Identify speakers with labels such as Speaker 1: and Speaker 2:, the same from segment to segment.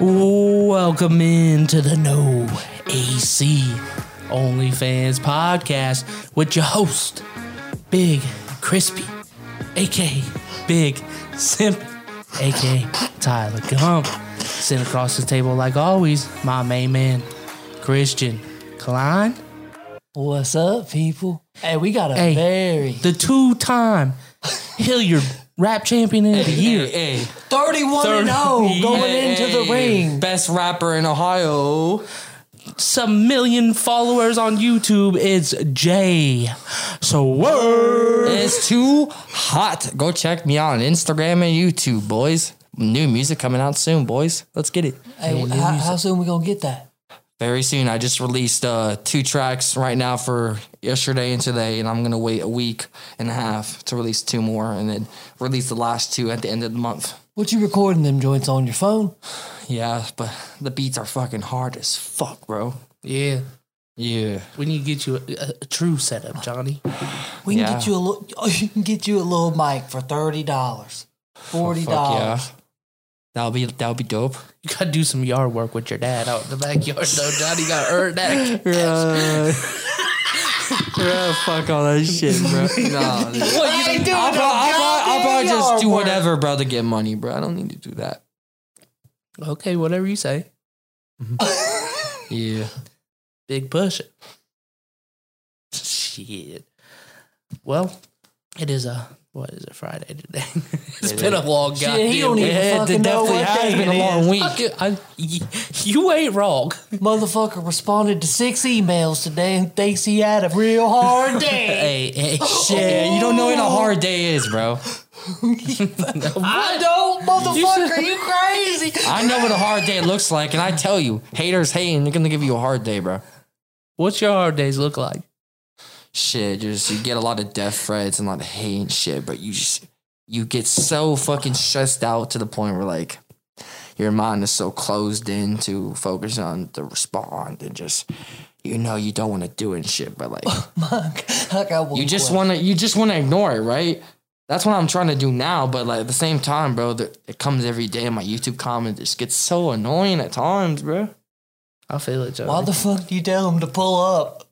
Speaker 1: Welcome in to the No AC OnlyFans podcast with your host, Big Crispy, aka Big Simp, aka Tyler Gump. Sitting across the table, like always, my main man, Christian Klein,
Speaker 2: What's up, people? Hey, we got a
Speaker 1: Hey.
Speaker 2: very
Speaker 1: the two time Hilliard Rap Champion of the Year.
Speaker 3: Hey,
Speaker 2: 31 and 0 going into the ring.
Speaker 3: Best rapper in Ohio.
Speaker 1: some million followers on YouTube. It's Jay. So
Speaker 3: It's too hot. Go check me out on Instagram and YouTube, boys. New music coming out soon, boys. Let's get it.
Speaker 2: Hey, how, how soon we gonna get that?
Speaker 3: Very soon. I just released uh, two tracks right now for yesterday and today, and I'm gonna wait a week and a half to release two more, and then release the last two at the end of the month.
Speaker 2: What you recording them joints on your phone?
Speaker 3: Yeah, but the beats are fucking hard as fuck, bro.
Speaker 1: yeah,
Speaker 3: Yeah.
Speaker 1: we need to get you a, a, a true setup, Johnny.
Speaker 2: We can
Speaker 3: Yeah.
Speaker 2: get you a little. You can get you a little mic for thirty dollars, forty
Speaker 3: Oh, Fuck yeah.
Speaker 2: dollars.
Speaker 3: That'll be that'll be dope.
Speaker 1: You gotta do some yard work with your dad out in the backyard, though. Johnny gotta earn that.
Speaker 3: Right. fuck all that shit, bro. Nah, dude.
Speaker 2: What you doing?
Speaker 3: I'll, probably, I'll, probably, I'll probably just do
Speaker 2: yard work.
Speaker 3: whatever, bro, to get money, bro. I don't need to do that.
Speaker 1: Okay, whatever you say.
Speaker 3: Yeah.
Speaker 1: Big push. Shit. Well, it is a what is it Friday today? It's
Speaker 3: It
Speaker 1: been a long
Speaker 2: Shit, he
Speaker 1: goddamn.
Speaker 2: don't even
Speaker 1: day.
Speaker 3: Yeah, it
Speaker 2: fucking know
Speaker 3: definitely
Speaker 2: what
Speaker 3: has
Speaker 2: day
Speaker 3: been a
Speaker 2: it
Speaker 3: long
Speaker 2: is.
Speaker 3: week.
Speaker 1: Fuck it. I, y- you ain't wrong.
Speaker 2: Motherfucker responded to six emails today and thinks he had a real hard day.
Speaker 1: Hey, hey,
Speaker 3: Yeah, you don't know what a hard day is, bro.
Speaker 2: I don't, motherfucker. you crazy?
Speaker 3: I know what a hard day looks like, and I tell you, haters hating, they're gonna give you a hard day, bro.
Speaker 1: What's your hard days look like?
Speaker 3: Shit, just you get a lot of death threats and a lot of hate and shit, but you just you get so fucking stressed out to the point where like your mind is so closed in to focus on the respond and just you know you don't want to do it and shit, but like
Speaker 2: I got one
Speaker 3: you just
Speaker 2: question.
Speaker 3: want to you just want to ignore it right that's what i'm trying to do now but like at the same time bro the, it comes every day in my youtube comments it just gets so annoying at times bro
Speaker 1: I feel it, Johnny.
Speaker 2: Why the fuck do you tell him to pull up?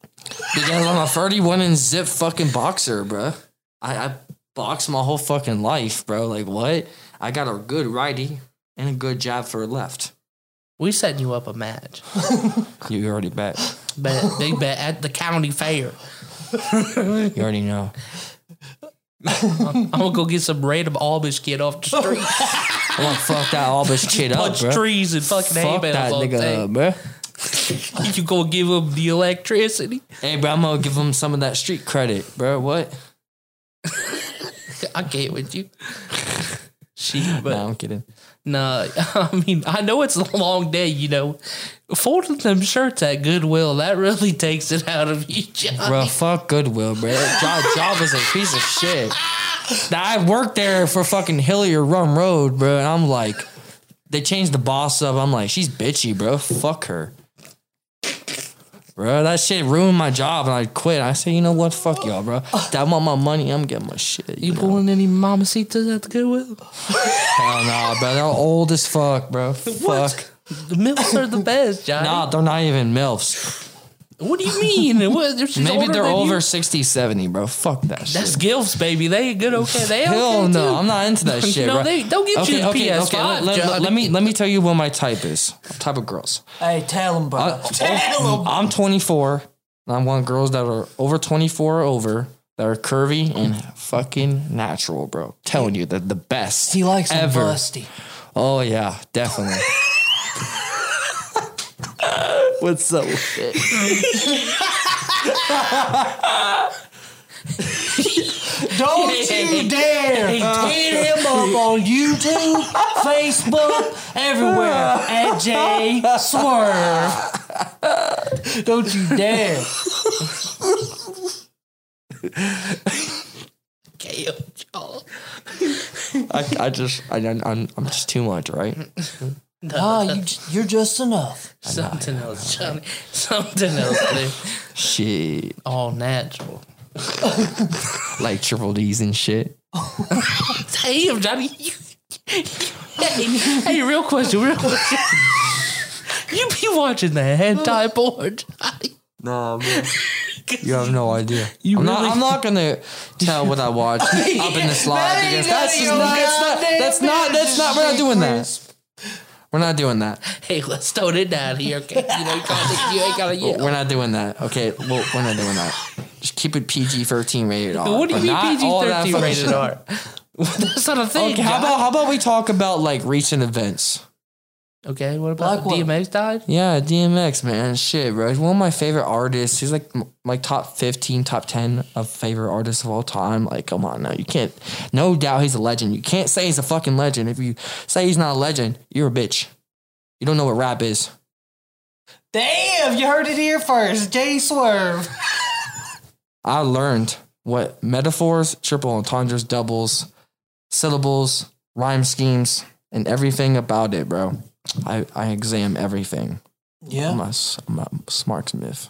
Speaker 3: because i'm a 31 and zip fucking boxer bro I, I boxed my whole fucking life bro like what i got a good righty and a good jab for a left
Speaker 1: we setting you up a match,
Speaker 3: you already bet
Speaker 1: but they bet at the county fair.
Speaker 3: you already know
Speaker 1: I'm gonna go get some random Amish kid off the street,
Speaker 3: i want to fuck that all this shit up
Speaker 1: punch
Speaker 3: bro
Speaker 1: trees and fucking hay
Speaker 3: fuck that
Speaker 1: bales all
Speaker 3: nigga
Speaker 1: day.
Speaker 3: up,
Speaker 2: um,
Speaker 3: bro
Speaker 1: You gonna give him the electricity?
Speaker 3: hey bro i'm gonna give him some of that street credit bro what
Speaker 1: I can't with you. Shit, but
Speaker 3: no i'm kidding
Speaker 1: Nah, I mean, I know it's a long day, you know. Folding them shirts at Goodwill, that really takes it out of you, Johnny.
Speaker 3: Bro, fuck Goodwill, bro. That Job, job is a piece of shit. Now, I worked there for fucking Hillier Rum Road, bro, and I'm like, they changed the boss up. I'm like, she's bitchy, bro. Fuck her. Bro, that shit ruined my job and I quit. I said, you know what? Fuck y'all, bro. I want my money. I'm getting my shit.
Speaker 1: You
Speaker 3: You know?
Speaker 1: pulling any mamacitas at the Goodwill?
Speaker 3: Hell nah, bro. They're old as fuck, bro. Fuck.
Speaker 1: The milfs are the best, Johnny.
Speaker 3: Nah, they're not even MILFs.
Speaker 1: What do you mean? What, if she's
Speaker 3: Maybe
Speaker 1: older
Speaker 3: they're
Speaker 1: than you?
Speaker 3: over 60, 70, bro. Fuck that shit.
Speaker 1: That's gilfs, baby. They ain't good. Okay, they
Speaker 3: Hell
Speaker 1: okay
Speaker 3: no,
Speaker 1: too.
Speaker 3: I'm not into that shit,
Speaker 1: No,
Speaker 3: bro.
Speaker 1: they- don't get you a PS5,
Speaker 3: let- let,
Speaker 1: Johnny.
Speaker 3: let me let me tell you what my type is. Type of girls. Uh,
Speaker 2: Hey, tell him, bro.
Speaker 1: Uh, oh,
Speaker 2: tell him.
Speaker 3: I'm 24, and I want girls that are over 24 or over that are curvy and fucking natural, bro. Telling you, they're the best.
Speaker 2: He likes him
Speaker 3: ever.
Speaker 2: busty.
Speaker 3: Oh yeah, definitely. What's up? with it?
Speaker 2: Don't you dare hit him up on YouTube, Facebook, everywhere at J Swerve. Don't you dare.
Speaker 3: I, I just, I, I'm, I'm I'm just too much, right?
Speaker 2: Ah, you, you're just enough.
Speaker 1: Something else, Johnny. Something else, dude.
Speaker 3: Shit,
Speaker 1: All natural.
Speaker 3: like triple D's and shit.
Speaker 1: Damn, Johnny. You, hey, hey, real question, real question. you be watching that hentai porn, Johnny.
Speaker 3: No, man. You have no idea.
Speaker 1: You
Speaker 3: I'm,
Speaker 1: really-
Speaker 3: not, I'm not gonna tell what I watch up in the slide
Speaker 2: That ain't
Speaker 3: because that's just
Speaker 2: none of
Speaker 3: not.
Speaker 2: your
Speaker 3: That's not.
Speaker 2: goddamn
Speaker 3: That's not. That's not. We're not doing that. We're not doing that.
Speaker 1: Hey, let's throw it down here, okay? You know, you, gotta, you ain't gotta yell.
Speaker 3: We're not doing that. Okay, well, we're not doing that. Just keep it PG thirteen rated R.
Speaker 1: What do you
Speaker 3: Oh, but
Speaker 1: mean
Speaker 3: not
Speaker 1: PG
Speaker 3: all that
Speaker 1: thirteen
Speaker 3: fucking
Speaker 1: rated
Speaker 3: shit.
Speaker 1: R? That's not a thing.
Speaker 3: Okay, how about how about we talk about like recent events?
Speaker 1: okay? What about
Speaker 2: Like what?
Speaker 1: DMX died?
Speaker 3: Yeah, DMX man, shit, bro. He's one of my favorite artists. He's like m- my top fifteen, top ten of favorite artists of all time. Like, come on now, you can't. No doubt, he's a legend. You can't say he's a fucking legend. If you say he's not a legend, you're a bitch. You don't know what rap is.
Speaker 2: Damn, you heard it here first. J Swerve.
Speaker 3: I learned what metaphors, triple entendres, doubles, syllables, rhyme schemes, and everything about it, bro. I, I exam everything. I'm
Speaker 2: Yeah.
Speaker 3: a, s- I'm a smart smith.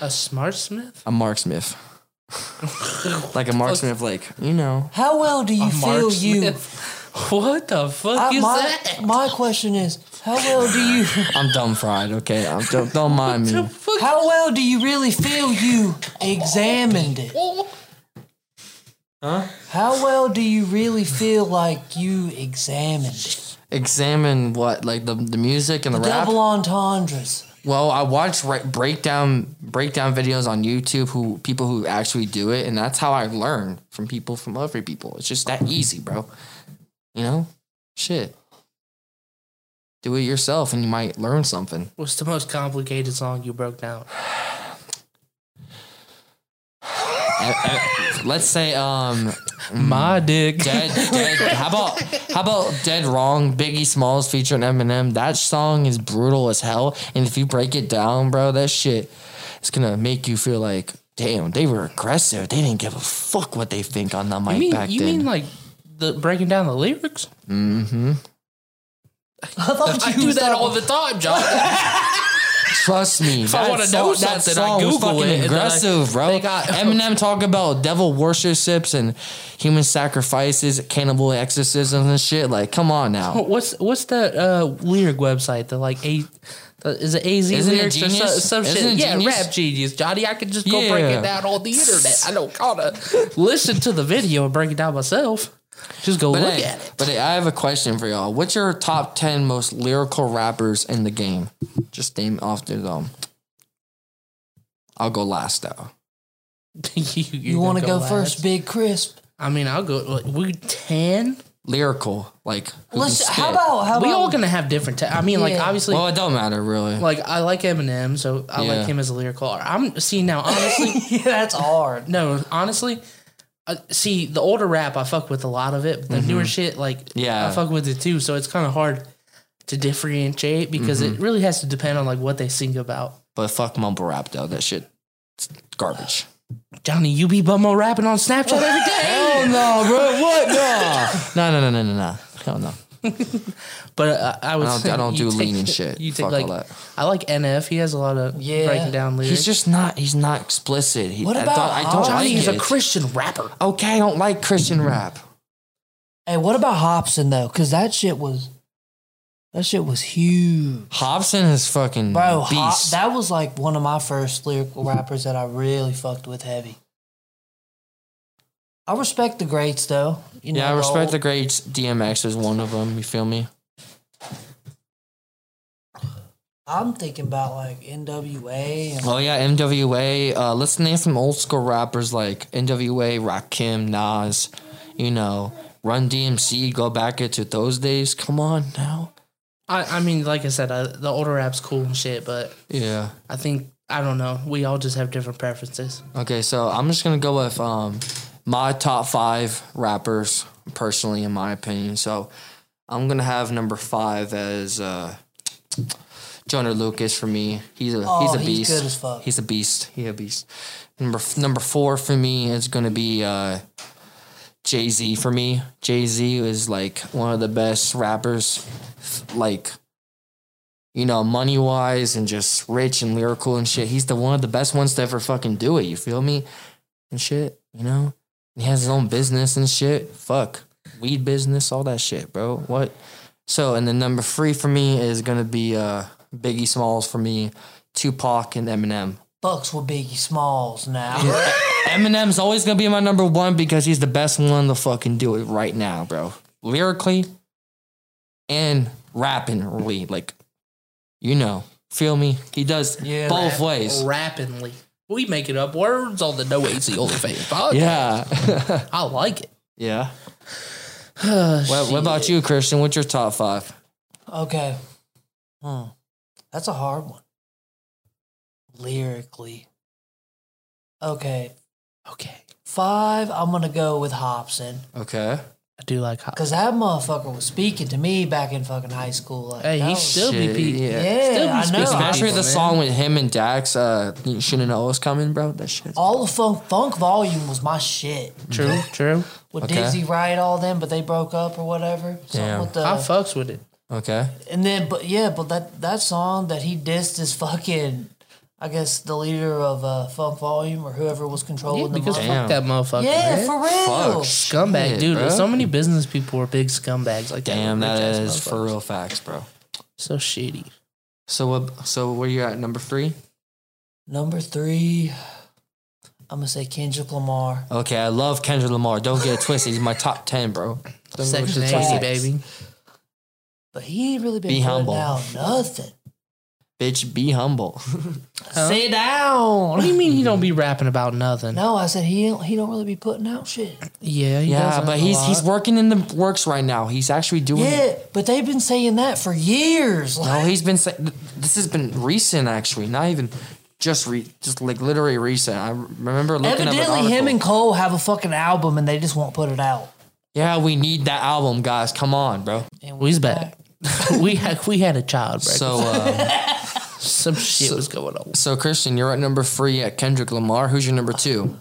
Speaker 1: A smart Smith?
Speaker 3: A marksmith. like a marksmith, like, you know.
Speaker 2: How well do you
Speaker 1: A
Speaker 2: feel
Speaker 1: Mark
Speaker 2: you?
Speaker 1: Smith? What the fuck
Speaker 2: I-
Speaker 1: is
Speaker 2: my,
Speaker 1: that?
Speaker 2: my question is, how well do you
Speaker 3: I'm dumb fried, okay? I'm, don't, don't mind me.
Speaker 2: how well do you really feel you examined it? How well do you really feel like you examined it?
Speaker 3: Examine what? Like the, the music and the rap?
Speaker 2: Double entendres.
Speaker 3: Well, I watch re- breakdown breakdown videos on YouTube who people who actually do it, and that's how I learn from people from other people. It's just that easy, bro. You know, shit. Do it yourself, and you might learn something.
Speaker 1: What's the most complicated song you broke down?
Speaker 3: I- I- let's say, um,
Speaker 1: My dick.
Speaker 3: dead, dead. How about how about dead wrong? Biggie Smalls featuring Eminem. That song is brutal as hell, and if you break it down, bro, that shit it's gonna make you feel like. Damn, they were aggressive. They didn't give a fuck what they think on the mic
Speaker 1: You mean
Speaker 3: back
Speaker 1: you
Speaker 3: then.
Speaker 1: mean like the breaking down the lyrics?
Speaker 2: I thought
Speaker 1: I
Speaker 2: you
Speaker 1: do
Speaker 2: was
Speaker 1: that
Speaker 2: talking-
Speaker 1: all the time, John.
Speaker 3: Trust me. If
Speaker 1: I wanna know something, I Google it, and then I-
Speaker 3: aggressive, bro.
Speaker 1: they got-
Speaker 3: Eminem talk about devil worships and human sacrifices, cannibal exorcisms and shit. Like, come on now.
Speaker 1: what's what's that uh, lyric website? The like a the, is it AZ
Speaker 3: Isn't it
Speaker 1: lyrics or so-
Speaker 3: Genius?
Speaker 1: some,
Speaker 3: Isn't
Speaker 1: shit?
Speaker 3: it
Speaker 1: Yeah,
Speaker 3: Genius?
Speaker 1: rap genius, Johnny. I could just go break
Speaker 3: Yeah.
Speaker 1: it down on the internet. I don't gotta listen to the video and break it down myself. Just go
Speaker 3: But
Speaker 1: look
Speaker 3: hey,
Speaker 1: at it.
Speaker 3: but hey, I have a question for y'all. What's your top ten most lyrical rappers in the game? Just name off the um. I'll go last though.
Speaker 1: you
Speaker 2: You want to go,
Speaker 1: last.
Speaker 2: first, Big Crisp?
Speaker 1: I mean, I'll go. Like, we ten.
Speaker 3: Lyrical, like who
Speaker 2: Let's.
Speaker 3: can
Speaker 2: How
Speaker 3: spit.
Speaker 2: about how
Speaker 1: We
Speaker 2: about
Speaker 1: all gonna have different. ta- I mean, like
Speaker 2: Yeah.
Speaker 1: obviously,
Speaker 3: Well, it don't matter really.
Speaker 1: like I like Eminem, so I
Speaker 3: Yeah.
Speaker 1: like him as a lyrical. art- I'm see now. Honestly,
Speaker 2: yeah, that's hard.
Speaker 1: No, honestly, uh, see the older rap I fuck with a lot of it, but the newer shit like
Speaker 3: Mm-hmm. Yeah.
Speaker 1: I fuck with it too. So it's kind of hard to differentiate because
Speaker 3: Mm-hmm.
Speaker 1: it really has to depend on like what they sing about.
Speaker 3: But fuck mumble rap though. That shit, it's garbage.
Speaker 1: Johnny, you be bummo rapping on Snapchat every day,
Speaker 3: Hell no, bro. What? No. no, no, no, no, no, no. Hell no.
Speaker 1: but uh, I would
Speaker 3: I don't-
Speaker 1: say
Speaker 3: I don't
Speaker 1: you
Speaker 3: do lean and shit.
Speaker 1: You take
Speaker 3: Fuck
Speaker 1: like
Speaker 3: all that.
Speaker 1: I like NF. He has a lot of
Speaker 2: Yeah.
Speaker 1: breaking down lyrics.
Speaker 3: He's just not. He's not explicit. He,
Speaker 2: What
Speaker 3: I
Speaker 2: about
Speaker 3: don't, I don't
Speaker 2: Hov?
Speaker 3: like
Speaker 1: Johnny is a
Speaker 3: it.
Speaker 1: Christian rapper.
Speaker 3: okay, I don't like Christian rap.
Speaker 2: Hey, what about Hobson though? Because that shit was, that shit was huge.
Speaker 3: Hobson is fucking
Speaker 2: Bro, Ho-
Speaker 3: beast.
Speaker 2: that was like one of my first lyrical rappers that I really fucked with heavy. I respect the greats though. You know,
Speaker 3: yeah, I
Speaker 2: the
Speaker 3: respect
Speaker 2: old-
Speaker 3: the greats. DMX is one of them. You feel me?
Speaker 2: I'm thinking about like NWA and
Speaker 3: Oh yeah, MWA. Uh, let's name some old school rappers like MWA, Rakim, Nas. You know, Run DMC. Go back into those days. Come on now.
Speaker 1: I, I mean, like I said, I, the older rap's cool and shit, but
Speaker 3: Yeah.
Speaker 1: I think I don't know. We all just have different preferences.
Speaker 3: Okay, so I'm just gonna go with um, my top five rappers, personally, in my opinion. So I'm gonna have number five as uh, Jonah Lucas for me. He's a
Speaker 2: Oh,
Speaker 3: he's a
Speaker 2: he's
Speaker 3: beast.
Speaker 2: good as fuck.
Speaker 3: He's a beast. He a beast. Number f- number four for me is gonna be uh, Jay Z for me. Jay Z is like one of the best rappers, like you know, money wise and just rich and lyrical and shit. He's the one of the best ones to ever fucking do it. You feel me? And shit, you know. He has his own business and shit. Fuck weed business, all that shit, bro. What? So, and then number three for me is gonna be uh Biggie Smalls for me, Tupac and Eminem.
Speaker 2: Bucks with Biggie Smalls now.
Speaker 3: Eminem's always gonna be my number one because he's the best one to fucking do it right now, bro. Lyrically and rapping, really. Like, you know, feel me? He does
Speaker 1: Yeah,
Speaker 3: both
Speaker 1: rap-
Speaker 3: ways.
Speaker 1: Rapidly. We making up words on the No AC Only Fans podcast.
Speaker 3: Yeah.
Speaker 1: I like it.
Speaker 3: yeah. What, what about you, Christian? What's your top five?
Speaker 2: Okay. Hmm. That's a hard one. Lyrically. Okay.
Speaker 1: Okay.
Speaker 2: Five, I'm going to go with Hobson.
Speaker 3: Okay.
Speaker 1: I do like hot.
Speaker 2: Because that motherfucker was speaking to me back in fucking high school. Like,
Speaker 1: Hey,
Speaker 2: that
Speaker 1: he
Speaker 2: was-
Speaker 1: still be
Speaker 3: Shit,
Speaker 1: pe-
Speaker 3: yeah.
Speaker 2: Yeah,
Speaker 1: still be
Speaker 2: I know.
Speaker 1: speaking to
Speaker 3: Especially
Speaker 1: people,
Speaker 3: the
Speaker 1: man.
Speaker 3: song with him and Dax, uh, you shouldn't know what's coming, bro. That shit.
Speaker 2: All the funk, funk volume was my shit.
Speaker 1: True, true.
Speaker 2: With
Speaker 3: Okay.
Speaker 2: Dizzy Wright, all them, but they broke up or whatever. Something
Speaker 3: Damn.
Speaker 2: with the-
Speaker 1: I fucks with it.
Speaker 3: Okay.
Speaker 2: And then, but yeah, but that that song that he dissed is fucking, I guess the leader of uh, Funk Volume or whoever was
Speaker 1: Yeah,
Speaker 2: controlling the
Speaker 1: because
Speaker 2: money.
Speaker 1: fuck that motherfucker.
Speaker 2: Yeah,
Speaker 1: man.
Speaker 2: for real.
Speaker 3: Fuck.
Speaker 1: scumbag,
Speaker 3: Shit,
Speaker 1: dude.
Speaker 3: bro.
Speaker 1: So many business people are big scumbags like
Speaker 3: Damn,
Speaker 1: that.
Speaker 3: that
Speaker 1: Rich-ass
Speaker 3: is for
Speaker 1: motherfuckers.
Speaker 3: real facts, bro.
Speaker 1: So shitty.
Speaker 3: So what? So where you at? Number three.
Speaker 2: Number three, I'm gonna say Kendrick Lamar.
Speaker 3: Okay, I love Kendrick Lamar. Don't get it twisted. He's my top ten, bro. Don't get it
Speaker 1: Section
Speaker 3: twisted.
Speaker 1: eighty,
Speaker 2: facts.
Speaker 1: baby.
Speaker 2: But he ain't really been
Speaker 3: Be
Speaker 2: putting
Speaker 3: humble.
Speaker 2: out nothing.
Speaker 3: Bitch, be humble.
Speaker 2: Sit down.
Speaker 1: What do you mean he don't be rapping about nothing?
Speaker 2: No, I said he don't, he don't really be putting out shit.
Speaker 1: Yeah, he
Speaker 3: yeah,
Speaker 1: does
Speaker 3: but
Speaker 1: a
Speaker 3: he's
Speaker 1: lot.
Speaker 3: he's working in the works right now. He's actually doing. it.
Speaker 2: Yeah, but they've been saying that for years. Like,
Speaker 3: No, he's been. sa- This has been recent, actually. Not even just re, just like literally recent. I remember looking up an
Speaker 2: evidently, him
Speaker 3: article.
Speaker 2: and Cole have a fucking album, and they just won't put it out.
Speaker 3: yeah, we need that album, guys. Come on, bro.
Speaker 2: And
Speaker 1: We's back. we had we had a child, right?
Speaker 3: So. Uh,
Speaker 1: some shit was going on.
Speaker 3: So Christian, you're at number three at Kendrick Lamar. Who's your number two?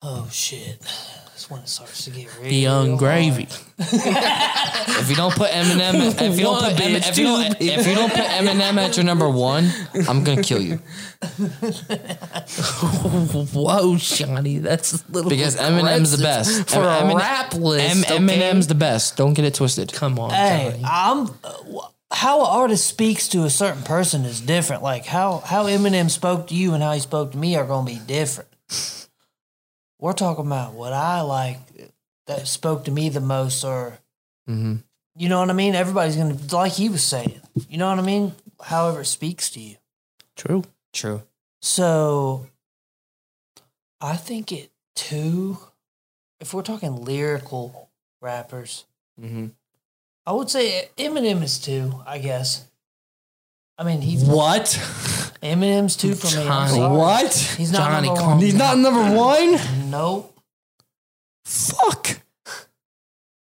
Speaker 2: Oh shit! That's when it starts to get real.
Speaker 1: The young gravy.
Speaker 3: If you don't put Eminem, if you don't put Em- if you don't, if you don't put Eminem at your number one, I'm gonna kill you
Speaker 1: Whoa, Shawnee, that's a little
Speaker 3: because Eminem's the best
Speaker 1: for
Speaker 3: Em-
Speaker 1: a
Speaker 3: Eminem-
Speaker 1: rap
Speaker 3: Em-
Speaker 1: list.
Speaker 3: Eminem's the best. Don't get it twisted.
Speaker 1: come on,
Speaker 2: Hey,
Speaker 1: Johnny.
Speaker 2: I'm. uh, wh- How an artist speaks to a certain person is different. Like how how Eminem spoke to you and how he spoke to me are going to be different. We're talking about what I like that spoke to me the most, or
Speaker 1: Mm-hmm.
Speaker 3: Mhm.
Speaker 2: you know what I mean. Everybody's going to like he was saying. You know what I mean. However, it speaks to you.
Speaker 1: True.
Speaker 3: True.
Speaker 2: So I think it too. If we're talking lyrical rappers,
Speaker 3: Mm-hmm.
Speaker 2: I would say Eminem is two, I guess. I mean, he's
Speaker 3: What?
Speaker 2: Eminem's two for me. I'm
Speaker 1: Johnny,
Speaker 2: sorry.
Speaker 3: What?
Speaker 2: He's not
Speaker 1: Johnny,
Speaker 2: number
Speaker 1: calm
Speaker 2: one.
Speaker 3: He's not number one.
Speaker 2: Nope.
Speaker 3: Fuck.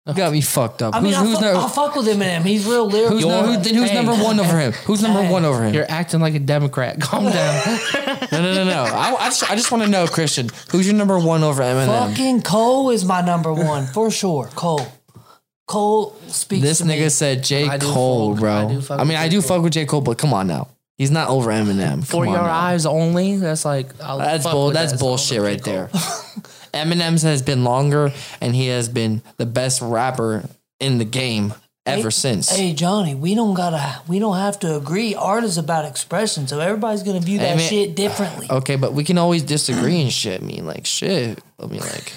Speaker 3: You got me fucked up.
Speaker 2: I mean,
Speaker 3: who's
Speaker 2: I,
Speaker 3: who's,
Speaker 2: fuck,
Speaker 3: no-
Speaker 2: I fuck with Eminem. He's real lyrical.
Speaker 3: who's, no- who- who's
Speaker 1: Hey.
Speaker 3: number one over him? Who's number
Speaker 2: Hey.
Speaker 3: one over him?
Speaker 1: You're acting like a Democrat. Calm down.
Speaker 3: No, no, no, no. I, I just, I just want to know, Christian, who's your number one over Eminem?
Speaker 2: Fucking Cole is my number one for sure. Cole. Cole speaks.
Speaker 3: This
Speaker 2: to me.
Speaker 3: nigga said J.
Speaker 1: I do
Speaker 3: Cole,
Speaker 1: fuck-
Speaker 3: bro.
Speaker 1: I
Speaker 3: I,
Speaker 1: do fuck
Speaker 3: mean,
Speaker 1: with
Speaker 3: I
Speaker 1: J.
Speaker 3: do
Speaker 1: Cole.
Speaker 3: fuck with J. Cole, but come on now. He's not over Eminem. Come
Speaker 1: For
Speaker 3: on
Speaker 1: your
Speaker 3: now.
Speaker 1: eyes only. That's like I'll
Speaker 3: That's,
Speaker 1: fuck
Speaker 3: bull,
Speaker 1: with
Speaker 3: that's
Speaker 1: that song,
Speaker 3: bullshit
Speaker 1: but
Speaker 3: right
Speaker 1: J. Cole.
Speaker 3: there. Eminem's has been longer, and he has been the best rapper in the game ever since.
Speaker 2: Hey Johnny, we don't gotta. We don't have to agree. Art is about expression, so everybody's gonna view that
Speaker 3: man.
Speaker 2: shit differently.
Speaker 3: Okay, but we can always disagree and shit. I mean, like, shit. I mean, like,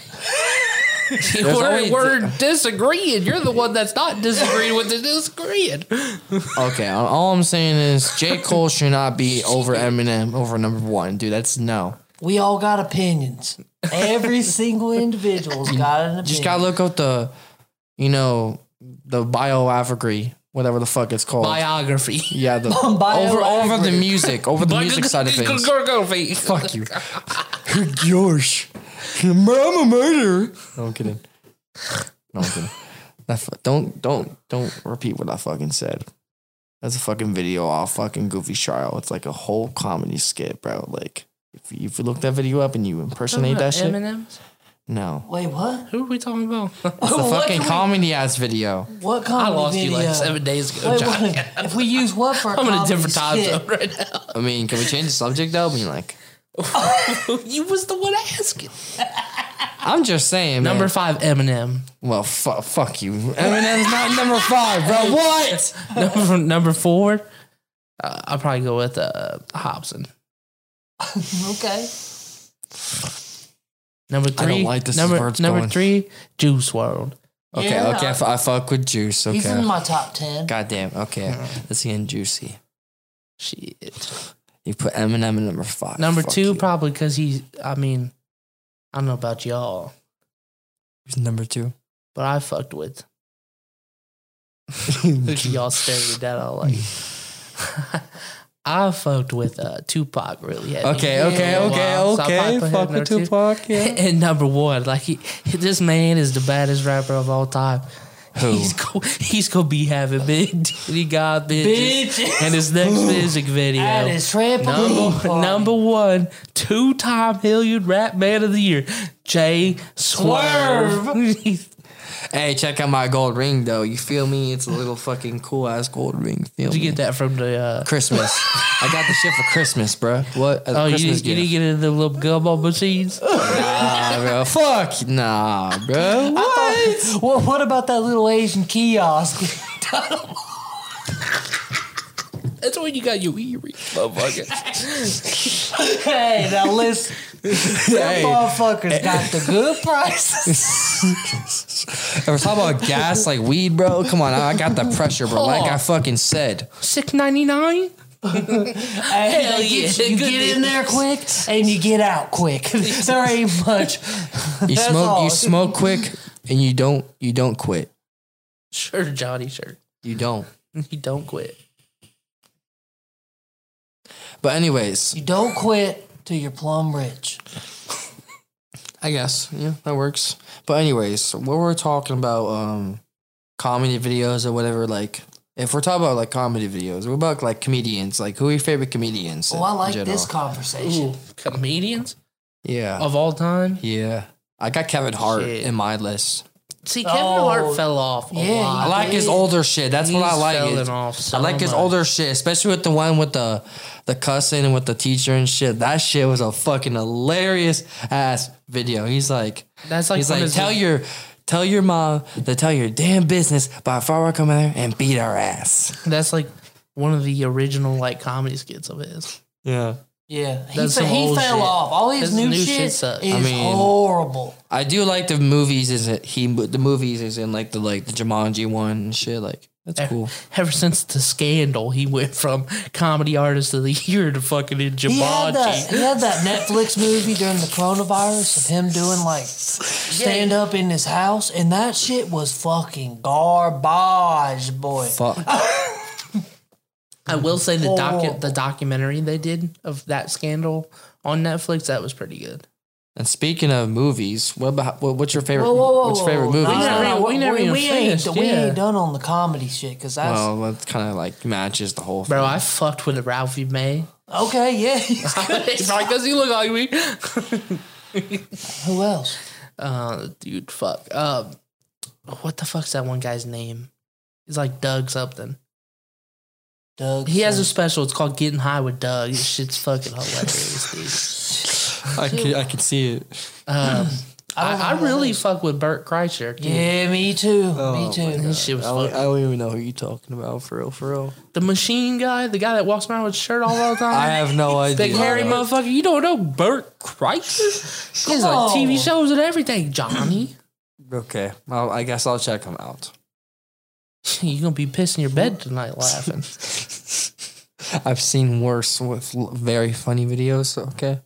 Speaker 3: There's
Speaker 1: We're,
Speaker 3: always-
Speaker 1: we're disagreeing. You're the one that's not disagreeing with the disagreeing.
Speaker 3: okay, all- all I'm saying is J. Cole should not be over Eminem over number one, dude. That's no.
Speaker 2: We all got opinions. Every single individual's got an opinion.
Speaker 3: Just gotta look up the, you know, the bioagraphy, whatever the fuck it's called.
Speaker 1: Biography.
Speaker 3: yeah, the
Speaker 2: Bio-
Speaker 3: over over the music, over the music side of things.
Speaker 1: Biography.
Speaker 3: Fuck you, George. I'm a murderer. No, I'm kidding. No, I'm kidding. That fu- don't don't don't repeat what I fucking said. That's a fucking video off fucking Goofy Charles. It's like a whole comedy skit, bro. Like if you, if you look that video up and you impersonate that shit,
Speaker 1: M&M's?
Speaker 3: no,
Speaker 2: Wait, what?
Speaker 1: Who are we talking about?
Speaker 3: it's a
Speaker 2: What
Speaker 3: fucking
Speaker 2: can we-
Speaker 3: comedy ass video.
Speaker 2: What
Speaker 1: I
Speaker 2: comedy
Speaker 1: lost you
Speaker 2: video?
Speaker 1: like seven days ago,
Speaker 2: Wait,
Speaker 1: John.
Speaker 2: what- if we use what for?
Speaker 1: I'm in a
Speaker 2: comedy
Speaker 1: different time
Speaker 2: skit?
Speaker 1: zone right now.
Speaker 3: I mean, can we change the subject though? I mean, like,
Speaker 1: you was the one asking.
Speaker 3: I'm just saying, man.
Speaker 1: Number five, Eminem.
Speaker 3: Well, fu- fuck you. Eminem's not number five, bro. What?
Speaker 1: number, number four, uh, I'll probably go with uh, Hobson.
Speaker 2: Okay.
Speaker 1: Number three,
Speaker 3: don't like this is
Speaker 1: number,
Speaker 3: where it's
Speaker 1: number
Speaker 3: going.
Speaker 1: three, Juice World.
Speaker 3: Okay,
Speaker 2: Yeah.
Speaker 3: okay. I fu- I fuck with juice.
Speaker 2: He's in
Speaker 3: Okay.
Speaker 2: my top ten.
Speaker 3: Goddamn. Okay, that's getting juicy.
Speaker 1: Shit.
Speaker 3: You put Eminem in number five.
Speaker 1: Number
Speaker 3: Fuck
Speaker 1: two,
Speaker 3: you.
Speaker 1: probably because he's. I mean, I don't know about y'all,
Speaker 3: Who's number two.
Speaker 1: but I fucked with. y'all staring me down. I'm like, I fucked with uh, Tupac really heavy.
Speaker 3: Okay,
Speaker 1: Yeah,
Speaker 3: okay,
Speaker 1: wow.
Speaker 3: okay,
Speaker 1: So I
Speaker 3: okay.
Speaker 1: probably put him
Speaker 3: Fuck
Speaker 1: number
Speaker 3: with
Speaker 1: two.
Speaker 3: Tupac. Yeah.
Speaker 1: And number one, like he, this man is the baddest rapper of all time.
Speaker 3: Who?
Speaker 1: He's go, he's gonna be having big titty god bitches
Speaker 2: Bitches.
Speaker 1: in his next music video.
Speaker 2: At his trampoline
Speaker 1: number
Speaker 2: party.
Speaker 1: number one, two time Hilliard Rap Man of the Year, Jay Swerve.
Speaker 3: Hey, check out my gold ring though. You feel me? It's a little fucking cool ass gold ring. Feel
Speaker 1: Did you
Speaker 3: me?
Speaker 1: get that from the? Uh,
Speaker 3: Christmas. I got the shit for Christmas, bro. What? As a
Speaker 1: oh, you
Speaker 3: Christmas
Speaker 1: didn't, you didn't get into the little gumball machines?
Speaker 3: Nah, bro. Fuck. Nah, bro.
Speaker 2: I thought- Well, what about that little Asian kiosk?
Speaker 1: That's when you got your earrings, motherfucker.
Speaker 2: hey, now listen. Them
Speaker 3: Hey.
Speaker 2: motherfuckers got the good prices.
Speaker 3: If we're talking about gas like weed, bro, come on. I got the pressure, bro. Like
Speaker 2: Oh.
Speaker 3: I fucking said.
Speaker 1: Six ninety nine.
Speaker 2: Hey,
Speaker 1: Hell
Speaker 2: they get
Speaker 1: Oh, yeah,
Speaker 2: you, you
Speaker 1: good
Speaker 2: get in there quick and you get out quick. there ain't much.
Speaker 3: You
Speaker 2: That's
Speaker 3: smoke
Speaker 2: all.
Speaker 3: you smoke quick and you don't you don't quit.
Speaker 1: Sure, Johnny. Sure,
Speaker 3: You don't.
Speaker 1: he don't quit.
Speaker 3: But anyways,
Speaker 2: You don't quit till you're plumb rich.
Speaker 3: I guess. Yeah, that works. But anyways, what we're talking about, um comedy videos or whatever, like if we're talking about like comedy videos, what about like comedians? Like who are your favorite comedians?
Speaker 2: Oh,
Speaker 3: in
Speaker 2: I like
Speaker 3: general?
Speaker 2: this conversation.
Speaker 1: Comedians
Speaker 3: Yeah.
Speaker 1: of all time.
Speaker 3: Yeah. I got Kevin Hart
Speaker 1: Shit.
Speaker 3: in my list.
Speaker 1: See, Kevin
Speaker 2: Oh.
Speaker 1: Hart fell off a
Speaker 2: Yeah, he
Speaker 1: lot.
Speaker 3: I like his
Speaker 2: Yeah.
Speaker 3: older shit. That's what I
Speaker 1: He's
Speaker 3: like.
Speaker 1: Falling
Speaker 3: It's-
Speaker 1: off so
Speaker 3: I like his
Speaker 1: much.
Speaker 3: older shit, especially with the one with the the cussing and with the teacher and shit. That shit was a fucking hilarious ass video. He's like,
Speaker 1: That's like
Speaker 3: he's
Speaker 1: one
Speaker 3: like,
Speaker 1: of
Speaker 3: tell
Speaker 1: his-
Speaker 3: your tell your mom to tell your damn business by far come out there and beat our ass.
Speaker 1: That's like one of the original like comedy skits of his.
Speaker 3: Yeah,
Speaker 2: Yeah, he,
Speaker 1: That's
Speaker 2: fa-
Speaker 1: some
Speaker 2: he
Speaker 1: old
Speaker 2: fell
Speaker 1: shit.
Speaker 2: off. All his,
Speaker 1: His
Speaker 2: new,
Speaker 1: new shit
Speaker 2: shit,
Speaker 1: sucks. I
Speaker 2: is
Speaker 3: mean-
Speaker 2: horrible.
Speaker 3: I do like the movies. Is it he? The movies is in like the like the Jumanji one and shit. Like
Speaker 1: Eh.
Speaker 3: that's cool.
Speaker 1: Ever since the scandal, he went from comedy artist of the year to fucking in
Speaker 2: He had, that,
Speaker 1: Jumanji.
Speaker 2: he had that Netflix movie during the coronavirus of him doing like stand up in his house, and that shit was fucking garbage, boy.
Speaker 3: Fuck.
Speaker 1: I will say the docu-
Speaker 2: Oh.
Speaker 1: the documentary they did of that scandal on Netflix that was pretty good.
Speaker 3: and speaking of movies, what about what, what's your favorite?
Speaker 2: Whoa, whoa, whoa,
Speaker 3: what's your favorite
Speaker 2: whoa.
Speaker 3: movie?
Speaker 1: We never-
Speaker 2: Nah,
Speaker 1: we never even
Speaker 2: ain't,
Speaker 1: finished,
Speaker 2: we
Speaker 1: yeah.
Speaker 2: ain't done on the comedy shit because that's
Speaker 3: well, that kind of like matches the whole.
Speaker 1: Bro, I fucked with Ralphie May.
Speaker 2: okay. Yeah, he's good.
Speaker 1: Because he look like me.
Speaker 2: Who else?
Speaker 1: Uh, dude, fuck. Um, what the fuck's that one guy's name? He's like Doug something.
Speaker 2: Doug.
Speaker 1: He has a special. It's called Getting High with Doug. This shit's fucking hilarious,
Speaker 3: I can, I can see
Speaker 1: dude.
Speaker 3: it.
Speaker 1: Um,
Speaker 2: don't
Speaker 1: I, I
Speaker 2: know who
Speaker 1: really
Speaker 2: that is.
Speaker 1: fuck with Burt Kreischer. Dude.
Speaker 2: Yeah, me too. me too.
Speaker 1: His shit was
Speaker 3: Oh I don't,
Speaker 1: fucking-
Speaker 3: I don't even know who you're talking about, for real, for real.
Speaker 1: The machine guy, the guy that walks around with his shirt all the
Speaker 3: I
Speaker 1: time.
Speaker 3: have no idea.
Speaker 1: Big hairy motherfucker. You don't know Burt Kreischer? He has like
Speaker 2: on.
Speaker 1: TV shows and everything, Johnny.
Speaker 3: Okay, well, I guess I'll check him out.
Speaker 1: You're going to be pissing your bed tonight laughing.
Speaker 3: I've seen worse with l- very funny videos. Okay.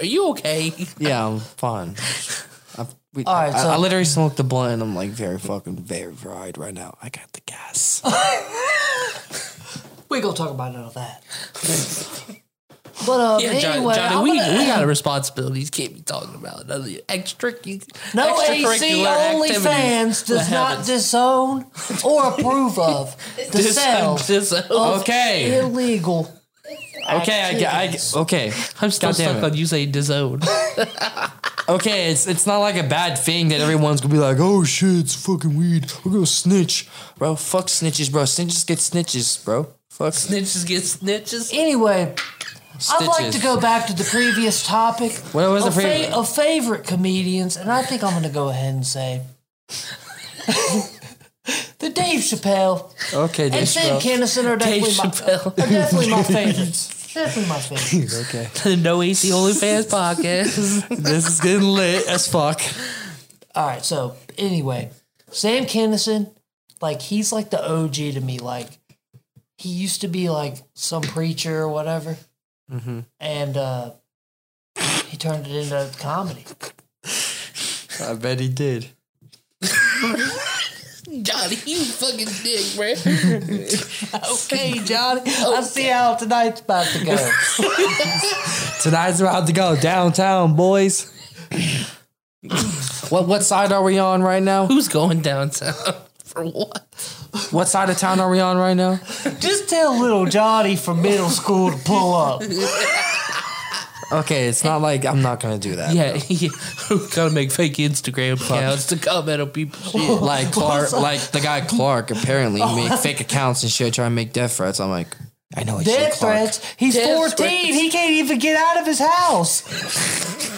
Speaker 1: Are you okay?
Speaker 3: Yeah, I'm fine. I've, we,
Speaker 2: All right,
Speaker 3: I,
Speaker 2: so-
Speaker 3: I literally smoked the blunt and I'm like very fucking very fried right now. I got the
Speaker 1: Oh,
Speaker 3: gas.
Speaker 2: We gonna talk about none of that. But um,
Speaker 1: Yeah, Johnny,
Speaker 2: anyway,
Speaker 1: Johnny
Speaker 2: I'm
Speaker 1: we,
Speaker 2: gonna-
Speaker 1: we got a responsibility. You can't be talking about none of your extra,
Speaker 2: No AC
Speaker 1: extracurricular
Speaker 2: only
Speaker 1: activities.
Speaker 2: fans does
Speaker 1: What
Speaker 2: not
Speaker 1: happens?
Speaker 2: disown or approve of the
Speaker 1: Dis-
Speaker 2: sale
Speaker 1: dis-
Speaker 2: of
Speaker 3: Okay.
Speaker 2: illegal.
Speaker 3: Okay, I, get- I get- okay.
Speaker 1: I'm still
Speaker 3: God damn
Speaker 1: stuck
Speaker 3: it.
Speaker 1: on you saying disown.
Speaker 3: Okay, it's it's not like a bad thing that everyone's gonna be like, oh shit, it's fucking weed. We're gonna snitch, bro. Fuck snitches, bro. Snitches get snitches, bro. Fuck snitches.
Speaker 1: snitches get snitches.
Speaker 2: Anyway, I'd like to go back to the previous topic.
Speaker 3: What was the
Speaker 2: of fa-
Speaker 3: previous-
Speaker 2: of favorite comedians, and I think I'm going to go ahead and say the Dave Chappelle
Speaker 3: Okay,
Speaker 2: and
Speaker 3: this
Speaker 2: Sam Kinison are
Speaker 1: Dave
Speaker 2: definitely my
Speaker 1: Chappelle.
Speaker 2: are definitely my favorites. definitely my favorites.
Speaker 3: Okay,
Speaker 1: The No AC Only Fans podcast.
Speaker 3: this is getting lit as fuck.
Speaker 2: All right, so anyway, Sam Kinison, like he's like the OG to me. Like he used to be like some preacher or whatever, and uh, he turned it into comedy.
Speaker 3: I bet he did.
Speaker 1: Johnny, you fucking dick, man.
Speaker 2: Okay, Johnny,
Speaker 1: Oh,
Speaker 2: I see how tonight's about to go.
Speaker 3: Tonight's about to go downtown, boys. what what side are we on right now?
Speaker 1: Who's going downtown for what?
Speaker 3: What side of town are we on right now?
Speaker 2: Just tell little Johnny from middle school to pull up.
Speaker 3: Okay, it's not like I'm not gonna do that.
Speaker 1: Yeah, yeah. gotta make fake Instagram accounts to comment on people's shit.
Speaker 3: Like Clark, like the guy Clark, apparently he made fake accounts and shit, trying to make death threats. I'm like, I know it's you,
Speaker 2: Death
Speaker 3: Clark.
Speaker 2: threats. He's
Speaker 1: Death
Speaker 2: 14.
Speaker 1: threats.
Speaker 2: He can't even get out of his house.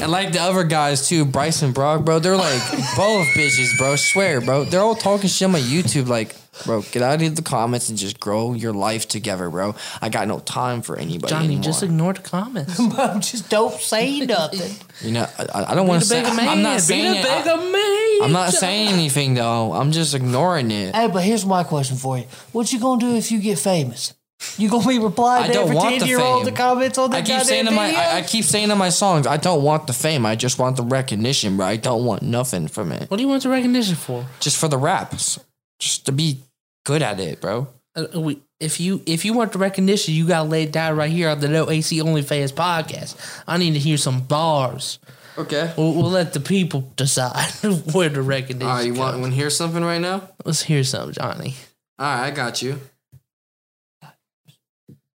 Speaker 3: And like the other guys too, Bryce and Brock, bro, they're like both bitches, bro. Swear, bro. They're all talking shit on my YouTube, like, bro, get out of the comments and just grow your life together, bro. I got no time for anybody.
Speaker 1: Johnny,
Speaker 3: anymore.
Speaker 1: just ignore the comments.
Speaker 2: Bro, Just don't say nothing.
Speaker 3: you know, I- I, I don't want to say.
Speaker 1: Bigger man.
Speaker 3: I'm not
Speaker 1: Be the
Speaker 3: saying it.
Speaker 1: bigger
Speaker 3: I,
Speaker 1: man.
Speaker 3: am not
Speaker 1: Johnny.
Speaker 3: saying anything though. I'm just ignoring it.
Speaker 2: Hey, but here's my question for you: What you gonna do if you get famous? You gonna be replying
Speaker 3: I
Speaker 2: to
Speaker 3: don't
Speaker 2: every
Speaker 3: want the
Speaker 2: ten year old
Speaker 3: fame.
Speaker 2: that comments on the
Speaker 3: I keep
Speaker 2: goddamn
Speaker 3: saying to
Speaker 2: video?
Speaker 3: my, I, I keep saying to my songs, I don't want the fame. I just want the recognition, bro. I don't want nothing from it.
Speaker 1: What do you want the recognition for?
Speaker 3: Just for the raps, just to be good at it, bro.
Speaker 1: Uh, we, if you if you want the recognition, you gotta lay it down right here on the No AC Only Fans podcast. I need to hear some bars.
Speaker 3: Okay.
Speaker 1: We'll, we'll let the people decide where the recognition.
Speaker 3: All right, you want,
Speaker 1: comes.
Speaker 3: want to hear something right now?
Speaker 1: Let's hear some, Johnny.
Speaker 3: All right, I got you.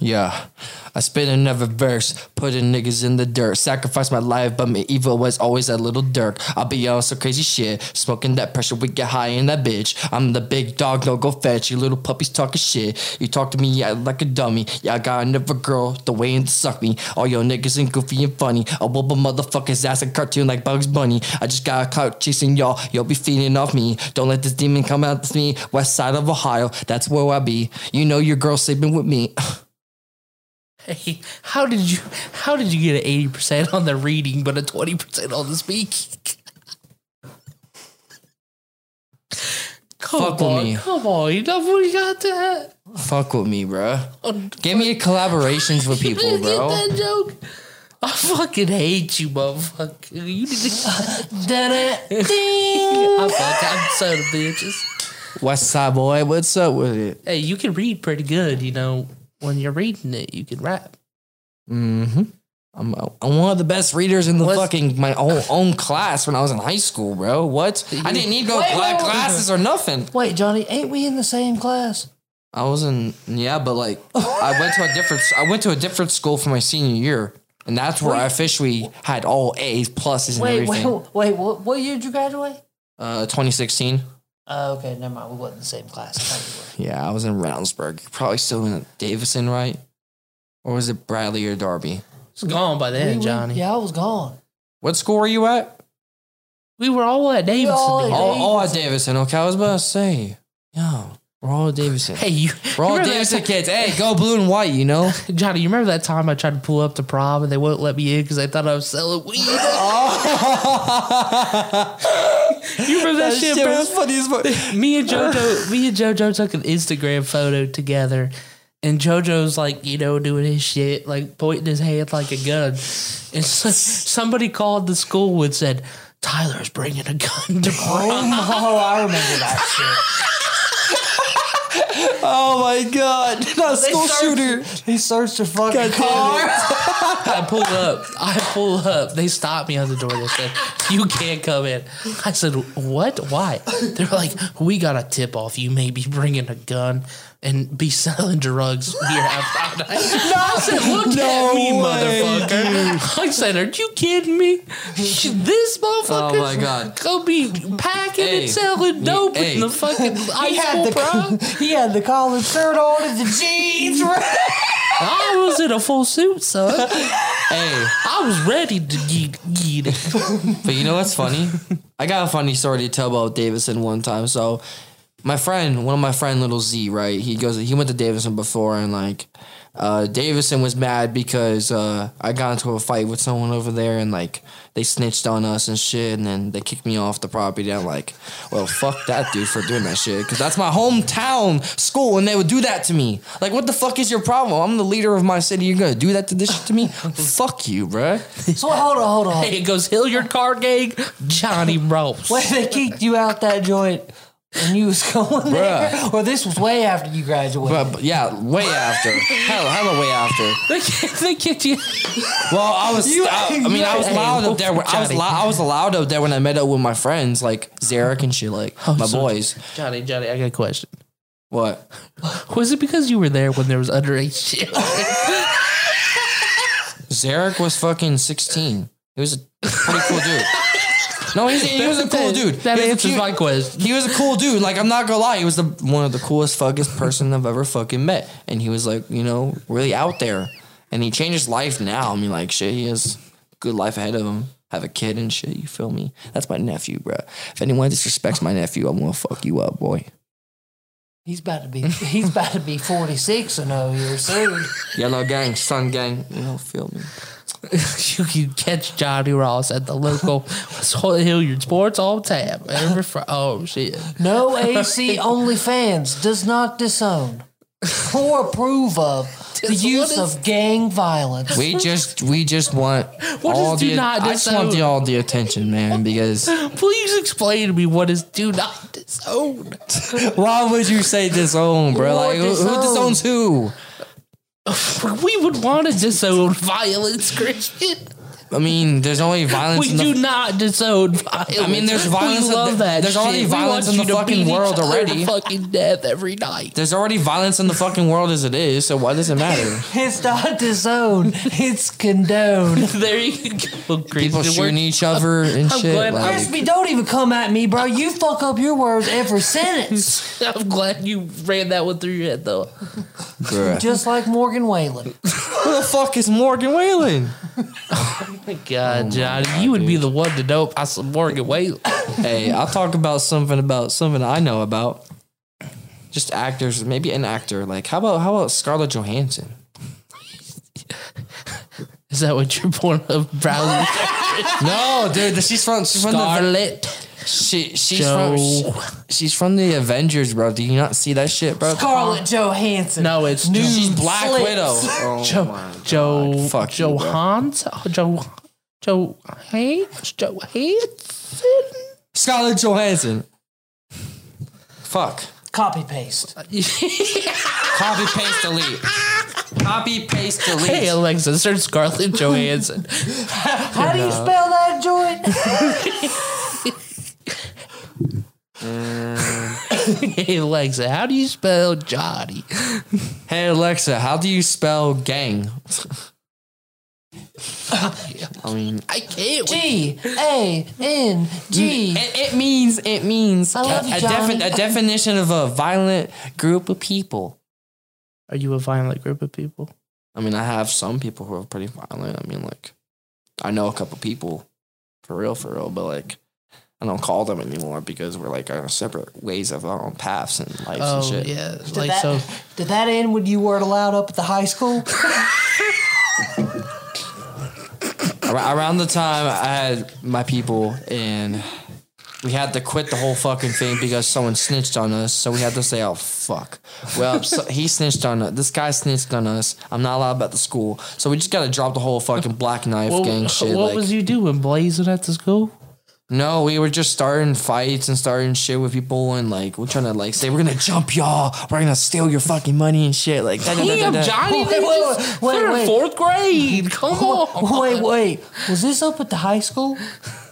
Speaker 3: Yeah. I spit another verse, putting niggas in the dirt. Sacrifice my life, but my evil was always a little dirk. I'll be on some crazy shit, smoking that pressure, we get high in that bitch. I'm the big dog, no go fetch. You little puppies talking shit. You talk to me yeah, like a dummy. Yeah, I got another girl, the way in to suck me. All your niggas ain't goofy and funny. I whoop a motherfucker's ass in cartoon like Bugs Bunny. I just got caught chasing y'all. Y'all be feeding off me. Don't let this demon come out to me. West side of Ohio, that's where I be. You know your girl sleeping with me.
Speaker 1: Hey, how did you how did you get an eighty percent on the reading but a twenty percent on the speaking? come
Speaker 3: Fuck with
Speaker 1: on,
Speaker 3: me.
Speaker 1: come on, you know what you got that?
Speaker 3: Fuck with me, bruh.
Speaker 1: On-
Speaker 3: Give me collaborations with
Speaker 1: You
Speaker 3: people,
Speaker 1: didn't get
Speaker 3: bro.
Speaker 1: that joke. I fucking hate you, motherfucker. You need to. I fuck. I'm so the bitches.
Speaker 3: West side boy, what's up with it?
Speaker 1: Hey, you can read pretty good, you know. When you're reading it, you can rap.
Speaker 3: I'm, I'm one of the best readers in the
Speaker 1: What's-
Speaker 3: fucking my own own class when I was in high school, bro. What? I didn't need to go
Speaker 2: Wait,
Speaker 3: cla-
Speaker 2: wait, wait.
Speaker 3: classes or nothing.
Speaker 2: Wait, Johnny, ain't we in the same class?
Speaker 3: I was in yeah, but like I went to a different I went to a different school for my senior year, and that's where I officially had all A's pluses and
Speaker 2: Wait, wait,
Speaker 3: everything.
Speaker 2: wait. What, what year did you graduate?
Speaker 3: Uh, 2016.
Speaker 2: Uh, okay, never mind. We wasn't in the same class.
Speaker 3: Yeah, I was in Roundsburg. You're probably still in Davison, right? Or was it Bradley or Darby?
Speaker 1: It's gone by
Speaker 2: We
Speaker 1: then,
Speaker 2: went-
Speaker 1: Johnny.
Speaker 2: yeah, I was gone.
Speaker 3: What school were you at?
Speaker 1: We were all at Davidson.
Speaker 2: all
Speaker 1: together.
Speaker 2: at
Speaker 3: All, all at Davison. Okay, I was about to say, yeah, we're all at Davison.
Speaker 1: Hey, you.
Speaker 3: we're all
Speaker 1: you remember that
Speaker 3: Davison
Speaker 1: ti-
Speaker 3: kids. Hey, go blue and white. You know.
Speaker 1: Johnny, you remember that time I tried to pull up the prom and they wouldn't let me in because they thought I was selling weed? you
Speaker 3: Oh.
Speaker 1: remember that, shit, bro?
Speaker 3: funny as fuck.
Speaker 1: me and JoJo, me and JoJo took an Instagram photo together, and JoJo's like, you know, doing his shit, like pointing his hand like a gun, and so, somebody called the school and said, "Tyler's bringing a gun to prom."
Speaker 2: Oh, I remember that shit.
Speaker 3: Oh my god, not a school shooter.
Speaker 2: He searched her fucking
Speaker 3: God damn
Speaker 2: car.
Speaker 1: I pull up. I pull up. They stopped me on the door. They said, "You can't come in." I said, "What? Why?" They're like, "We got a tip off. You may be bringing a gun and be selling drugs here outside." I said, "Look
Speaker 3: no
Speaker 1: at me,
Speaker 3: way,
Speaker 1: motherfucker!" I said, "Are you kidding me? This motherfucker?
Speaker 3: Oh, my God.
Speaker 1: Go be packing
Speaker 3: Hey.
Speaker 1: and selling dope
Speaker 3: Hey.
Speaker 1: in the fucking
Speaker 2: He
Speaker 1: high
Speaker 2: had
Speaker 1: school
Speaker 2: the
Speaker 1: prom."
Speaker 2: he had the collared shirt on and the jeans.
Speaker 1: I was in a full suit, son.
Speaker 3: Hey,
Speaker 1: I was ready to get, get it.
Speaker 3: but you know what's funny? I got a funny story to tell about Davidson one time. So, my friend, one of my friend, little Z, right? He goes, he went to Davidson before, and like, uh, Davidson was mad because uh, I got into a fight with someone over there, and like, they snitched on us and shit, and then they kicked me off the property. I'm like, well, fuck that dude for doing that shit, because that's my hometown school, and they would do that to me. Like, what the fuck is your problem? I'm the leader of my city. You're gonna do that to this shit to me? fuck you, bruh.
Speaker 2: So hold on, hold on.
Speaker 1: Hey, it goes Hilliard Car Gang, Johnny Ross.
Speaker 2: When they kicked you out that joint when you was going there,
Speaker 3: Bruh.
Speaker 2: or this was way after you graduated.
Speaker 3: But, but yeah, way after. hell, hella way after.
Speaker 1: They, kick- they kicked you.
Speaker 3: Well, I was.
Speaker 2: You-
Speaker 3: I, I mean, I was
Speaker 1: Hey,
Speaker 3: loud up there. When, I was
Speaker 1: Johnny.
Speaker 3: loud. I was loud up there when I met up with my friends, like Zarek and shit, like my
Speaker 1: Oh, so-
Speaker 3: boys.
Speaker 1: Johnny, Johnny, I got a question.
Speaker 3: What?
Speaker 1: Was it because you were there when there was underage shit?
Speaker 3: Zarek was fucking sixteen. He was a pretty cool dude. No, he's, he was a cool dude.
Speaker 1: That
Speaker 3: He was a
Speaker 1: answers
Speaker 3: cute-
Speaker 1: my question.
Speaker 3: He was a cool dude. Like I'm not gonna lie, he was the one of the coolest fuckest person I've ever fucking met. And he was like, you know, really out there. And he changed his life now. I mean, like shit, he has a good life ahead of him. Have a kid and shit. You feel me? That's my nephew, bro. If anyone disrespects my nephew, I'm gonna fuck you up, boy.
Speaker 2: he's about to be he's about to be forty six and oh here soon.
Speaker 3: Yellow gang, sun gang. You know, feel me?
Speaker 1: you can catch Johnny Ross at the local Hilliard Sports on tap. Every fr- oh, shit.
Speaker 2: No AC only fans does not disown or approve of the
Speaker 1: Dis-
Speaker 2: use
Speaker 1: what is-
Speaker 2: of gang violence.
Speaker 3: We just, we just want
Speaker 1: What
Speaker 3: all
Speaker 1: is
Speaker 3: the.
Speaker 1: do not
Speaker 3: I just want
Speaker 1: disown?
Speaker 3: the, all the attention, man. Because
Speaker 1: Please explain to me what is do not disown.
Speaker 3: why would you say disown, bro? Like who, who
Speaker 2: disown?
Speaker 3: disowns who?
Speaker 1: we would want to disown violence, Christian.
Speaker 3: I mean, there's only violence.
Speaker 1: We
Speaker 3: in the
Speaker 1: do not disown violence.
Speaker 3: I mean, there's violence
Speaker 1: We
Speaker 3: in
Speaker 1: love
Speaker 3: the-
Speaker 1: that.
Speaker 3: there's
Speaker 1: shit.
Speaker 3: already
Speaker 1: We
Speaker 3: violence
Speaker 1: want
Speaker 3: in the
Speaker 1: you to
Speaker 3: fucking
Speaker 1: beat each
Speaker 3: world
Speaker 1: other to
Speaker 3: already.
Speaker 1: Fucking death every night.
Speaker 3: There's already violence in the fucking world as it is, so why does it matter?
Speaker 2: It's not disown, it's condone.
Speaker 1: There you go, Christian.
Speaker 3: People shooting each other and
Speaker 1: I'm
Speaker 3: shit.
Speaker 1: glad I-
Speaker 3: Like,
Speaker 2: Crispy, don't even come at me, bro. You fuck up your words every sentence,
Speaker 1: I'm glad you ran that one through your head, though. Oh
Speaker 3: bruh.
Speaker 2: just like Morgan Whalen.
Speaker 3: Who the fuck is Morgan Whalen?
Speaker 1: Oh My God, Johnny, you would be the one to know. I saw Morgan Whalen.
Speaker 3: hey, I'll talk about something about something I know about. Just actors, maybe an actor. Like, how about how about Scarlett Johansson?
Speaker 1: Is that what you're born of? Browsing
Speaker 3: No, dude, she's from she's from the
Speaker 1: Scarlet.
Speaker 3: she, she's
Speaker 1: Joe.
Speaker 3: from she- she's from the Avengers, bro. Do you not see that shit, bro?
Speaker 2: Scarlett Johansson.
Speaker 1: No, it's
Speaker 2: Nude
Speaker 1: Joe.
Speaker 3: She's Black
Speaker 2: slits.
Speaker 3: Widow. Oh
Speaker 1: Joe.
Speaker 3: my
Speaker 1: Joe.
Speaker 3: Fuck you,
Speaker 1: Joe
Speaker 3: bro.
Speaker 1: Hans. Joe. Joe Hans. Joe Hansen.
Speaker 3: Scarlett Johansson. Fuck.
Speaker 2: Copy paste.
Speaker 1: Uh,
Speaker 3: Copy paste delete. Copy paste delete.
Speaker 1: Hey Alexa, search Scarlett Johansson.
Speaker 2: How do you spell that joint?
Speaker 1: hey Alexa, how do you spell Johnny?
Speaker 3: Hey Alexa, how do you spell gang? I mean,
Speaker 1: I can't. wait.
Speaker 2: G A N G.
Speaker 3: it, it means it means
Speaker 2: I love
Speaker 3: a,
Speaker 2: you,
Speaker 3: a, defi-
Speaker 2: Johnny.
Speaker 3: a definition of a violent group of people.
Speaker 1: Are you a violent group of people?
Speaker 3: I mean, I have some people who are pretty violent. I mean, like, I know a couple people, for real, for real. But like, I don't call them anymore because we're like on separate ways of our own paths and lives and
Speaker 1: Oh
Speaker 3: shit.
Speaker 1: yeah,
Speaker 2: Did,
Speaker 1: like
Speaker 2: that,
Speaker 1: so.
Speaker 2: did that end when you weren't allowed up at the high school?
Speaker 3: Ar- around the time I had my people and we had to quit the whole fucking thing because someone snitched on us. So we had to say, "Oh fuck!" Well, so he snitched on us. This guy snitched on us. I'm not allowed about the school, so we just gotta drop the whole fucking black knife
Speaker 1: Well,
Speaker 3: gang shit.
Speaker 1: what
Speaker 3: like,
Speaker 1: was you doing, blazing at the school?
Speaker 3: No, we were just starting fights and starting shit with people, and like we're trying to like say we're gonna jump y'all, we're gonna steal your fucking money and shit. Like, da, da, da, da,
Speaker 1: Damn,
Speaker 3: da.
Speaker 1: Johnny,
Speaker 2: Wait,
Speaker 1: wait,
Speaker 2: wait, wait,
Speaker 1: third,
Speaker 2: wait.
Speaker 1: fourth grade. Come on.
Speaker 2: Wait, wait. Was this up at the high school?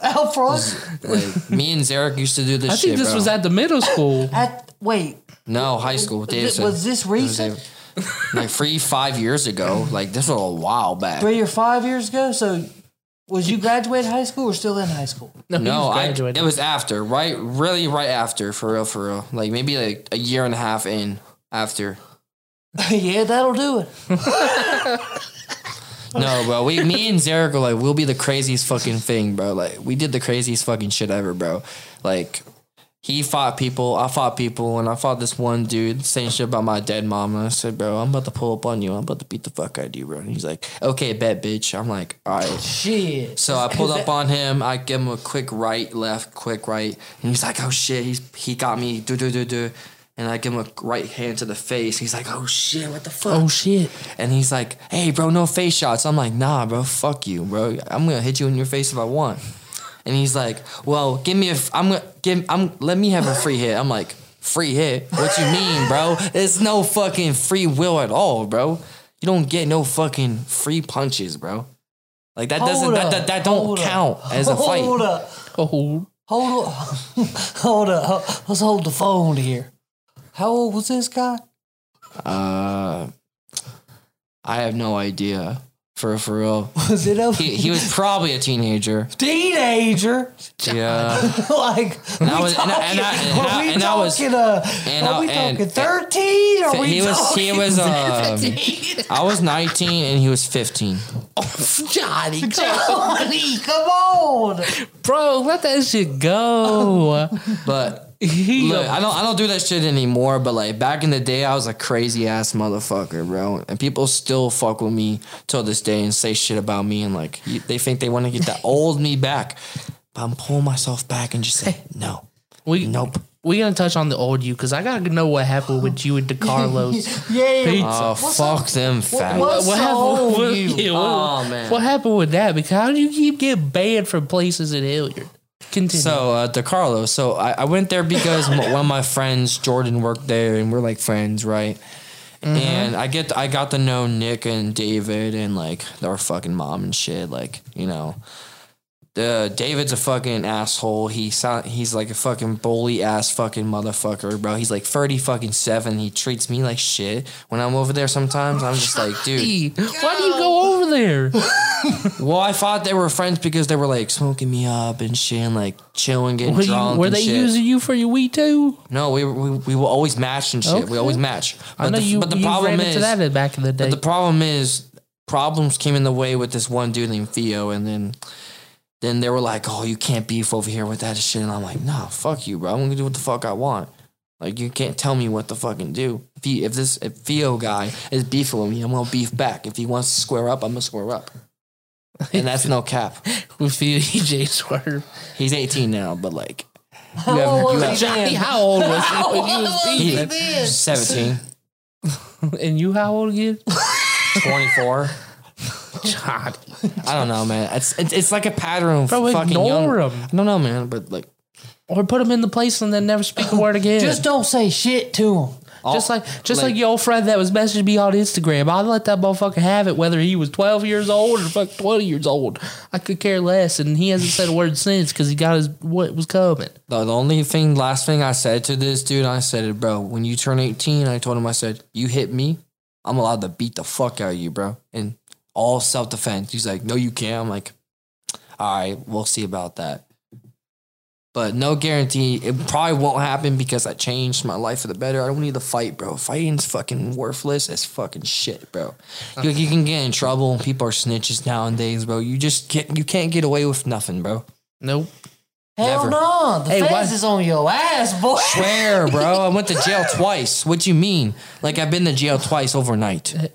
Speaker 2: Al Frost?
Speaker 3: Like, me and Zarek used to do this.
Speaker 1: I think
Speaker 3: shit,
Speaker 1: this
Speaker 3: bro.
Speaker 1: was at the middle school.
Speaker 2: At wait,
Speaker 3: no high school.
Speaker 2: Was
Speaker 3: Davidson.
Speaker 2: this recent?
Speaker 3: David- like three, five years ago. Like this was a while back.
Speaker 2: three or five years ago. So, was you graduated high school or still in high school?
Speaker 1: No,
Speaker 3: No,
Speaker 1: I
Speaker 3: I,
Speaker 1: graduated.
Speaker 3: it was after, right? Really, right after, for real, for real. Like maybe like a year and a half in after.
Speaker 2: yeah, that'll do it.
Speaker 3: No, bro. We, me and Zarek are like, we'll be the craziest fucking thing, bro. Like we did the craziest fucking shit ever, bro. Like he fought people, I fought people, and I fought this one dude saying shit about my dead mom. And I said, bro, I'm about to pull up on you. I'm about to beat the fuck out of you, bro. And he's like, okay, bet, bitch. I'm like, all right.
Speaker 2: Shit.
Speaker 3: So I pulled up on him. I give him a quick right, left, quick right, and he's like, "Oh shit!" He's he got me. Do do do do, and I give him a right hand to the face. He's like, "Oh shit! What the fuck?"
Speaker 1: Oh shit.
Speaker 3: And he's like, "Hey, bro, no face shots." I'm like, "Nah, bro, fuck you, bro. I'm gonna hit you in your face if I want." And he's like, "Well, give me a. F- I'm gonna give. I'm let me have a free hit." I'm like, "Free hit? What you mean, bro? There's no fucking free will at all, bro. You don't get no fucking free punches, bro. Like that doesn't
Speaker 2: Hold
Speaker 3: that,
Speaker 2: up,
Speaker 3: that, that don't
Speaker 2: hold up,
Speaker 3: count as a fight.
Speaker 2: Hold up.
Speaker 1: Oh,
Speaker 2: Hold up. hold up. Ho- Let's hold the phone here. How old was this guy?
Speaker 3: Uh, I have no idea. For for real,
Speaker 2: Was it a
Speaker 3: he, he was probably a teenager.
Speaker 2: teenager?
Speaker 3: Yeah.
Speaker 2: like,
Speaker 3: And I
Speaker 2: we
Speaker 3: was-
Speaker 2: talking,
Speaker 3: and I- and I- and
Speaker 2: are
Speaker 3: I-
Speaker 2: we
Speaker 3: and I was-
Speaker 2: talking, uh,
Speaker 3: and
Speaker 2: are
Speaker 3: I-
Speaker 2: we
Speaker 3: and-
Speaker 2: talking 13? Are we
Speaker 3: he was he
Speaker 2: talking-
Speaker 3: was um, I was 19 and he was 15.
Speaker 1: Johnny,
Speaker 2: Johnny, come on.
Speaker 1: bro, let that shit go.
Speaker 3: But
Speaker 1: He
Speaker 3: look,
Speaker 1: a-
Speaker 3: I don't I don't do that shit anymore. But like back in the day, I was a crazy ass motherfucker, bro. And people still fuck with me till this day and say shit about me and like you- they think they want to get that old me back. But I'm pulling myself back and just say no.
Speaker 1: we
Speaker 3: Nope.
Speaker 1: We gonna touch on the old you because I gotta know what happened with you and DeCarlos.
Speaker 2: Yeah.
Speaker 1: Pizza.
Speaker 3: Oh fuck them fat.
Speaker 2: what- What's the old
Speaker 1: what,
Speaker 2: you?
Speaker 1: yeah, what-
Speaker 3: Oh, man.
Speaker 1: what happened with that? Because how do you keep getting banned from places in Hilliard? Continue.
Speaker 3: So uh, DeCarlo. So I, I went there because m- one of my friends, Jordan, worked there, and we're like friends, right?
Speaker 1: Mm-hmm.
Speaker 3: And I get I got to know Nick and David and like their fucking mom and shit. Like you know, the David's a fucking asshole. He sound, he's like a fucking bully ass fucking motherfucker, bro. He's like thirty fucking seven. He treats me like shit when I'm over there. Sometimes I'm just like, dude.
Speaker 1: Hey, why do you go over there?
Speaker 3: Well, I thought they were friends because they were like smoking me up and shit, and like chilling, getting
Speaker 1: Were, you,
Speaker 3: drunk.
Speaker 1: were
Speaker 3: and
Speaker 1: they
Speaker 3: shit.
Speaker 1: using you for your weed too?
Speaker 3: No, we we, we will always match and shit.
Speaker 1: Okay.
Speaker 3: We always match. But
Speaker 1: I know
Speaker 3: the,
Speaker 1: you.
Speaker 3: But the
Speaker 1: you
Speaker 3: problem
Speaker 1: ran
Speaker 3: is
Speaker 1: into that back in the day.
Speaker 3: But the problem is problems came in the way with this one dude named Theo, and then then they were like, "Oh, you can't beef over here with that shit," and I'm like, "Nah, fuck you, bro. I'm gonna do what the fuck I want." Like you can't tell me what to fucking do. If, he, if this if Theo guy is beefing with me, I'm gonna beef back. If he wants to square up, I'm gonna square up. And that's no cap.
Speaker 1: with the EJ Swerve.
Speaker 3: He's 18 now, but like
Speaker 2: How
Speaker 3: have-
Speaker 2: old
Speaker 3: you
Speaker 2: was
Speaker 3: have-
Speaker 2: he
Speaker 1: Johnny,
Speaker 2: then?
Speaker 1: how old was he when you was
Speaker 2: How old
Speaker 3: he,
Speaker 2: was he
Speaker 1: beefing?
Speaker 2: then?
Speaker 3: 17,
Speaker 1: And you how old again?
Speaker 3: 24.
Speaker 1: Johnny.
Speaker 3: I don't know, man. It's it's, it's like a pattern of
Speaker 1: Bro,
Speaker 3: fucking
Speaker 1: ignore
Speaker 3: young.
Speaker 1: 'em.
Speaker 3: I don't know, man. But like,
Speaker 1: Or put him in the place and then never speak a word again.
Speaker 2: Just don't say shit to him.
Speaker 3: all-
Speaker 1: just like just like, your old friend that was messaging me on Instagram. I let that motherfucker have it, whether he was twelve years old or fuck twenty years old. I could care less, and he hasn't said a word since because he got his what was coming.
Speaker 3: the, the only thing, last thing I said to this dude, I said it, bro. When you turn eighteen, I told him, I said, you hit me, I'm allowed to beat the fuck out of you, bro, and all self defense. He's like, no, you can't. I'm like, all right, we'll see about that. But no guarantee. It probably won't happen because I changed my life for the better. I don't need to fight, bro. Fighting's fucking worthless as fucking shit, bro. You, you can get in trouble. and People are snitches nowadays, bro. You just get you can't get away with nothing, bro.
Speaker 1: Nope.
Speaker 2: Hell
Speaker 3: Never.
Speaker 2: no. The
Speaker 1: Hey,
Speaker 2: feds
Speaker 1: why-
Speaker 2: is on your ass, boy.
Speaker 3: Swear, bro. I went to jail twice. What you mean? Like I've been to jail twice overnight.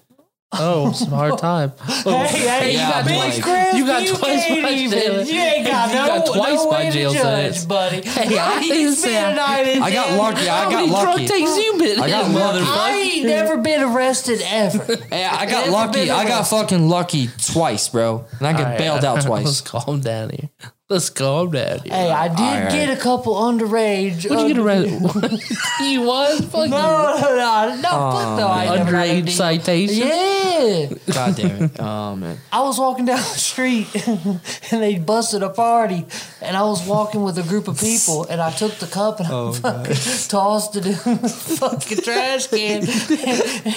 Speaker 1: Oh, it's a hard time.
Speaker 2: Hey, hey,
Speaker 1: you got
Speaker 2: big
Speaker 3: twice-
Speaker 2: Chris,
Speaker 1: you got
Speaker 2: you
Speaker 1: twice
Speaker 2: can't
Speaker 1: my
Speaker 2: even-
Speaker 1: jail-
Speaker 2: You ain't got,
Speaker 1: you
Speaker 2: no,
Speaker 1: got twice
Speaker 2: no
Speaker 1: my
Speaker 2: way to
Speaker 1: jail
Speaker 2: judge,
Speaker 1: sentence.
Speaker 2: buddy.
Speaker 1: Hey, I didn't say I-
Speaker 3: I got lucky. I
Speaker 1: How
Speaker 3: got
Speaker 1: many drug
Speaker 3: lucky.
Speaker 1: takes you been
Speaker 3: I got
Speaker 1: in,
Speaker 3: lucky.
Speaker 1: motherfucker?
Speaker 2: I ain't never been arrested ever.
Speaker 3: Hey, I got
Speaker 2: Never
Speaker 3: lucky.
Speaker 2: been
Speaker 3: I got
Speaker 2: arrested.
Speaker 3: fucking lucky twice, bro. And I got
Speaker 1: All right,
Speaker 3: bailed out
Speaker 1: Let's
Speaker 3: twice.
Speaker 1: calm down here. Let's calm down here.
Speaker 2: Hey, I did
Speaker 3: All right.
Speaker 2: get a couple underage.
Speaker 1: What'd you get
Speaker 2: under-
Speaker 1: around? you was fucking
Speaker 2: No, no, no, no, fuck no. I never got a
Speaker 1: underage
Speaker 2: D.
Speaker 1: citation.
Speaker 2: Yeah.
Speaker 3: God damn it. Oh man.
Speaker 2: I was walking down the street and they busted a party and I was walking with a group of people and I took the cup and I fucking tossed it in the fucking trash can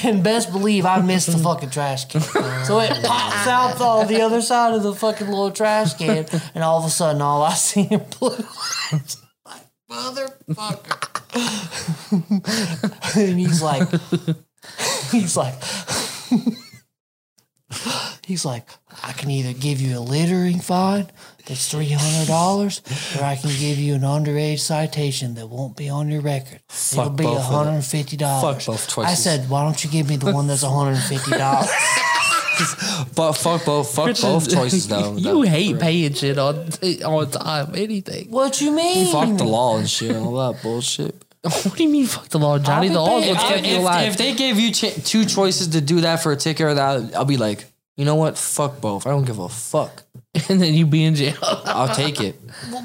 Speaker 2: and, best believe I missed the fucking trash can. So it pops out on the other side of the fucking little trash can and all of a sudden all I see are blue eyes. Like, Motherfucker. and he's like, he's like, He's like, I can either give you a littering fine that's three hundred dollars, or I can give you an underage citation that won't be on your record. It'll be
Speaker 3: both of them.
Speaker 2: hundred and fifty dollars.
Speaker 3: Fuck both
Speaker 2: I
Speaker 3: choices.
Speaker 2: said, why don't you give me the one that's hundred and fifty dollars?
Speaker 3: But fuck both fuck
Speaker 1: Christian,
Speaker 3: both choices though.
Speaker 1: you
Speaker 3: That-
Speaker 1: hate paying shit on on time. Anything.
Speaker 2: what you mean?
Speaker 3: fuck the law and shit, all that bullshit.
Speaker 1: What do you mean? Fuck the law, Johnny.
Speaker 2: I'll be
Speaker 1: The law's
Speaker 2: paying-
Speaker 1: what's
Speaker 2: I'll-
Speaker 1: kept you alive.
Speaker 3: if they gave you ch- two choices to do that for a ticket or that, I'll be like, you know what? Fuck both. I don't give a fuck.
Speaker 1: and then you be in jail.
Speaker 3: I'll take it.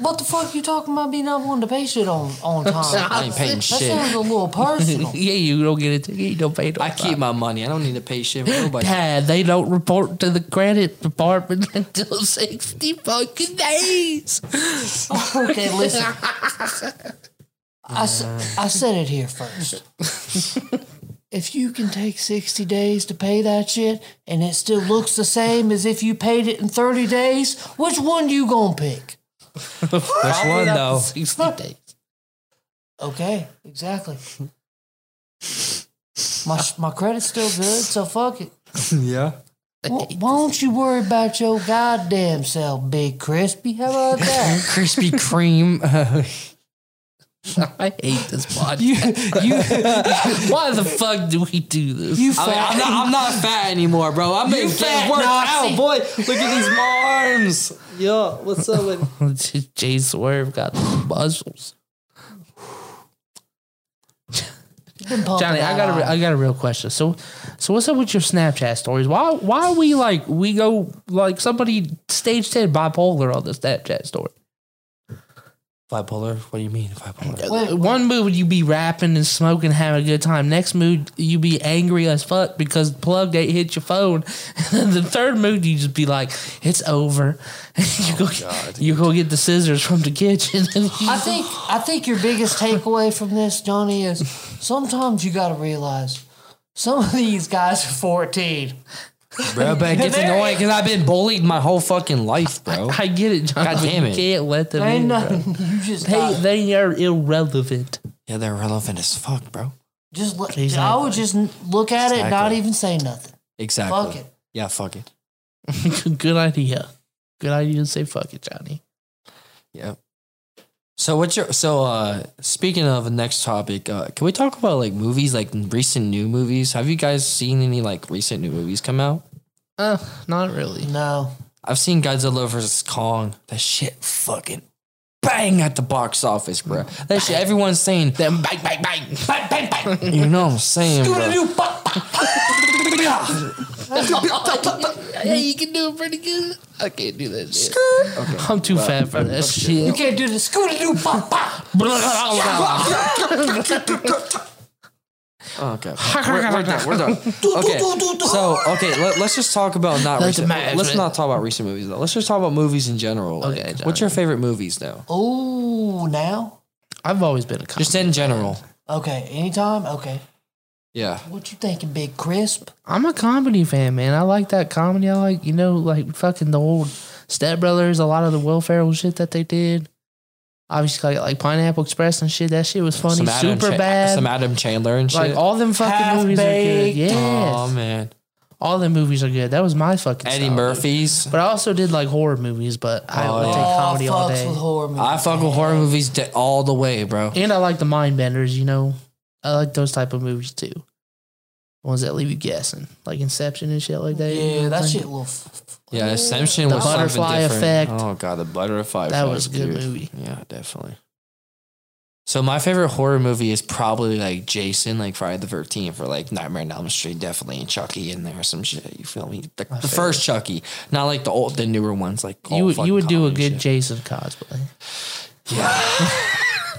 Speaker 2: What the fuck you talking about? Me not wanting to pay shit on on
Speaker 3: I
Speaker 2: time?
Speaker 3: ain't paying
Speaker 2: that
Speaker 3: shit.
Speaker 2: sounds a little personal.
Speaker 1: yeah, you don't get a ticket. You don't pay no
Speaker 3: I keep my money. I don't need to pay shit for nobody.
Speaker 1: Dad, they don't report to the credit department until 60 fucking days.
Speaker 2: okay, listen. I, s-
Speaker 3: Uh.
Speaker 2: I said it here first. if you can take 60 days to pay that shit and it still looks the same as if you paid it in 30 days, which one you gonna pick?
Speaker 3: Which one though?
Speaker 1: 60 days.
Speaker 2: Okay, exactly. My, sh- my credit's still good, so fuck it.
Speaker 3: yeah.
Speaker 2: Why why don't you worry about your goddamn self, Big Crispy? How about that?
Speaker 3: Krispy Kreme.
Speaker 1: I hate this podcast.
Speaker 2: You, you,
Speaker 1: Why the fuck do we do this?
Speaker 2: you
Speaker 3: I mean,
Speaker 2: fat-
Speaker 3: I'm not, I'm not fat anymore, bro. I'm making
Speaker 2: fat
Speaker 3: fat work
Speaker 2: Nazi.
Speaker 3: out, boy. Look at these arms. Yo, what's up with?
Speaker 1: Oh, Jay Swerve got muscles.
Speaker 2: You've been pumping
Speaker 1: Johnny, I
Speaker 2: that
Speaker 1: got a,
Speaker 2: iron.
Speaker 1: re- I got a real question. So, so what's up with your Snapchat stories? Why, why are we like we go like somebody stage ten bipolar on the Snapchat story?
Speaker 3: Bipolar? What do you mean bipolar?
Speaker 2: Wait,
Speaker 1: Uh, One mood you be rapping and smoking, having a good time. Next mood you be angry as fuck because the plug gate hit your phone. And the third mood you just be like, it's over. you go, get, you go get the scissors from the kitchen. And you-
Speaker 2: Oh, I think I think your biggest takeaway from this, Johnny, is sometimes you got to realize some of these guys are fourteen.
Speaker 3: Bro, but it gets annoying because I've been bullied my whole fucking life, bro.
Speaker 1: I get it, John.
Speaker 3: God
Speaker 1: but
Speaker 3: damn
Speaker 1: You
Speaker 3: it.
Speaker 1: can't let them
Speaker 2: Ain't
Speaker 1: in. bro.
Speaker 2: nothing. You just
Speaker 1: They,
Speaker 2: gotta-
Speaker 1: they are irrelevant.
Speaker 3: Yeah, they're relevant as fuck, bro.
Speaker 2: just look. I
Speaker 1: Exactly.
Speaker 2: would just n- look at it, not
Speaker 3: Exactly.
Speaker 2: even say nothing.
Speaker 3: Exactly.
Speaker 2: Fuck it.
Speaker 3: Yeah, fuck it.
Speaker 1: good idea. Good idea to say fuck it, Johnny.
Speaker 3: Yep. So what's your so uh speaking of the next topic, uh can we talk about like movies, like recent new movies? Have you guys seen any like recent new movies come out?
Speaker 1: Uh, not really.
Speaker 2: No,
Speaker 3: I've seen Godzilla vs. Kong. That shit fucking bang at the box office, bro. That shit everyone's saying
Speaker 1: Then bang, bang, bang. Bang, bang, bang.
Speaker 3: you know what I'm saying, bro.
Speaker 1: yeah, you can do it pretty good. I can't do that shit. I'm too fat for that
Speaker 2: you
Speaker 1: shit.
Speaker 2: can't do the scooter doo pop pop.
Speaker 3: Oh, okay. We're, we're done. We're done. Okay. So okay, let, us just talk about not
Speaker 1: That's
Speaker 3: recent.
Speaker 1: mad,
Speaker 3: Let's
Speaker 1: man.
Speaker 3: not talk about recent movies though. Let's just talk about movies in general. Like,
Speaker 1: Okay,
Speaker 3: what's your favorite movies though?
Speaker 2: Oh, now
Speaker 1: I've always been a comic.
Speaker 3: Just in general.
Speaker 2: okay. Anytime. Okay.
Speaker 3: Yeah.
Speaker 2: What you thinking, Big Crisp?
Speaker 1: I'm a comedy fan, man. I like that comedy. I like, you know, like fucking the old Step Brothers, a lot of the Will Ferrell shit that they did. Obviously, like, like Pineapple Express and shit. That shit was funny. Super
Speaker 3: Cha-
Speaker 1: bad.
Speaker 3: Some Adam Chandler and shit.
Speaker 1: like, oh, all them fucking movies
Speaker 2: Half-Baked.
Speaker 1: are good. Yeah.
Speaker 3: oh man.
Speaker 1: all them movies are good. That was my fucking
Speaker 3: Eddie
Speaker 1: style.
Speaker 3: Murphy's.
Speaker 1: But I also did like horror movies, but I
Speaker 3: Oh,
Speaker 1: would
Speaker 3: yeah.
Speaker 1: take comedy
Speaker 2: oh,
Speaker 1: all
Speaker 2: fucks with
Speaker 1: day.
Speaker 2: horror movies.
Speaker 3: I fuck with horror movies de- all the way, bro.
Speaker 1: And I like the mind benders, you know. I like those type of movies too. The ones that leave you guessing, like Inception and shit like that. you know
Speaker 2: Yeah,
Speaker 1: what
Speaker 2: that
Speaker 1: I'm
Speaker 2: shit
Speaker 1: saying?
Speaker 2: will. F- f-
Speaker 3: Yeah, Ascension
Speaker 1: The
Speaker 3: was something
Speaker 1: Butterfly
Speaker 3: different.
Speaker 1: Effect.
Speaker 3: Oh god, the butterfly
Speaker 1: That
Speaker 3: effect,
Speaker 1: was a good
Speaker 3: dude.
Speaker 1: movie.
Speaker 3: Yeah, definitely. So my favorite horror movie is probably like Jason, like Friday the Thirteenth, or like Nightmare on Elm Street, definitely, and Chucky in there, or some shit. You feel me? The, the first Chucky, not like the old, the newer ones. Like
Speaker 1: You
Speaker 3: all
Speaker 1: would you
Speaker 3: fucking
Speaker 1: would do a
Speaker 3: comedy
Speaker 1: good
Speaker 3: shit.
Speaker 1: Jason cosplay.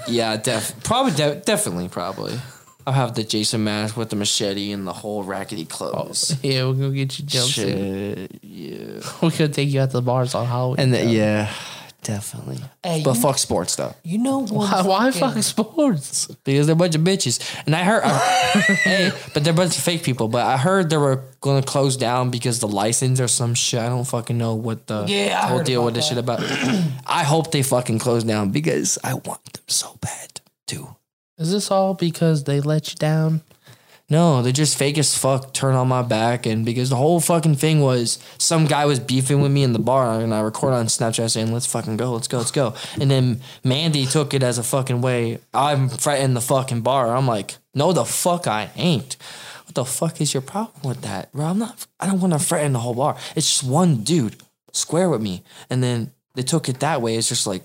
Speaker 3: Yeah, def, probably, de- definitely, probably. I'll have the Jason mask with the machete and the whole rackety clothes.
Speaker 1: Yeah, we're gonna get you jumpsuit.
Speaker 3: shit, yeah,
Speaker 1: We're gonna take you out to the bars on Halloween.
Speaker 3: and the, yeah, definitely.
Speaker 2: Hey,
Speaker 3: but
Speaker 2: you-
Speaker 3: fuck sports though.
Speaker 2: You know what?
Speaker 1: why, why
Speaker 2: fucking-
Speaker 1: fuck sports?
Speaker 3: because they're a bunch of bitches. And I heard, I, hey, but they're a bunch of fake people. But I heard they were going to close down because the license or some shit. I don't fucking know what the
Speaker 2: Yeah, I
Speaker 3: whole
Speaker 2: heard
Speaker 3: deal
Speaker 2: about
Speaker 3: with this
Speaker 2: that.
Speaker 3: shit about. I hope they fucking close down because I want them so bad too.
Speaker 1: Is this all because they let you down?
Speaker 3: No, they're just fake as fuck. Turn on my back, and because the whole fucking thing was some guy was beefing with me in the bar, and I record on Snapchat saying, "Let's fucking go, let's go, let's go," and then Mandy took it as a fucking way. I'm fretting the fucking bar. I'm like, "No, the fuck I ain't." What the fuck is your problem with that, bro? I'm not. I don't want to threaten the whole bar. It's just one dude square with me, and then they took it that way. It's just like,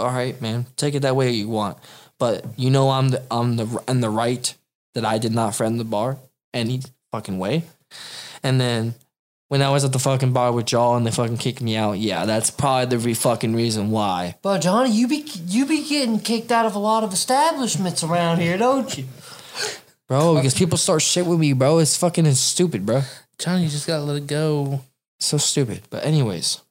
Speaker 3: all right, man, take it that way you want, but you know I'm the I'm the in the right that I did not friend the bar any fucking way. And then when I was at the fucking bar with y'all and they fucking kicked me out, yeah, that's probably the re- fucking reason why.
Speaker 2: But Johnny, you be you be getting kicked out of a lot of establishments around here, don't you?
Speaker 3: Bro, because people start shit with me, bro. It's fucking it's stupid, bro.
Speaker 1: Johnny you just gotta let it go.
Speaker 3: So stupid. But anyways,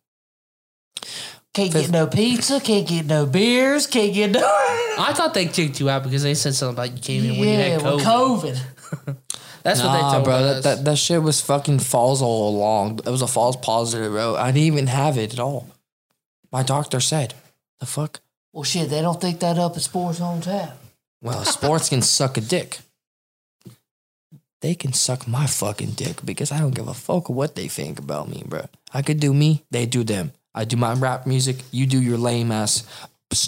Speaker 2: Can't get no pizza, can't get no beers, can't get no.
Speaker 1: I thought they kicked you out because they said something about you came in when you
Speaker 2: yeah,
Speaker 1: had
Speaker 2: with
Speaker 1: COVID.
Speaker 2: COVID.
Speaker 1: That's what they
Speaker 3: nah,
Speaker 1: told
Speaker 3: bro,
Speaker 1: us.
Speaker 3: that, that, that shit was fucking false all along. It was a false positive, bro. I didn't even have it at all. My doctor said, the fuck?
Speaker 2: Well, shit, they don't think that up at Sports on Tap.
Speaker 3: Well, sports can suck a dick. They can suck my fucking dick because I don't give a fuck what they think about me, bro. I could do me, they do them. I do my rap music, you do your lame ass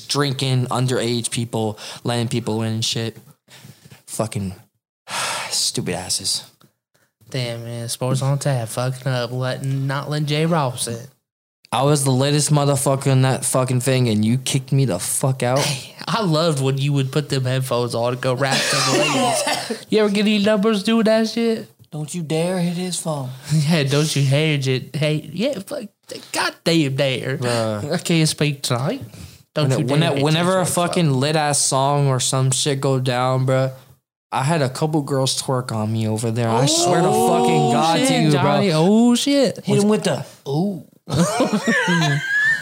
Speaker 3: drinking underage people, letting people in and shit. Fucking stupid asses.
Speaker 1: Damn man, sports on tap, fucking up, letting not letting Jay Ross in.
Speaker 3: I was the latest motherfucker in that fucking thing and you kicked me the fuck out.
Speaker 1: I loved when you would put them headphones on and go rap to the ladies. you ever get any numbers doing that shit?
Speaker 2: Don't you dare hit his phone.
Speaker 1: Yeah, don't you hate it? Hey, yeah, fuck, goddamn dare.
Speaker 3: Bruh.
Speaker 1: I can't speak tonight. Don't you dare
Speaker 3: When- when-
Speaker 1: hit these
Speaker 3: whenever a
Speaker 1: headphones, bro.
Speaker 3: fucking lit ass song or some shit go down, bruh, I had a couple girls twerk on me over there. I swear to
Speaker 2: Oh,
Speaker 3: fucking God
Speaker 1: shit,
Speaker 3: to you,
Speaker 1: Johnny.
Speaker 3: bro.
Speaker 1: Oh shit.
Speaker 2: Hit him with the ooh.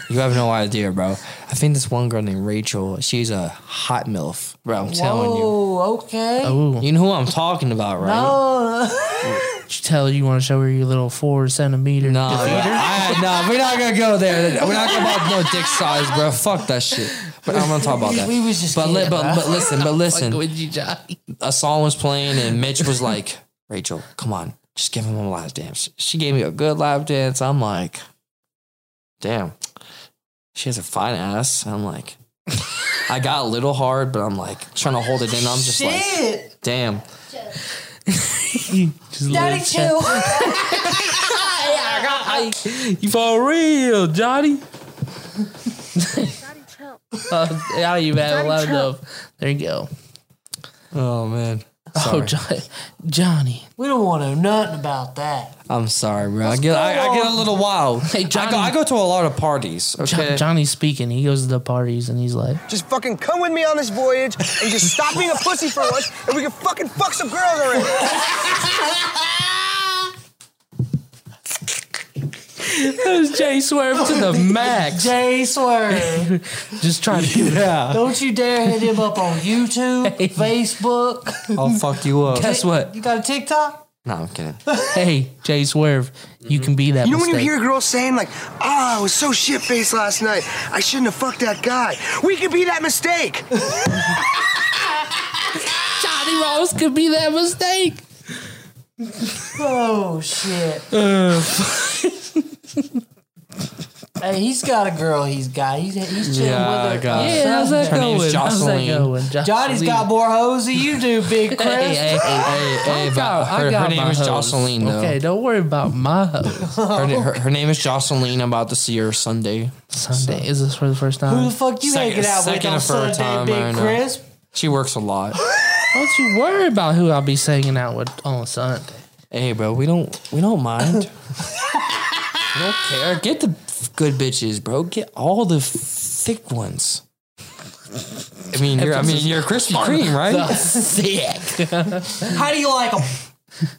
Speaker 3: You have no idea, bro. I think this one girl named Rachel. She's a hot milf, bro. I'm telling you.
Speaker 2: Whoa, okay.
Speaker 1: Oh, you
Speaker 3: You know who I'm talking about, right?
Speaker 2: Oh,
Speaker 1: tell her you want to show her your little four centimeter.
Speaker 3: No, bro. I- no, we're not gonna go there. We're not gonna about no dick size, bro. Fuck that shit. But I'm gonna talk about that.
Speaker 2: We was just
Speaker 3: but, li-
Speaker 2: kidding,
Speaker 3: but,
Speaker 2: bro.
Speaker 3: but listen, but listen.
Speaker 1: Like, would you, Johnny?
Speaker 3: a song was playing and Mitch was like, Rachel, come on, just give him a lap dance. She gave me a good lap dance. I'm like, damn, she has a fine ass. I'm like, I got a little hard, but I'm like trying to hold it in. I'm just like,
Speaker 2: shit.
Speaker 3: damn.
Speaker 1: Just
Speaker 2: Daddy,
Speaker 1: little
Speaker 2: chill.
Speaker 1: chat. You for real, Johnny?
Speaker 4: Daddy, chill.
Speaker 1: Uh, now you've had a
Speaker 4: Johnny,
Speaker 1: lot
Speaker 4: chill.
Speaker 1: enough. There you go.
Speaker 3: Oh man.
Speaker 1: Oh,
Speaker 3: Sorry.
Speaker 1: Johnny. Johnny.
Speaker 2: We don't want to know nothing about that.
Speaker 3: I'm sorry, bro. I get, I, I get a little wild.
Speaker 1: Hey,
Speaker 3: I go,
Speaker 1: Johnny.
Speaker 3: I go to a lot of parties.
Speaker 1: Jo-
Speaker 3: Okay.
Speaker 1: Johnny's speaking. He goes to the parties and he's like,
Speaker 5: Just fucking come with me on this voyage and just stop being a pussy for once and we can fucking fuck some girls already.
Speaker 1: Jay Swerve to the max.
Speaker 2: Jay Swerve.
Speaker 1: Just trying to give it
Speaker 3: yeah.
Speaker 2: Don't you dare hit him up on YouTube, Facebook.
Speaker 3: I'll fuck you up. Guess what?
Speaker 2: You got a TikTok?
Speaker 3: No, I'm kidding.
Speaker 1: Hey, Jay Swerve, you can be that
Speaker 5: You know when you
Speaker 1: mistake.
Speaker 5: hear girls saying like, "Ah, I was so shit faced last night. I shouldn't have fucked that guy." We could be that mistake.
Speaker 1: Johnny Ross could be that mistake.
Speaker 2: Oh, shit.
Speaker 3: Uh,
Speaker 2: hey, he's got a girl he's got. He's, he's chilling
Speaker 3: Yeah, I
Speaker 2: with her.
Speaker 3: got it.
Speaker 1: Yeah, how's that
Speaker 3: Her
Speaker 1: going? How's
Speaker 3: name's
Speaker 1: that
Speaker 3: Jocelyn.
Speaker 1: going?
Speaker 2: Johnny's got more hoes than you do, Big Chris.
Speaker 1: Hey, hey, hey.
Speaker 3: Hey, hey,
Speaker 1: I
Speaker 3: but
Speaker 1: got, I
Speaker 3: her,
Speaker 1: got
Speaker 3: her name
Speaker 1: my
Speaker 3: is
Speaker 1: hoes.
Speaker 3: Jocelyn, though.
Speaker 1: Okay, don't worry about my hoes.
Speaker 3: Her,
Speaker 2: Oh.
Speaker 3: na- her, her name is Jocelyn. I'm about to see her Sunday.
Speaker 1: Sunday, is this for the first
Speaker 2: Who
Speaker 1: time?
Speaker 2: the fuck you
Speaker 3: Second-
Speaker 2: hanging out with
Speaker 3: second
Speaker 2: on
Speaker 3: for a
Speaker 2: Sunday,
Speaker 3: time, I
Speaker 2: Big
Speaker 3: know.
Speaker 2: Chris?
Speaker 3: She works a lot.
Speaker 1: Don't you worry about who I'll be hanging out with on Sunday.
Speaker 3: Hey, bro, we don't we don't mind. we don't care. Get the good bitches, bro. Get all the thick ones. I mean, you're, I mean, you're Krispy Kreme, right?
Speaker 1: Thick.
Speaker 2: How do you like them?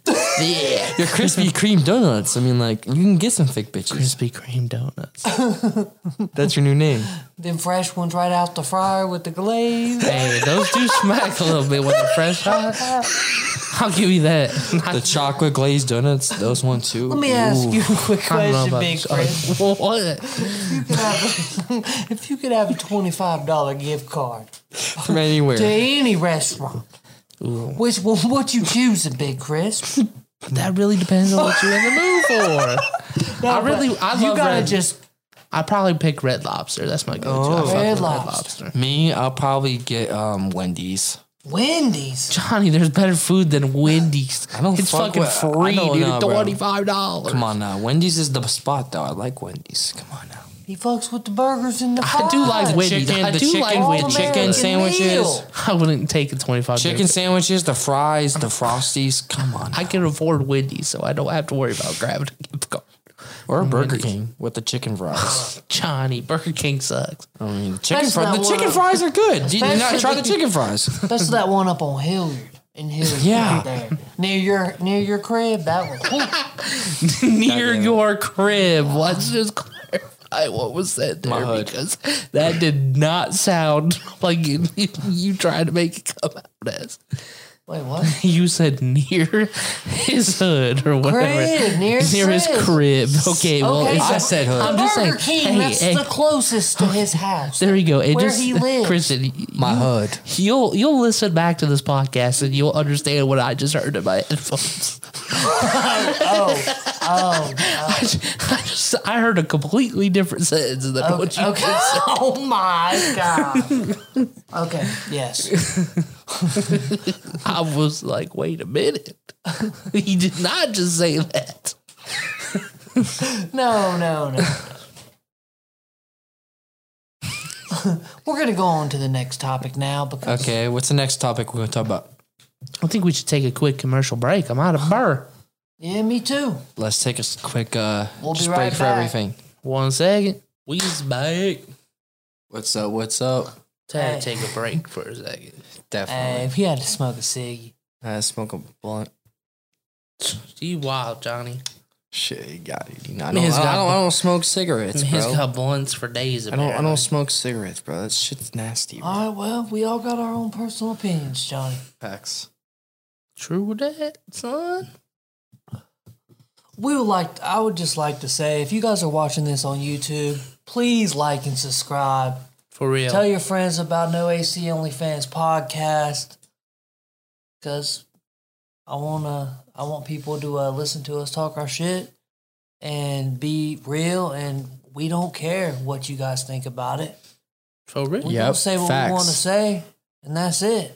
Speaker 1: Thick.
Speaker 3: You're Krispy Kreme donuts. I mean, like you can get some thick bitches.
Speaker 1: Krispy Kreme donuts.
Speaker 3: That's your new name.
Speaker 2: Them fresh ones right out the fryer with the glaze.
Speaker 1: Hey, those do smack a little bit with the fresh hot. I'll give you that.
Speaker 3: The chocolate glazed donuts. Those one too.
Speaker 2: Let me ask you a quick
Speaker 1: I don't know
Speaker 2: question,
Speaker 1: about
Speaker 2: Big
Speaker 1: this.
Speaker 2: Chris.
Speaker 1: What?
Speaker 2: if you could have a twenty-five dollar gift card
Speaker 3: from anywhere.
Speaker 2: to any restaurant, which one would you choose, Big Chris?
Speaker 1: That really depends on what you're in the mood for. I really, I love
Speaker 2: you gotta
Speaker 1: red.
Speaker 2: just Oh,
Speaker 1: I probably pick Red Lobster. That's my go-to. I fuck
Speaker 2: Red
Speaker 1: with
Speaker 2: Lobster.
Speaker 3: Me, I'll probably get um Wendy's.
Speaker 2: Wendy's.
Speaker 1: Johnny, there's better food than Wendy's.
Speaker 3: I don't
Speaker 1: It's
Speaker 3: fuck
Speaker 1: fucking
Speaker 3: with- I
Speaker 1: free,
Speaker 3: know,
Speaker 1: dude.
Speaker 3: nah, bro.
Speaker 1: Twenty-five dollars.
Speaker 3: Come on now, Wendy's is the spot though. I like Wendy's. Come on now.
Speaker 2: He fucks with the burgers and the fries.
Speaker 1: I do like Wendy's.
Speaker 3: Chicken,
Speaker 1: I
Speaker 3: the
Speaker 1: do
Speaker 3: chicken,
Speaker 1: like
Speaker 3: the
Speaker 1: Wendy's.
Speaker 3: chicken
Speaker 2: All-American
Speaker 3: sandwiches,
Speaker 2: meal.
Speaker 1: I wouldn't take a twenty-five.
Speaker 3: chicken
Speaker 1: minute-
Speaker 3: sandwiches, the fries, the frosties. Come on,
Speaker 1: I can afford Wendy's, so I don't have to worry about grabbing a gift card.
Speaker 3: or Burger King with the chicken fries.
Speaker 1: Johnny, Burger King sucks.
Speaker 3: I mean, the chicken
Speaker 2: That's
Speaker 3: fries.
Speaker 2: not
Speaker 3: The
Speaker 2: what
Speaker 3: chicken
Speaker 2: I-
Speaker 3: fries are good. Did you not
Speaker 2: Especially-
Speaker 3: try the chicken fries?
Speaker 2: That's that one up on Hilliard. In Hilliard,
Speaker 3: Yeah.
Speaker 2: right there. Near your near your crib, that one.
Speaker 1: Near your crib. Let's just clarify what was said there
Speaker 3: hood.
Speaker 1: because that did not sound like you, you tried to make it come out as.
Speaker 2: Wait, what?
Speaker 1: You said near his hood or whatever.
Speaker 2: Crib, near his crib.
Speaker 1: crib. Okay, well,
Speaker 2: Okay,
Speaker 1: it's
Speaker 2: I
Speaker 1: just-
Speaker 3: said hood.
Speaker 1: I'm just saying.
Speaker 2: Burger King,
Speaker 1: hey,
Speaker 2: that's
Speaker 1: hey,
Speaker 2: the closest to his house.
Speaker 1: there you go. It
Speaker 2: where
Speaker 1: just,
Speaker 2: he lives.
Speaker 1: Kristen,
Speaker 3: My
Speaker 1: you-
Speaker 3: hood.
Speaker 1: You'll you'll listen back to this podcast and you'll understand what I just heard in my headphones. oh, oh! I, ju- I just I heard a completely different sentence than what you.
Speaker 2: Okay. oh my god. Okay. Yes.
Speaker 1: I was like, wait a minute, he did not just say that.
Speaker 2: No. No. No. We're gonna go on to the next topic now because
Speaker 3: Okay, what's the next topic we're gonna talk about?
Speaker 1: I think we should take a quick commercial break. I'm out of burr.
Speaker 2: yeah, me too.
Speaker 3: Let's take a s- quick uh,
Speaker 2: We'll be
Speaker 3: just
Speaker 2: right
Speaker 3: break for
Speaker 2: back.
Speaker 3: everything.
Speaker 1: One second, we's back.
Speaker 3: What's up? What's up?
Speaker 1: Time
Speaker 2: Hey.
Speaker 1: to take a break for a second.
Speaker 2: Hey,
Speaker 3: Definitely.
Speaker 2: Uh, if you had to smoke a cig,
Speaker 3: I smoke a blunt.
Speaker 1: You wild, Johnny.
Speaker 3: Shit, you got it. You know, I, don't,
Speaker 1: Man's
Speaker 3: I, don't,
Speaker 1: got
Speaker 3: I, don't,
Speaker 1: bu-
Speaker 3: I don't smoke cigarettes,
Speaker 1: He's
Speaker 3: bro.
Speaker 1: got blunts for days.
Speaker 3: I don't. I
Speaker 1: apparently.
Speaker 3: don't smoke cigarettes, bro. That shit's nasty. Bro.
Speaker 2: all right. Well, we all got our own personal opinions, Johnny.
Speaker 3: Facts.
Speaker 1: True that, son.
Speaker 2: We would like. I would just like to say, if you guys are watching this on YouTube, please like and subscribe.
Speaker 1: For real.
Speaker 2: Tell your friends about No AC OnlyFans podcast, because I wanna I want people to uh, listen to us talk our shit and be real, and we don't care what you guys think about it.
Speaker 1: For real.
Speaker 2: We
Speaker 3: Yep,
Speaker 2: gonna say what
Speaker 3: facts. Mm-hmm.
Speaker 2: we want to say, and that's it.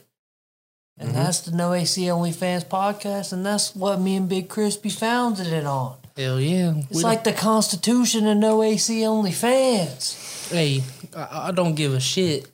Speaker 2: And that's the No AC OnlyFans podcast, and that's what me and Big Crispy founded it on.
Speaker 1: Hell yeah.
Speaker 2: It's like the Constitution of No AC OnlyFans.
Speaker 1: hey, I, I don't give a shit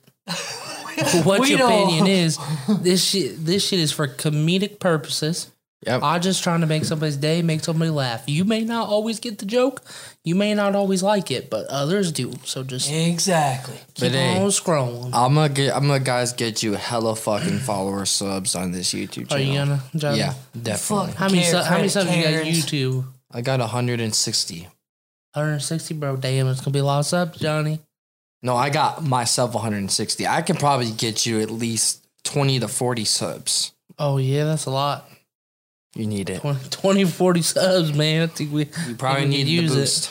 Speaker 1: what
Speaker 2: We
Speaker 1: your
Speaker 2: don't-
Speaker 1: opinion is. This shit, this shit is for comedic purposes.
Speaker 3: Yep.
Speaker 1: I'm just trying to make somebody's day, make somebody laugh. You may not always get the joke, you may not always like it, but others do. So just
Speaker 2: Exactly.
Speaker 1: keep
Speaker 3: But hey,
Speaker 1: on scrolling.
Speaker 3: I'm gonna get. I'm gonna guys get you hella fucking follower subs on this YouTube channel.
Speaker 1: Are you gonna, Johnny?
Speaker 3: Yeah, definitely.
Speaker 1: How many
Speaker 2: Care-
Speaker 1: su- how many
Speaker 2: credit
Speaker 1: subs you got on
Speaker 2: Karens.
Speaker 1: YouTube?
Speaker 3: I got 160.
Speaker 1: 160, bro. Damn, it's gonna be a lot of subs, Johnny.
Speaker 3: No, I got myself 160. I can probably get you at least 20 to 40 subs.
Speaker 1: Oh yeah, that's a lot.
Speaker 3: You need it.
Speaker 1: 20, 20 40 subs, man. I think we
Speaker 3: You probably
Speaker 1: think we
Speaker 3: need
Speaker 1: could
Speaker 3: the
Speaker 1: use it.
Speaker 3: boost.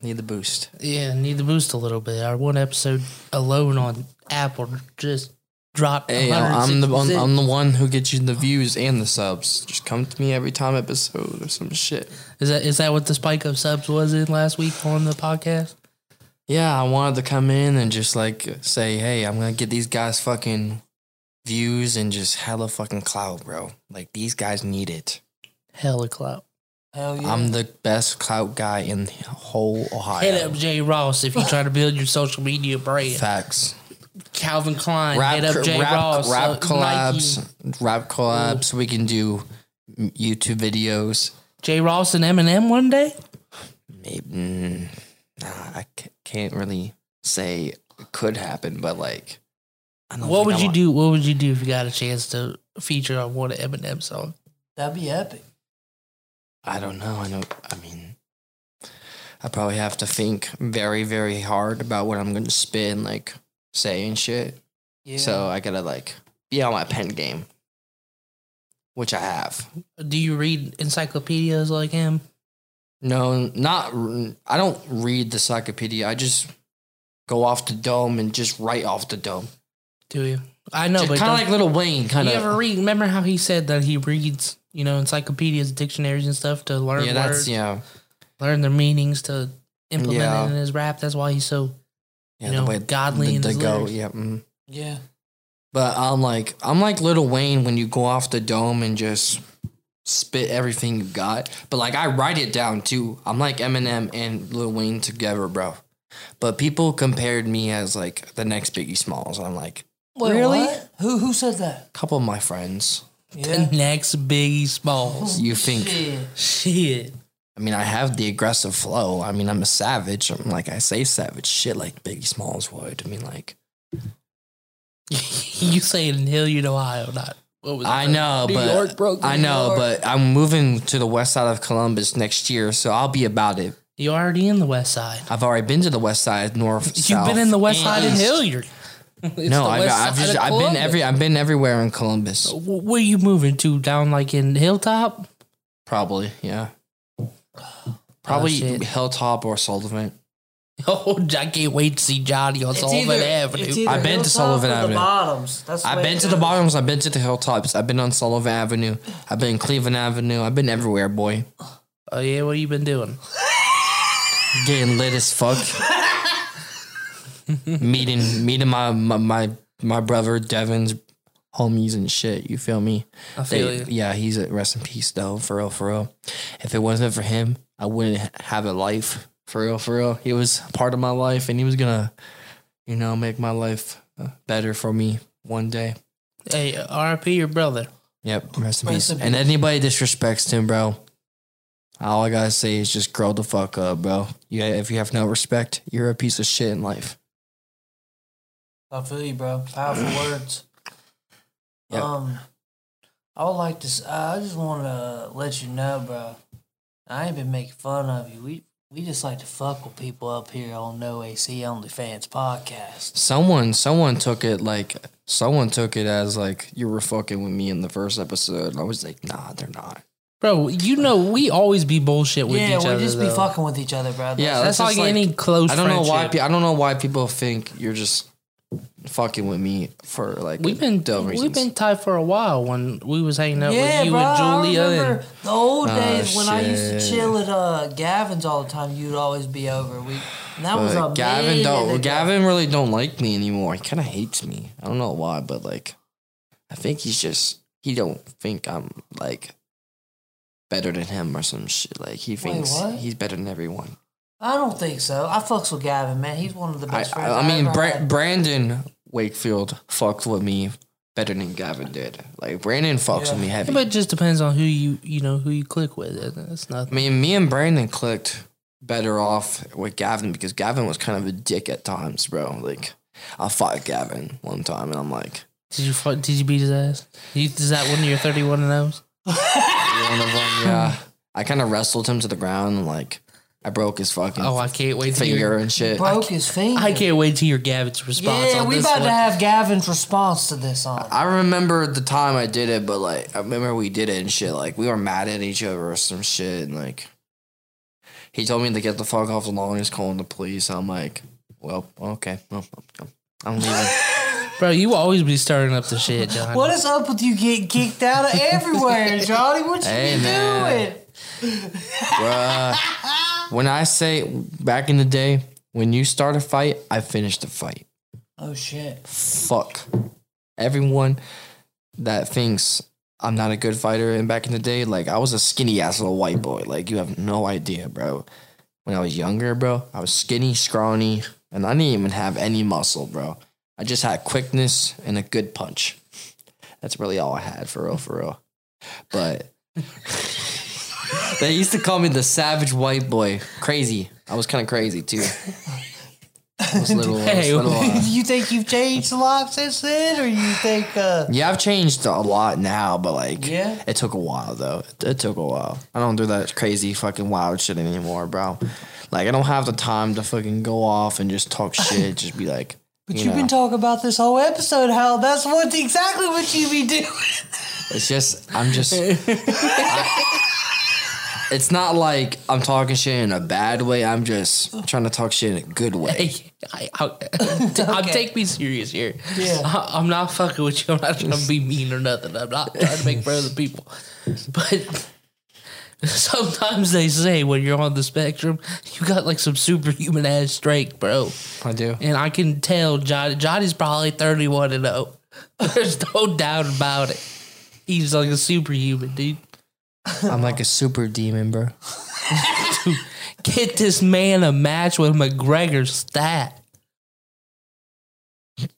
Speaker 3: Need the boost.
Speaker 1: Yeah, need the boost a little bit. Our one episode alone on Apple just dropped.
Speaker 3: Hey, I'm the I'm,
Speaker 1: 160%.
Speaker 3: I'm the one who gets you the views and the subs. Just come to me every time episode or some shit.
Speaker 1: is that is that what the spike of subs was in last week on the podcast?
Speaker 3: Yeah, I wanted to come in and just like say, hey, I'm gonna get these guys fucking views and just hella fucking clout, bro. Like these guys need it.
Speaker 1: Hella clout.
Speaker 2: Hell yeah.
Speaker 3: I'm the best clout guy in the whole Ohio.
Speaker 1: Hit up Jay Ross if you're trying to build your social media brand.
Speaker 3: Facts.
Speaker 1: Calvin Klein,
Speaker 3: rap,
Speaker 1: hit up
Speaker 3: cr-
Speaker 1: J
Speaker 3: rap,
Speaker 1: Ross,
Speaker 3: rap
Speaker 1: uh,
Speaker 3: collabs,
Speaker 1: Nike.
Speaker 3: rap collabs. We can do m- YouTube videos.
Speaker 1: J Ross and Eminem one day.
Speaker 3: Maybe mm, nah, I ca- can't really say it could happen, but like, I don't
Speaker 1: What
Speaker 3: think
Speaker 1: would
Speaker 3: I
Speaker 1: you
Speaker 3: want-
Speaker 1: do? What would you do if you got a chance to feature on one of Eminem's songs?
Speaker 2: That'd be epic.
Speaker 3: I don't know. I know. I mean, I probably have to think very, very hard about what I'm going to spit and like say and shit.
Speaker 2: Yeah.
Speaker 3: So I gotta like be on my pen game, which I have.
Speaker 1: Do you read encyclopedias like him?
Speaker 3: No, not I don't read the encyclopedia. I just go off the dome and just write off the dome.
Speaker 1: Do you? I know, but
Speaker 3: kind
Speaker 1: don't-
Speaker 3: of like Little Wayne, kind
Speaker 1: you ever
Speaker 3: of.
Speaker 1: read? Remember how he said that he reads, you know, encyclopedias, dictionaries, and stuff to learn
Speaker 3: Yeah,
Speaker 1: words,
Speaker 3: that's yeah,
Speaker 1: learn their meanings to implement
Speaker 3: Yeah.
Speaker 1: it in his rap. That's why he's so.
Speaker 3: yeah.
Speaker 1: You know, godly in his lyrics.
Speaker 3: yeah. mhm.
Speaker 2: yeah.
Speaker 3: But I'm like I'm like Little Wayne when you go off the dome and just spit everything you got. But like I write it down too. I'm like Eminem and Lil Wayne together, bro. But people compared me as like the next Biggie Smalls. I'm like
Speaker 2: Wait,
Speaker 3: Really?
Speaker 2: what? Who who said that?
Speaker 3: a couple of my friends.
Speaker 2: Yeah.
Speaker 1: Next Biggie Smalls.
Speaker 3: You think?
Speaker 2: Shit.
Speaker 1: Shit.
Speaker 3: I mean, I have the aggressive flow. I mean, I'm a savage. I'm like I say savage shit like Biggie Smalls would. I mean, like
Speaker 1: you say Hilliard, Ohio, not what was it?
Speaker 3: I know,
Speaker 1: New
Speaker 3: but
Speaker 1: York, bro,
Speaker 3: I
Speaker 1: New
Speaker 3: know,
Speaker 1: York.
Speaker 3: but I'm moving to the west side of Columbus next year, so I'll be about it.
Speaker 1: You're already in the West Side.
Speaker 3: I've already been to the west side, north,
Speaker 1: You've
Speaker 3: south.
Speaker 1: been in the West
Speaker 3: and
Speaker 1: Side in
Speaker 3: east.
Speaker 1: Hilliard. It's the
Speaker 3: No, I've,
Speaker 1: west
Speaker 3: I've,
Speaker 1: side
Speaker 3: just,
Speaker 1: of
Speaker 3: I've been
Speaker 1: Columbus.
Speaker 3: every I've been everywhere in Columbus.
Speaker 1: Wh- Where you moving to? Down like in Hilltop?
Speaker 3: Probably, yeah. Probably
Speaker 1: shit.
Speaker 3: Hilltop or Sullivan.
Speaker 1: Oh, I can't wait to see Johnny on Sullivan
Speaker 2: it's
Speaker 1: Avenue.
Speaker 2: either
Speaker 3: I've been to
Speaker 2: Hilltop
Speaker 3: Sullivan
Speaker 2: or
Speaker 3: Avenue.
Speaker 2: The bottoms. That's the
Speaker 3: I've
Speaker 2: way
Speaker 3: been
Speaker 2: it
Speaker 3: to the
Speaker 2: goes.
Speaker 3: bottoms. I've been to the hilltops. I've been on Sullivan Avenue. I've been Cleveland Avenue. I've been everywhere, boy.
Speaker 1: Oh yeah, what you been doing?
Speaker 3: Getting lit as fuck. meeting meeting my, my my my brother Devin's homies and shit. You feel me?
Speaker 1: I feel
Speaker 3: They-
Speaker 1: you.
Speaker 3: Yeah, he's a rest in peace though. For real, for real. If it wasn't for him, I wouldn't ha- have a life. For real, for real. He was part of my life, and he was gonna, you know, make my life uh, better for me one day.
Speaker 1: Hey, RIP your brother.
Speaker 3: Yep, rest in
Speaker 2: Rest
Speaker 3: peace.
Speaker 2: in
Speaker 3: And anybody disrespects him, bro, all I gotta say is just grow the fuck up, bro. Yeah, if you have no respect, you're a piece of shit in life.
Speaker 2: I feel you, bro. Powerful words.
Speaker 3: Yep.
Speaker 2: Um, I would like to. s- I just want to let you know, bro. I ain't been making fun of you. We we just like to fuck with people up here on No AC Only Fans podcast.
Speaker 3: Someone, someone took it like someone took it as like you were fucking with me in the first episode, and I was like, nah, they're not.
Speaker 1: Bro, you know we always be bullshit with
Speaker 2: yeah,
Speaker 1: each other.
Speaker 2: we just be
Speaker 1: though.
Speaker 2: fucking with each other, bro.
Speaker 3: Yeah,
Speaker 1: That's
Speaker 3: That's
Speaker 1: like,
Speaker 3: just like-
Speaker 1: any close.
Speaker 3: I don't know why.
Speaker 1: friendship.
Speaker 3: Pe- I don't know why people think you're just fucking with me for like
Speaker 1: We've been
Speaker 3: dumb
Speaker 1: we've
Speaker 3: reasons.
Speaker 1: been tight for a while when we was hanging out
Speaker 2: yeah,
Speaker 1: with you
Speaker 2: bro.
Speaker 1: and Julia.
Speaker 2: I
Speaker 1: and- Ah,
Speaker 2: remember the old
Speaker 3: Oh,
Speaker 2: days when I used to
Speaker 3: shit.
Speaker 2: chill at uh, Gavin's all the time. You'd always be over. We and that was
Speaker 3: But
Speaker 2: a
Speaker 3: Gavin
Speaker 2: minute
Speaker 3: don't
Speaker 2: ago.
Speaker 3: Gavin really don't like me anymore. He kind of hates me. I don't know why, but like, I think he's just he don't think I'm like better than him or some shit. Like he thinks
Speaker 2: what?
Speaker 3: he's better than everyone.
Speaker 2: I don't think so. I fucks with Gavin, man. He's one of the
Speaker 3: I,
Speaker 2: best friends.
Speaker 3: I, I mean,
Speaker 2: ever
Speaker 3: Bra-
Speaker 2: had.
Speaker 3: Brandon Wakefield fucked with me better than Gavin did. Like Brandon fucks with me heavy.
Speaker 1: But it just depends on who you you know who you click with. It's
Speaker 3: I
Speaker 1: nothing.
Speaker 3: mean, me and Brandon clicked better off with Gavin because Gavin was kind of a dick at times, bro. Like, I fought Gavin one time, and I'm like,
Speaker 1: Did you fu- did you beat his ass? You, is that one of your thirty one of those?
Speaker 3: one of them, yeah. I kind of wrestled him to the ground, and like, I broke his fucking
Speaker 1: Oh, I can't wait to
Speaker 3: finger
Speaker 1: hear.
Speaker 3: and shit.
Speaker 2: broke his finger.
Speaker 1: I can't wait to hear Gavin's response.
Speaker 2: Yeah,
Speaker 1: on
Speaker 2: we
Speaker 1: this
Speaker 2: about
Speaker 1: one.
Speaker 2: to have Gavin's response to this on.
Speaker 3: I remember the time I did it, but like, I remember we did it and shit. Like, we were mad at each other or some shit, and like, he told me to get the fuck off the lawn. He's calling the police. I'm like, well, okay, well, I'm- I'm leaving.
Speaker 1: bro. You always be stirring up the shit, John.
Speaker 2: What is up with you getting kicked out of everywhere, Johnny? What you
Speaker 3: Hey,
Speaker 2: be
Speaker 3: man.
Speaker 2: doing?
Speaker 3: Bruh. When I say back in the day, when you start a fight, I finish the fight.
Speaker 2: Oh shit!
Speaker 3: Fuck. Everyone that thinks I'm not a good fighter and back in the day, like I was a skinny ass little white boy. Like you have no idea, bro. When I was younger, bro, I was skinny, scrawny, and I didn't even have any muscle, bro. I just had quickness and a good punch. That's really all I had for real, for real. But they used to call me the savage white boy. Crazy. I was kind of crazy too. I was little, I was
Speaker 1: Hey,
Speaker 3: little, uh,
Speaker 2: you think you've changed a lot since then, or you think? uh
Speaker 3: yeah, I've changed a lot now, but like,
Speaker 2: Yeah?
Speaker 3: it took a while though. It, it took a while. I don't do that crazy fucking wild shit anymore, bro. Like, I don't have the time to fucking go off and just talk shit. just be like,
Speaker 2: But
Speaker 3: you
Speaker 2: you've been
Speaker 3: know.
Speaker 2: talking about this whole episode how that's what exactly what you be doing.
Speaker 3: It's just I'm just. I- it's not like I'm talking shit in a bad way. I'm just trying to talk shit in a good way.
Speaker 1: Hey, I, I, I,
Speaker 2: Okay.
Speaker 1: take me serious here.
Speaker 2: Yeah.
Speaker 1: I, I'm not fucking with you. I'm not trying to be mean or nothing. I'm not trying to make fun of the people. But sometimes they say when you're on the spectrum, you got like some superhuman ass strength, bro.
Speaker 3: I do.
Speaker 1: And I can tell Johnny. Johnny's probably 31 and 0. There's no doubt about it. He's like a superhuman, dude.
Speaker 3: I'm like a super demon, bro.
Speaker 1: Get this man a match with McGregor's stat.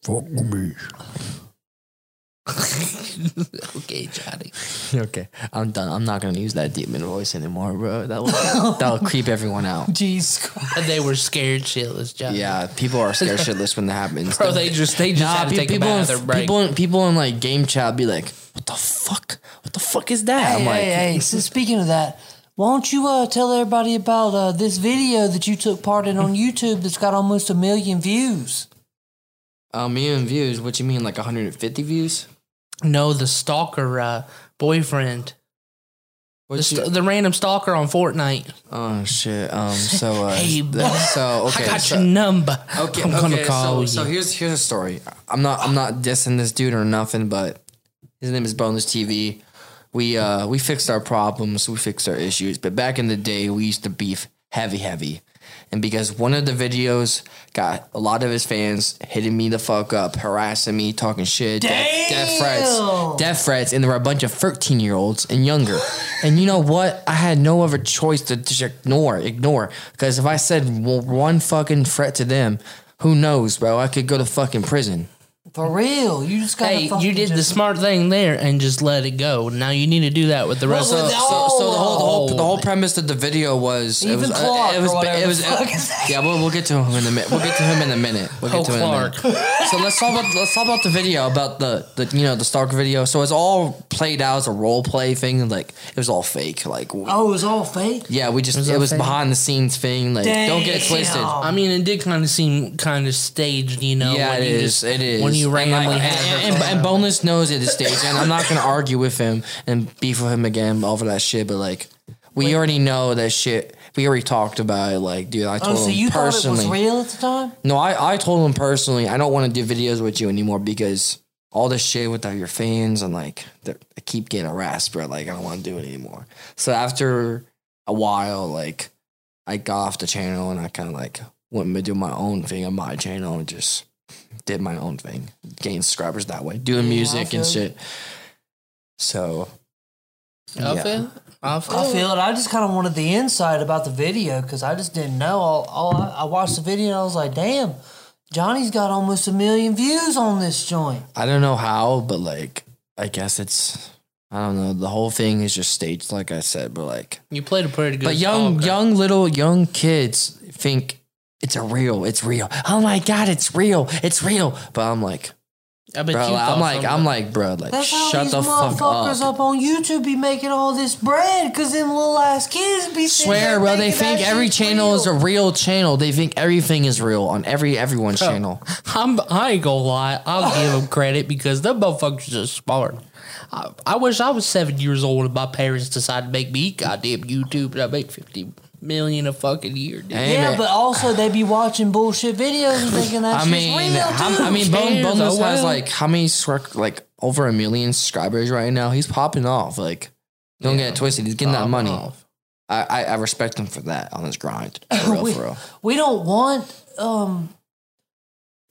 Speaker 3: Fuck me.
Speaker 1: okay, Johnny.
Speaker 3: Okay, I'm done. I'm not gonna use that demon voice anymore, bro. That will that'll creep everyone out.
Speaker 2: Jesus Christ.
Speaker 1: And they were scared shitless, Johnny.
Speaker 3: Yeah, people are scared shitless when that happens.
Speaker 1: Bro, they just they just had to
Speaker 3: pe-
Speaker 1: take a
Speaker 3: people, in-
Speaker 1: bathroom break.
Speaker 3: people, in- people in like game chat be like, "What the fuck? What the fuck is that?"
Speaker 2: Hey,
Speaker 3: I'm like,
Speaker 2: hey, hey, so speaking of that, why don't you uh, tell everybody about uh, this video that you took part in on YouTube that's got almost a million views?
Speaker 3: "A million "Uh, views? What you mean, like 150 views?"
Speaker 1: no, the stalker uh, boyfriend. The,
Speaker 3: What's your-
Speaker 1: st- the random stalker on Fortnite.
Speaker 3: Oh shit. Um. So. Uh,
Speaker 1: Hey,
Speaker 3: th-
Speaker 1: bro.
Speaker 3: so okay.
Speaker 1: I got
Speaker 3: so,
Speaker 1: your number.
Speaker 3: Okay.
Speaker 1: I'm
Speaker 3: okay,
Speaker 1: gonna call
Speaker 3: so, So
Speaker 1: you.
Speaker 3: here's here's a story. I'm not I'm not dissing this dude or nothing, but his name is Bonus TV. We uh we fixed our problems, we fixed our issues, but back in the day we used to beef heavy, heavy. And because one of the videos got a lot of his fans hitting me the fuck up, harassing me, talking shit, death, death
Speaker 2: Damn.
Speaker 3: threats, death threats, and there were a bunch of 13 year olds and younger. and you know what? I had no other choice to just ignore, ignore. Because if I said w- one fucking threat to them, who knows, bro? I could go to fucking prison.
Speaker 2: For real, you just got.
Speaker 1: Hey, you did the smart thing there and just let it go. Now you need to do that with the rest
Speaker 3: So,
Speaker 1: of
Speaker 3: so,
Speaker 2: with
Speaker 3: so the whole, the whole
Speaker 1: all
Speaker 3: the whole premise of the video was
Speaker 2: Even
Speaker 3: it was
Speaker 2: Clark
Speaker 3: it was
Speaker 2: or whatever
Speaker 3: it was
Speaker 2: the fuck his name
Speaker 3: yeah we'll, we'll get to him in a minute we'll get to him in a minute we'll get
Speaker 1: Oh,
Speaker 3: to him
Speaker 1: Clark.
Speaker 3: in a minute. so let's talk about let's talk about the video about the the you know the Stark video so it's all played out as a role play thing and, like it was all fake like we-
Speaker 2: Oh, it was all fake.
Speaker 3: yeah we just
Speaker 1: was
Speaker 3: it
Speaker 1: all
Speaker 3: was
Speaker 1: fake.
Speaker 3: behind the scenes thing like don't get it twisted
Speaker 2: Damn.
Speaker 1: I mean, it did kind of seem kind of staged, you know.
Speaker 3: yeah,
Speaker 1: when
Speaker 3: it
Speaker 1: you
Speaker 3: is.
Speaker 1: just-
Speaker 3: it is.
Speaker 1: When you
Speaker 3: And, like,
Speaker 1: randomly
Speaker 3: and,
Speaker 1: have
Speaker 3: and, and Boneless knows it is staged, and I'm not gonna argue with him and beef with him again over that shit. But like, we already know that shit. We already talked about it. Like, dude, I
Speaker 2: Oh,
Speaker 3: told
Speaker 2: so
Speaker 3: him
Speaker 2: you thought it
Speaker 3: personally.
Speaker 2: was real at the time?
Speaker 3: No, I, I told him personally, I don't want to do videos with you anymore because all this shit with uh, your fans and like they're- I keep getting harassed, bro. Like I don't want to do it anymore. So after a while, like I got off the channel and I kind of like went and did my own thing on my channel and just did my own thing, gained subscribers that way, doing
Speaker 2: Yeah, I
Speaker 3: music
Speaker 2: feel
Speaker 3: and shit. So
Speaker 1: I feel. I feel.
Speaker 2: I feel it. I just kind of wanted the insight about the video because I just didn't know. All, all I, I watched the video and I was like, damn, Johnny's got almost a million views on this joint.
Speaker 3: I don't know how, but like I guess it's I don't know. The whole thing is just staged, like I said, but like.
Speaker 1: You played a pretty good.
Speaker 3: But young,
Speaker 1: stalker.
Speaker 3: young little young kids think it's a real, it's real. Oh my god, it's real, it's real. But I'm like,
Speaker 1: I bet
Speaker 3: bro,
Speaker 1: you thought
Speaker 3: I'm like,
Speaker 1: something.
Speaker 3: I'm like, bro, like,
Speaker 2: That's how
Speaker 3: shut
Speaker 2: these
Speaker 3: the fuck
Speaker 2: motherfuckers
Speaker 3: up.
Speaker 2: up. on YouTube be making all this bread because them little ass kids be sitting
Speaker 3: Swear,
Speaker 2: there
Speaker 3: bro. They
Speaker 2: thinking that
Speaker 3: think every
Speaker 2: shit's
Speaker 3: channel is a
Speaker 2: real.
Speaker 3: real channel. They think everything is real on every everyone's channel.
Speaker 1: I'm, I ain't gonna lie. I'll give them credit because them motherfuckers are smart. I, I wish I was seven years old and my parents decided to make me goddamn YouTube and I make fifty million a fucking year. Dude.
Speaker 3: Hey,
Speaker 2: Yeah,
Speaker 3: man.
Speaker 2: but also they be watching bullshit videos and thinking that
Speaker 3: I
Speaker 2: shit's
Speaker 3: mean,
Speaker 2: real.
Speaker 3: how, I
Speaker 2: too.
Speaker 3: mean, Bone
Speaker 1: Cares
Speaker 3: Bone
Speaker 1: a
Speaker 3: has
Speaker 1: well.
Speaker 3: like how many script, like over a million subscribers right now. He's popping off. Like, don't get it twisted. He's getting that
Speaker 1: Pop
Speaker 3: money.
Speaker 1: off.
Speaker 3: I, I I respect him for that on his grind. For real,
Speaker 2: We-
Speaker 3: for real.
Speaker 2: we don't want um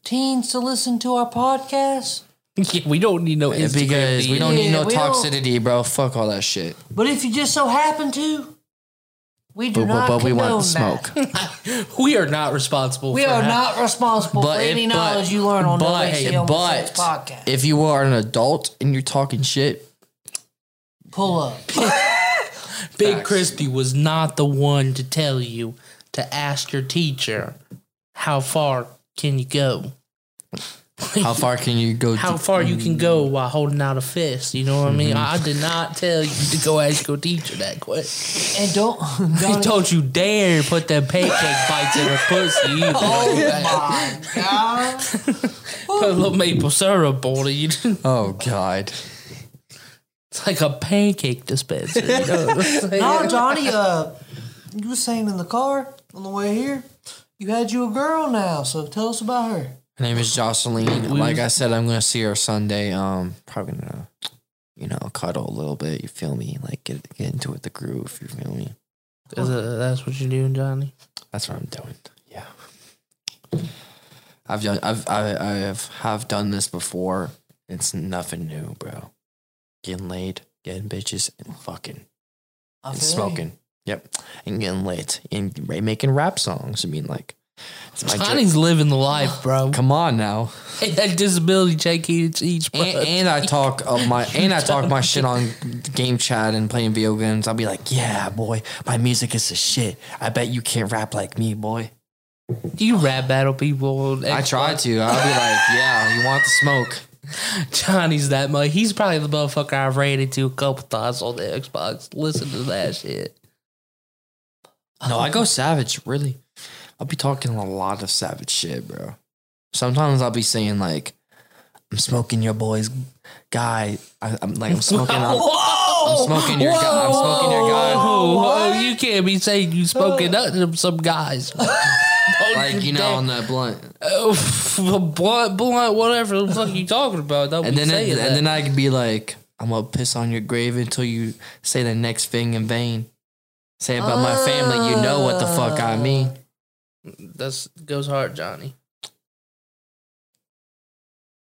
Speaker 2: teens to listen to our podcast.
Speaker 1: Yeah, we don't need no
Speaker 3: It's
Speaker 1: Instagram
Speaker 3: because we don't
Speaker 1: videos.
Speaker 3: need no
Speaker 2: we don't-
Speaker 3: toxicity, bro. Fuck all that shit.
Speaker 2: But if you just so happen to, We do
Speaker 3: But,
Speaker 2: not
Speaker 3: but, but we want
Speaker 2: condone that.
Speaker 3: smoke.
Speaker 1: We are not responsible.
Speaker 2: We
Speaker 1: for
Speaker 2: are
Speaker 1: ha-
Speaker 2: not responsible
Speaker 3: But
Speaker 2: for
Speaker 3: if-
Speaker 2: any
Speaker 3: but-
Speaker 2: knowledge you learn on
Speaker 3: but-
Speaker 2: the ACL
Speaker 3: but
Speaker 2: podcast.
Speaker 3: If you are an adult and you're talking shit,
Speaker 2: Pull up.
Speaker 1: Big
Speaker 3: Facts.
Speaker 1: Crispy was not the one to tell you to ask your teacher how far can you go,
Speaker 3: how far can you go?
Speaker 1: how
Speaker 3: to-
Speaker 1: far you can go while holding out a fist. You know what I mean? I did not tell you to go ask your teacher that question.
Speaker 2: And don't. don't
Speaker 1: Don't you dare put them pancake bites in her pussy. Either.
Speaker 2: my God.
Speaker 1: put a little maple syrup on it. You just-
Speaker 3: Oh God!
Speaker 1: It's like a pancake dispenser. You know what I'm saying?
Speaker 2: No, Johnny, uh, you were saying in the car on the way here, you had you a girl now, so tell us about her.
Speaker 3: Her name is Jocelyn. Like I said, I'm gonna see her Sunday. Um, probably gonna, you know, cuddle a little bit. You feel me? Like get get into it, the groove. You feel me?
Speaker 1: Is it- that's what you're doing, Johnny.
Speaker 3: That's what I'm doing. Yeah. I've done. I've I I have have done this before. It's nothing new, bro. Getting laid, getting bitches, and fucking.
Speaker 2: I
Speaker 3: and
Speaker 2: feel you.
Speaker 3: smoking. Yep, and getting lit and ra- making rap songs. I mean, like, it's my
Speaker 1: Johnny's living the life, bro.
Speaker 3: jo- come on now.
Speaker 1: Hey, that disability check each each. bro.
Speaker 3: And, and I talk of my and I talk my shit on game chat and playing video games. I'll be like, yeah, boy, my music is the shit. I bet you can't rap like me, boy.
Speaker 1: Do you rap battle people? on
Speaker 3: I
Speaker 1: Xbox?
Speaker 3: tried to. I'll be like, yeah, you want the smoke?
Speaker 1: Johnny's that much. He's probably the motherfucker I've ran into a couple times on the Xbox. Listen to that shit.
Speaker 3: No, I go savage, really. I'll be talking a lot of savage shit, bro. Sometimes I'll be saying like, "I'm smoking your boy's guy." I, I'm like, "I'm smoking." I'm, I'm smoking your guy. I'm smoking your guy.
Speaker 1: Oh, oh, you can't be saying you smoking up to some guys. Don't
Speaker 3: Uh. Like you know,
Speaker 1: dare-
Speaker 3: on the blunt,
Speaker 1: Oh, blunt, blunt, whatever the fuck you talking about. Don't
Speaker 3: and
Speaker 1: be
Speaker 3: then
Speaker 1: saying
Speaker 3: and
Speaker 1: that.
Speaker 3: then I could be like, "I'm gonna piss on your grave until you say the next thing in vain." Say about my family, you know what the fuck I
Speaker 2: Ah.
Speaker 3: mean.
Speaker 1: That's goes hard, Johnny.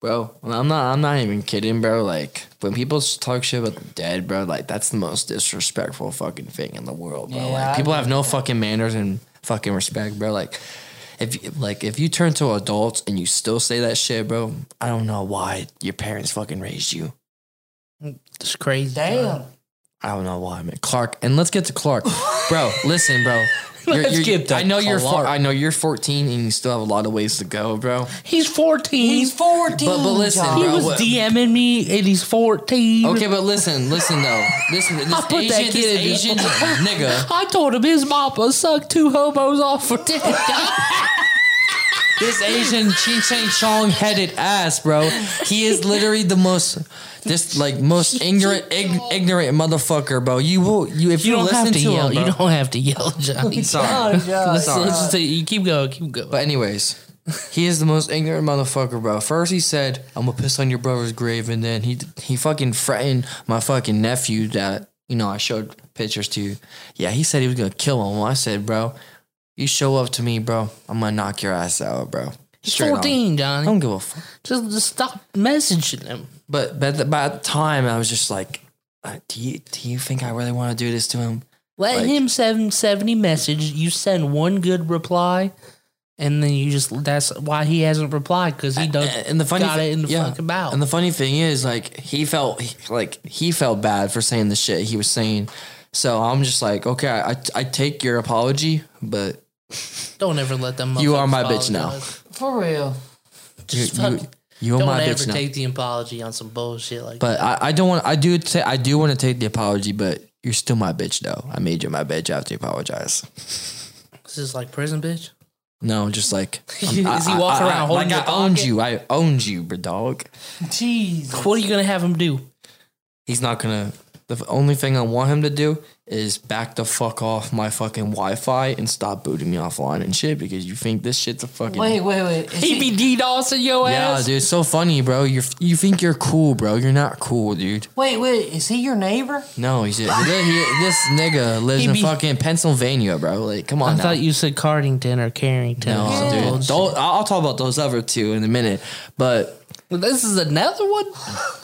Speaker 3: Bro, I'm not. I'm not even kidding, bro. Like when people s- talk shit about the dead, bro, like that's the most disrespectful fucking thing in the world, bro.
Speaker 2: Yeah, I
Speaker 3: like people have no fucking manners and fucking respect, bro. Like if you, like if you turn to adults and you still say that shit, bro, I don't know why your parents fucking raised you.
Speaker 1: It's crazy.
Speaker 2: Damn.
Speaker 1: Johnny.
Speaker 3: I don't know why, man. Clark, and let's get to Clark, bro. Listen, bro. You're,
Speaker 1: Let's
Speaker 3: you're,
Speaker 1: get to
Speaker 3: I know you're. Four,
Speaker 1: Clark.
Speaker 3: I know you're 14, and you still have a lot of ways to go, bro.
Speaker 1: He's 14.
Speaker 2: He's 14.
Speaker 3: But- but listen,
Speaker 2: Johnny.
Speaker 1: he
Speaker 3: bro,
Speaker 1: was
Speaker 3: what-
Speaker 1: DMing me and he's 14.
Speaker 3: Okay, but listen, listen though. Listen, this
Speaker 1: I put
Speaker 3: Asian,
Speaker 1: that kid
Speaker 3: this
Speaker 1: in-
Speaker 3: Asian nigga,
Speaker 1: I told him his mama sucked two hobos off for 10
Speaker 3: this Asian Ching Chang Chong headed ass, bro. He is literally the most, this like most ignorant, ig- ignorant motherfucker, bro. You will, you if you,
Speaker 1: You don't
Speaker 3: listen
Speaker 1: have to,
Speaker 3: to
Speaker 1: yell.
Speaker 3: him, bro.
Speaker 1: you don't have to Uh, yell, Johnny.
Speaker 3: sorry.
Speaker 2: Johnny,
Speaker 1: Let's- let's just say- you keep going, keep going.
Speaker 3: But anyways, he is the most ignorant motherfucker, bro. First he said, "I'm gonna piss on your brother's grave," and then he he fucking threatened my fucking nephew that you know I showed pictures to. Yeah, he said he was gonna kill him. Well, I said, "Bro, you show up to me, bro. I'm gonna knock your ass out, bro."
Speaker 1: He's
Speaker 3: Straight on.
Speaker 1: 14,
Speaker 3: I
Speaker 1: Johnny.
Speaker 3: don't give a fuck.
Speaker 1: just, just stop messaging him.
Speaker 3: But but at the- by the time I was just like, uh, "Do you do you think I really want to do this to him?"
Speaker 1: Let
Speaker 3: Like-
Speaker 1: him send 70 message. You send one good reply, and then you just that's why he hasn't replied because he does
Speaker 3: A- and the funny
Speaker 1: got
Speaker 3: thi-
Speaker 1: it in the
Speaker 3: yeah.
Speaker 1: fucking mouth.
Speaker 3: And the funny thing is, like he felt he- like he felt bad for saying the shit he was saying. So I'm just like, okay, I, I take your apology, but
Speaker 1: don't ever let them.
Speaker 3: You are my
Speaker 1: motherfuckers
Speaker 3: bitch now.
Speaker 1: apologize.
Speaker 2: For real.
Speaker 3: you
Speaker 1: Just
Speaker 3: you,
Speaker 1: fuck-
Speaker 3: you are
Speaker 1: don't
Speaker 3: my
Speaker 1: ever
Speaker 3: bitch now.
Speaker 1: take the apology on some bullshit like.
Speaker 3: But I, I don't want I do ta- I do want to take the apology, but you're still my bitch though. I made you my bitch. I have to apologize.
Speaker 1: this is like prison, bitch.
Speaker 3: No, just like
Speaker 1: Is
Speaker 3: I'm-
Speaker 1: he walking around holding
Speaker 3: like
Speaker 1: your
Speaker 3: I owned
Speaker 1: pocket?
Speaker 3: you. I owned you, bro, dog.
Speaker 2: Jesus.
Speaker 1: What are you gonna have him do?
Speaker 3: He's not gonna. The only thing I want him to do is back the fuck off my fucking Wi-Fi and stop booting me offline and shit because you think this shit's a fucking.
Speaker 2: Wait, wait, wait. Is
Speaker 1: He be
Speaker 2: he,
Speaker 1: DDoSing your
Speaker 3: yeah,
Speaker 1: ass.
Speaker 3: dude, it's so funny, bro. You you think you're cool, bro? You're not cool, dude.
Speaker 2: wait, wait. Is he your neighbor?
Speaker 3: No, he's he, he- this nigga lives
Speaker 1: He
Speaker 3: in
Speaker 1: be-
Speaker 3: fucking Pennsylvania, bro. Like, come
Speaker 1: I
Speaker 3: on, now.
Speaker 1: thought you said Cardington or Carrington.
Speaker 3: No,
Speaker 1: or some
Speaker 3: Oh, dude.
Speaker 1: bullshit.
Speaker 3: Those- I'll I'll talk about those other two in a minute, but
Speaker 1: This is another one.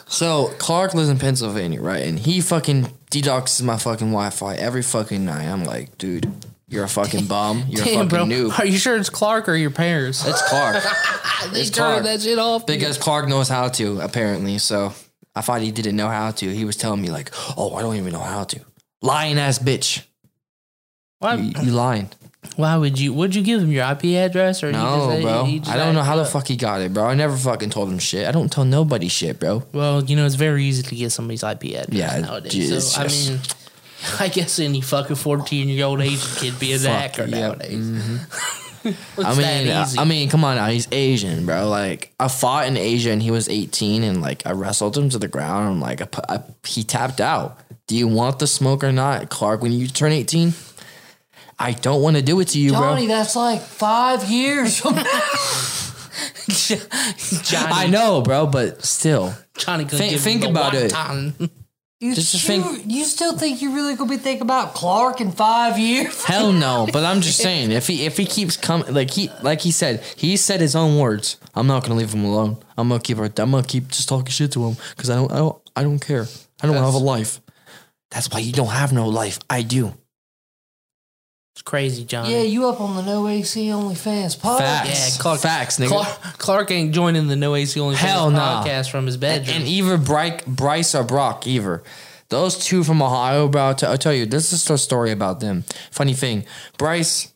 Speaker 3: So Clark lives in Pennsylvania, right? And he fucking deducts my fucking Wi-Fi every fucking night. I'm like, dude, you're a fucking bum. You're
Speaker 1: Damn,
Speaker 3: a fucking
Speaker 1: bro.
Speaker 3: noob.
Speaker 1: Are you sure it's Clark or your parents?
Speaker 3: It's Clark. it's Clark.
Speaker 1: shit off.
Speaker 3: Because Clark knows how to, apparently. So I thought he didn't know how to. He was telling me like, oh, I don't even know how to. Lying ass bitch.
Speaker 1: Why,
Speaker 3: You, you lying.
Speaker 1: why would you? Would you give him your IP address or?
Speaker 3: No,
Speaker 1: you just,
Speaker 3: bro.
Speaker 1: you just
Speaker 3: I don't know
Speaker 1: act
Speaker 3: how the
Speaker 1: up?
Speaker 3: fuck he got it, bro. I never fucking told him shit. I don't tell nobody shit, bro.
Speaker 1: Well, you know, it's very easy to get somebody's IP address
Speaker 3: Yeah,
Speaker 1: nowadays.
Speaker 3: it's
Speaker 1: so
Speaker 3: just-
Speaker 1: I mean, I guess any fucking fourteen-year-old Asian kid be a hacker
Speaker 3: yep.
Speaker 1: nowadays. It's
Speaker 3: mm-hmm. I mean,
Speaker 1: that
Speaker 3: I-
Speaker 1: easy.
Speaker 3: I mean, come on now. He's Asian, bro. Like I fought in Asia, and he was 18, and like I wrestled him to the ground. I'm like, I, pu- I, he tapped out. Do you want the smoke or not, Clark? When you turn 18, I don't want to do it to you,
Speaker 2: Johnny,
Speaker 3: bro.
Speaker 2: that's like five years from now.
Speaker 1: Johnny,
Speaker 3: I know, bro, but still,
Speaker 1: Johnny could
Speaker 3: Think-
Speaker 1: give
Speaker 3: think
Speaker 1: him the
Speaker 3: about it.
Speaker 1: wonton.
Speaker 2: You,
Speaker 3: Just to
Speaker 2: you,
Speaker 3: think-
Speaker 2: you still think you're really gonna be thinking about Clark in five years?
Speaker 3: hell no. But I'm just saying, if he if he keeps coming, like he like he said, he said his own words. I'm not gonna leave him alone. I'm gonna keep. I'm gonna keep just talking shit to him because I don't. I don't. I don't care. I don't have a life. That's why you don't have no life. I do.
Speaker 1: It's crazy, Johnny.
Speaker 2: Yeah, you up on the No AC OnlyFans podcast?
Speaker 3: Facts.
Speaker 1: Oh, Yeah, Clark-
Speaker 3: Facts, nigga.
Speaker 1: Clark, Clark ain't joining the No AC Only
Speaker 3: Hell
Speaker 1: Fans
Speaker 3: nah.
Speaker 1: podcast from his
Speaker 3: and,
Speaker 1: bedroom.
Speaker 3: and either Bryce, Bryce or Brock, either. Those two from Ohio, bro, I'll, t- I'll tell you, this is the story about them. Funny thing, Bryce,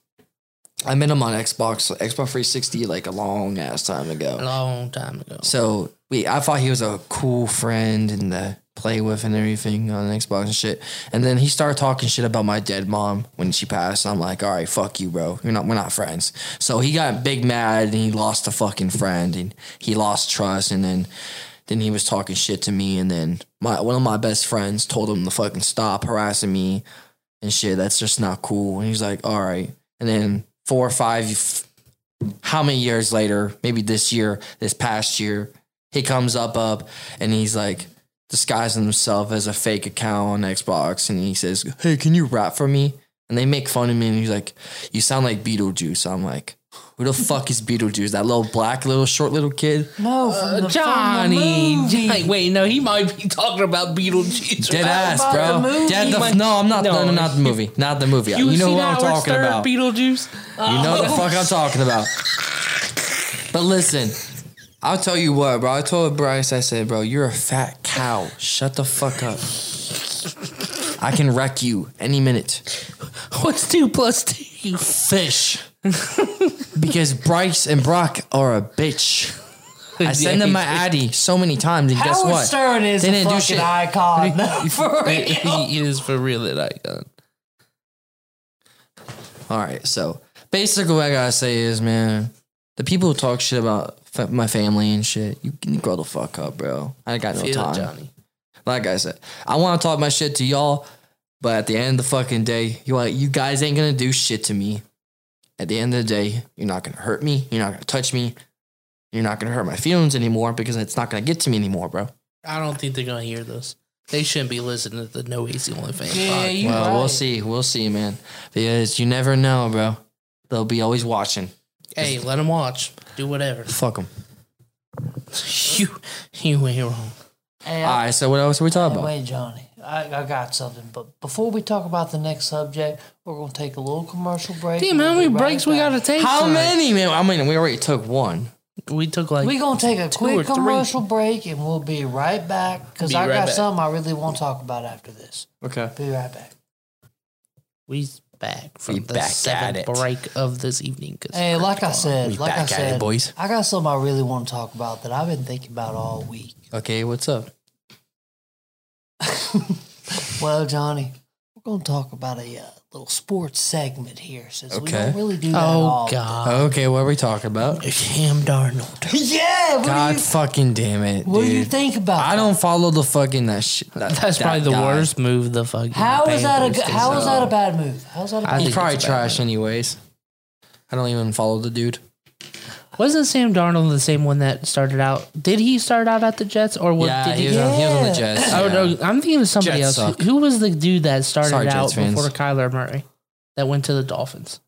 Speaker 3: I met him on Xbox, Xbox 360, like a long ass time
Speaker 1: a
Speaker 3: ago.
Speaker 1: long time ago.
Speaker 3: So we, I thought he was a cool friend and to play with and everything on Xbox and shit. And then he started talking shit about my dead mom when she passed. I'm like, all right, fuck you, bro. You're not, we're not friends. So he got big mad and he lost a fucking friend and he lost trust. And then, then he was talking shit to me. And then my one of my best friends told him to fucking stop harassing me and shit. That's just not cool. And he's like, all right. And then four or five how many years later, maybe this year, this past year, he comes up up and he's like disguising himself as a fake account on Xbox and he says, Hey, can you rap for me? And they make fun of me and he's like, You sound like Beetlejuice. I'm like, Who the fuck is Beetlejuice? That little black little short little kid?
Speaker 2: No, from the,
Speaker 1: Johnny,
Speaker 2: From the movie.
Speaker 1: Johnny- wait, no, he might be talking about Beetlejuice.
Speaker 3: Dead
Speaker 1: right?
Speaker 3: ass,
Speaker 2: about the
Speaker 3: bro.
Speaker 2: movie?
Speaker 3: Dead the,
Speaker 1: Like-
Speaker 3: no, I'm not
Speaker 1: No.
Speaker 3: no, no, not the movie. Not the movie. You, know
Speaker 1: seen
Speaker 3: who I'm
Speaker 1: Howard
Speaker 3: talking
Speaker 1: Stern
Speaker 3: about.
Speaker 1: Beetlejuice.
Speaker 3: You know
Speaker 1: Oh.
Speaker 3: the fuck I'm talking about. But listen, I'll tell you what, bro. I told Bryce, I said, bro, you're a fat cow. Shut the fuck up. I can wreck you any minute.
Speaker 1: What's two plus two?
Speaker 3: Fish. because Bryce and Brock are a bitch. I send them my Addy so many times, and guess
Speaker 2: Howard
Speaker 3: what?
Speaker 2: Stern is
Speaker 3: They
Speaker 2: a
Speaker 3: didn't do
Speaker 2: fucking
Speaker 3: shit.
Speaker 2: icon. No, for real.
Speaker 1: He is for real that icon.
Speaker 3: All right, so basically, what I gotta say is, man, the people who talk shit about fa- my family and shit, you can grow the fuck up, bro. I got no
Speaker 1: Feel it,
Speaker 3: time.
Speaker 1: Johnny.
Speaker 3: Like I said, I want to talk my shit to y'all, but at the end of the fucking day, you want you guys ain't gonna do shit to me. At the end of the day, you're not gonna hurt me. You're not gonna touch me. You're not gonna hurt my feelings anymore because it's not gonna get to me anymore, bro.
Speaker 1: I don't think they're gonna hear this. They shouldn't be listening to the No AC Only Fans.
Speaker 2: Yeah,
Speaker 1: podcast.
Speaker 2: you
Speaker 3: well,
Speaker 2: right.
Speaker 3: we'll see. We'll see, man. Because you never know, bro. They'll be always watching.
Speaker 1: Hey, let them watch. Do whatever.
Speaker 3: Fuck them.
Speaker 1: You, you ain't wrong.
Speaker 2: Hey,
Speaker 3: All
Speaker 2: I-
Speaker 3: right. So what else are we talking
Speaker 2: Hey,
Speaker 3: about?
Speaker 2: wait, Johnny, I, I got something. But before we talk about the next subject, we're going to take a little commercial break.
Speaker 1: Damn, how
Speaker 2: We'll
Speaker 1: many
Speaker 2: be right
Speaker 1: breaks we
Speaker 2: back.
Speaker 1: gotta take?
Speaker 3: How
Speaker 1: tonight?
Speaker 3: many, man? I mean, we already took one.
Speaker 1: We took like.
Speaker 2: we going to take a
Speaker 1: or
Speaker 2: quick
Speaker 1: three.
Speaker 2: commercial break and we'll be right back because
Speaker 1: Be
Speaker 2: I
Speaker 1: right
Speaker 2: got
Speaker 1: back.
Speaker 2: something I really want to talk about after this.
Speaker 3: Okay.
Speaker 2: Be right back.
Speaker 1: We's back from
Speaker 3: We
Speaker 1: the
Speaker 3: back at
Speaker 1: seventh
Speaker 3: it.
Speaker 1: break of this evening. 'cause
Speaker 2: Hey, like I said,
Speaker 3: We
Speaker 2: like I
Speaker 3: back at it,
Speaker 2: said,
Speaker 3: boys.
Speaker 2: I got something I really want to talk about that I've been thinking about all week.
Speaker 3: Okay. What's up?
Speaker 2: Well, Johnny, we're going to talk about a uh, little sports segment here since we
Speaker 3: Okay.
Speaker 2: don't really do that
Speaker 1: oh
Speaker 2: all.
Speaker 1: God,
Speaker 2: Uh,
Speaker 3: Okay. What are we talking about?
Speaker 1: Cam Darnold.
Speaker 2: Yeah, what
Speaker 3: God
Speaker 2: do you,
Speaker 3: fucking damn it.
Speaker 2: what do you
Speaker 3: dude.
Speaker 2: think about
Speaker 3: I
Speaker 2: that?
Speaker 3: don't follow the fucking that shit. that-
Speaker 1: That's
Speaker 3: that
Speaker 1: probably the
Speaker 3: guy.
Speaker 1: worst move. The fucking.
Speaker 2: How is that
Speaker 1: Panthers
Speaker 2: a how
Speaker 1: did.
Speaker 2: is
Speaker 3: uh,
Speaker 2: that a bad move? How's that a
Speaker 1: I
Speaker 2: bad
Speaker 3: He's
Speaker 1: think
Speaker 3: probably
Speaker 1: it's bad.
Speaker 3: trash, anyways. I don't even follow the dude.
Speaker 1: Wasn't Sam Darnold the same one that started out? Did he start out at the Jets or what?
Speaker 3: yeah,
Speaker 1: did
Speaker 3: he, was on, he was on the
Speaker 2: Yeah.
Speaker 3: Jets.
Speaker 1: Oh no, I'm thinking of somebody
Speaker 3: Jets
Speaker 1: else.
Speaker 3: suck.
Speaker 1: Who, who was the dude that started
Speaker 3: Sorry, Jets
Speaker 1: out
Speaker 3: fans.
Speaker 1: before Kyler Murray that went to the Dolphins?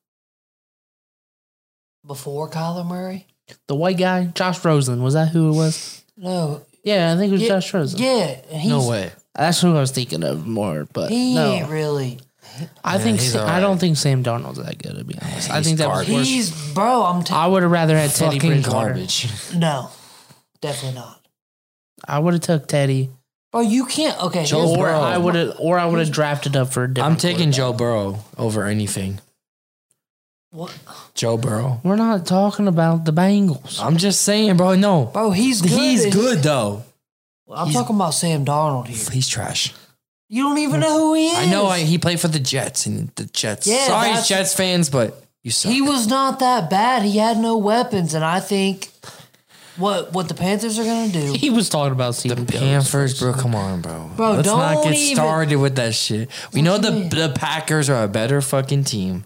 Speaker 2: before Kyler Murray?
Speaker 1: The white guy, Josh Rosen. Was that who it was?
Speaker 2: No.
Speaker 1: Yeah, I think it was
Speaker 2: Yeah,
Speaker 1: Josh Rosen.
Speaker 2: Yeah. and He's,
Speaker 3: No way.
Speaker 1: That's who I was thinking of more, but
Speaker 2: He
Speaker 1: no.
Speaker 2: ain't really.
Speaker 1: I think
Speaker 3: he's
Speaker 1: Sa-
Speaker 3: all
Speaker 1: I
Speaker 3: right.
Speaker 1: don't think Sam Darnold's that good to be honest. I
Speaker 3: He's
Speaker 1: think that was worse.
Speaker 2: He's bro. I'm t-
Speaker 1: I would have rather had Teddy
Speaker 3: fucking
Speaker 1: Bridgewater.
Speaker 3: garbage.
Speaker 2: no, definitely not.
Speaker 1: I would have took Teddy,
Speaker 2: Bro, you can't. Okay,
Speaker 3: Joe
Speaker 2: here's-
Speaker 1: or
Speaker 3: Burrow.
Speaker 1: I would have, or I would have drafted up for a different.
Speaker 3: I'm taking
Speaker 1: quarterback.
Speaker 3: Joe Burrow over anything.
Speaker 2: what-
Speaker 3: Joe Burrow.
Speaker 1: We're not talking about the Bengals.
Speaker 3: I'm just saying, bro. No,
Speaker 2: bro. He's good.
Speaker 3: he's good though.
Speaker 2: I'm
Speaker 3: He's-
Speaker 2: talking about Sam Darnold here.
Speaker 3: He's trash.
Speaker 2: You don't even know who he is.
Speaker 3: I know I, he played for the Jets and the Jets.
Speaker 2: Yeah,
Speaker 3: Sorry,
Speaker 2: that's-
Speaker 3: Jets fans, but you suck.
Speaker 2: He was not that bad. He had no weapons, and I think what what the Panthers are gonna do.
Speaker 1: He was talking about Stephen Panthers.
Speaker 3: Panthers, bro. Come on, bro.
Speaker 2: Bro,
Speaker 3: Let's not
Speaker 2: don't
Speaker 3: get
Speaker 2: even-
Speaker 3: started with that shit. We know
Speaker 2: What
Speaker 3: the
Speaker 2: you mean?
Speaker 3: the Packers are a better fucking team.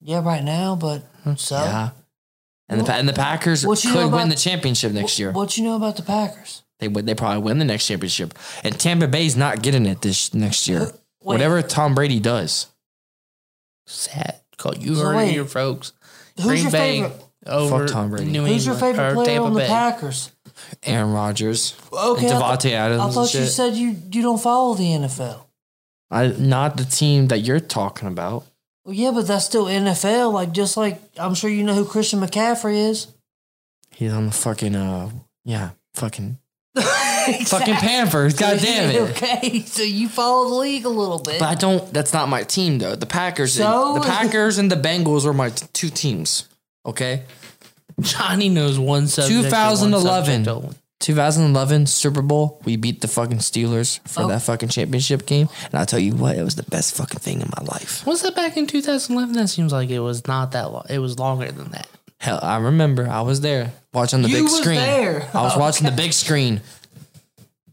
Speaker 2: Yeah, right now, but so
Speaker 3: Hmm. Yeah. And the, Pa- and the Packers
Speaker 2: What you know
Speaker 3: could win
Speaker 2: about-
Speaker 3: the championship next year.
Speaker 2: what you know about the Packers?
Speaker 3: They would. They probably win the next championship. And Tampa Bay's not getting it this next year.
Speaker 2: Wait.
Speaker 3: Whatever Tom Brady does,
Speaker 1: Sad. Call you
Speaker 2: So
Speaker 1: heard it
Speaker 2: wait.
Speaker 1: here, folks.
Speaker 2: Who's
Speaker 1: Green
Speaker 2: your
Speaker 1: Bay
Speaker 2: favorite?
Speaker 1: over
Speaker 3: Fuck Tom Brady.
Speaker 1: New
Speaker 2: Who's your
Speaker 1: England,
Speaker 2: favorite
Speaker 1: or
Speaker 2: player
Speaker 1: Tampa
Speaker 2: on the
Speaker 1: Bay.
Speaker 2: Packers?
Speaker 3: Aaron Rodgers,
Speaker 2: Okay,
Speaker 3: and
Speaker 2: I thought-
Speaker 3: Devontae Adams.
Speaker 2: I
Speaker 3: and
Speaker 2: thought you
Speaker 3: shit.
Speaker 2: said you you don't follow the NFL.
Speaker 3: I, not the team that you're talking about.
Speaker 2: Well, yeah, but that's still NFL. Like just like I'm sure you know who Christian McCaffrey is.
Speaker 3: He's on the fucking uh, yeah, fucking fucking Panthers. God damn it.
Speaker 2: Okay, so you follow the league a little bit.
Speaker 3: But I don't. That's not my team though. The Packers,
Speaker 2: So-
Speaker 3: the Packers, and the Bengals are my t- two teams. Okay,
Speaker 1: Johnny knows one subject. and one
Speaker 3: 2011.
Speaker 1: subject only.
Speaker 3: 2011 Super Bowl, we beat the fucking Steelers for
Speaker 2: Oh.
Speaker 3: that fucking championship game, and I tell you what, it was the best fucking thing in my life.
Speaker 1: Was that back in 2011? That seems like it was not that long. It was longer than that.
Speaker 3: Hell, I remember I was there watching the
Speaker 2: You
Speaker 3: big
Speaker 2: was
Speaker 3: screen.
Speaker 2: there. Oh,
Speaker 3: I was watching the big screen.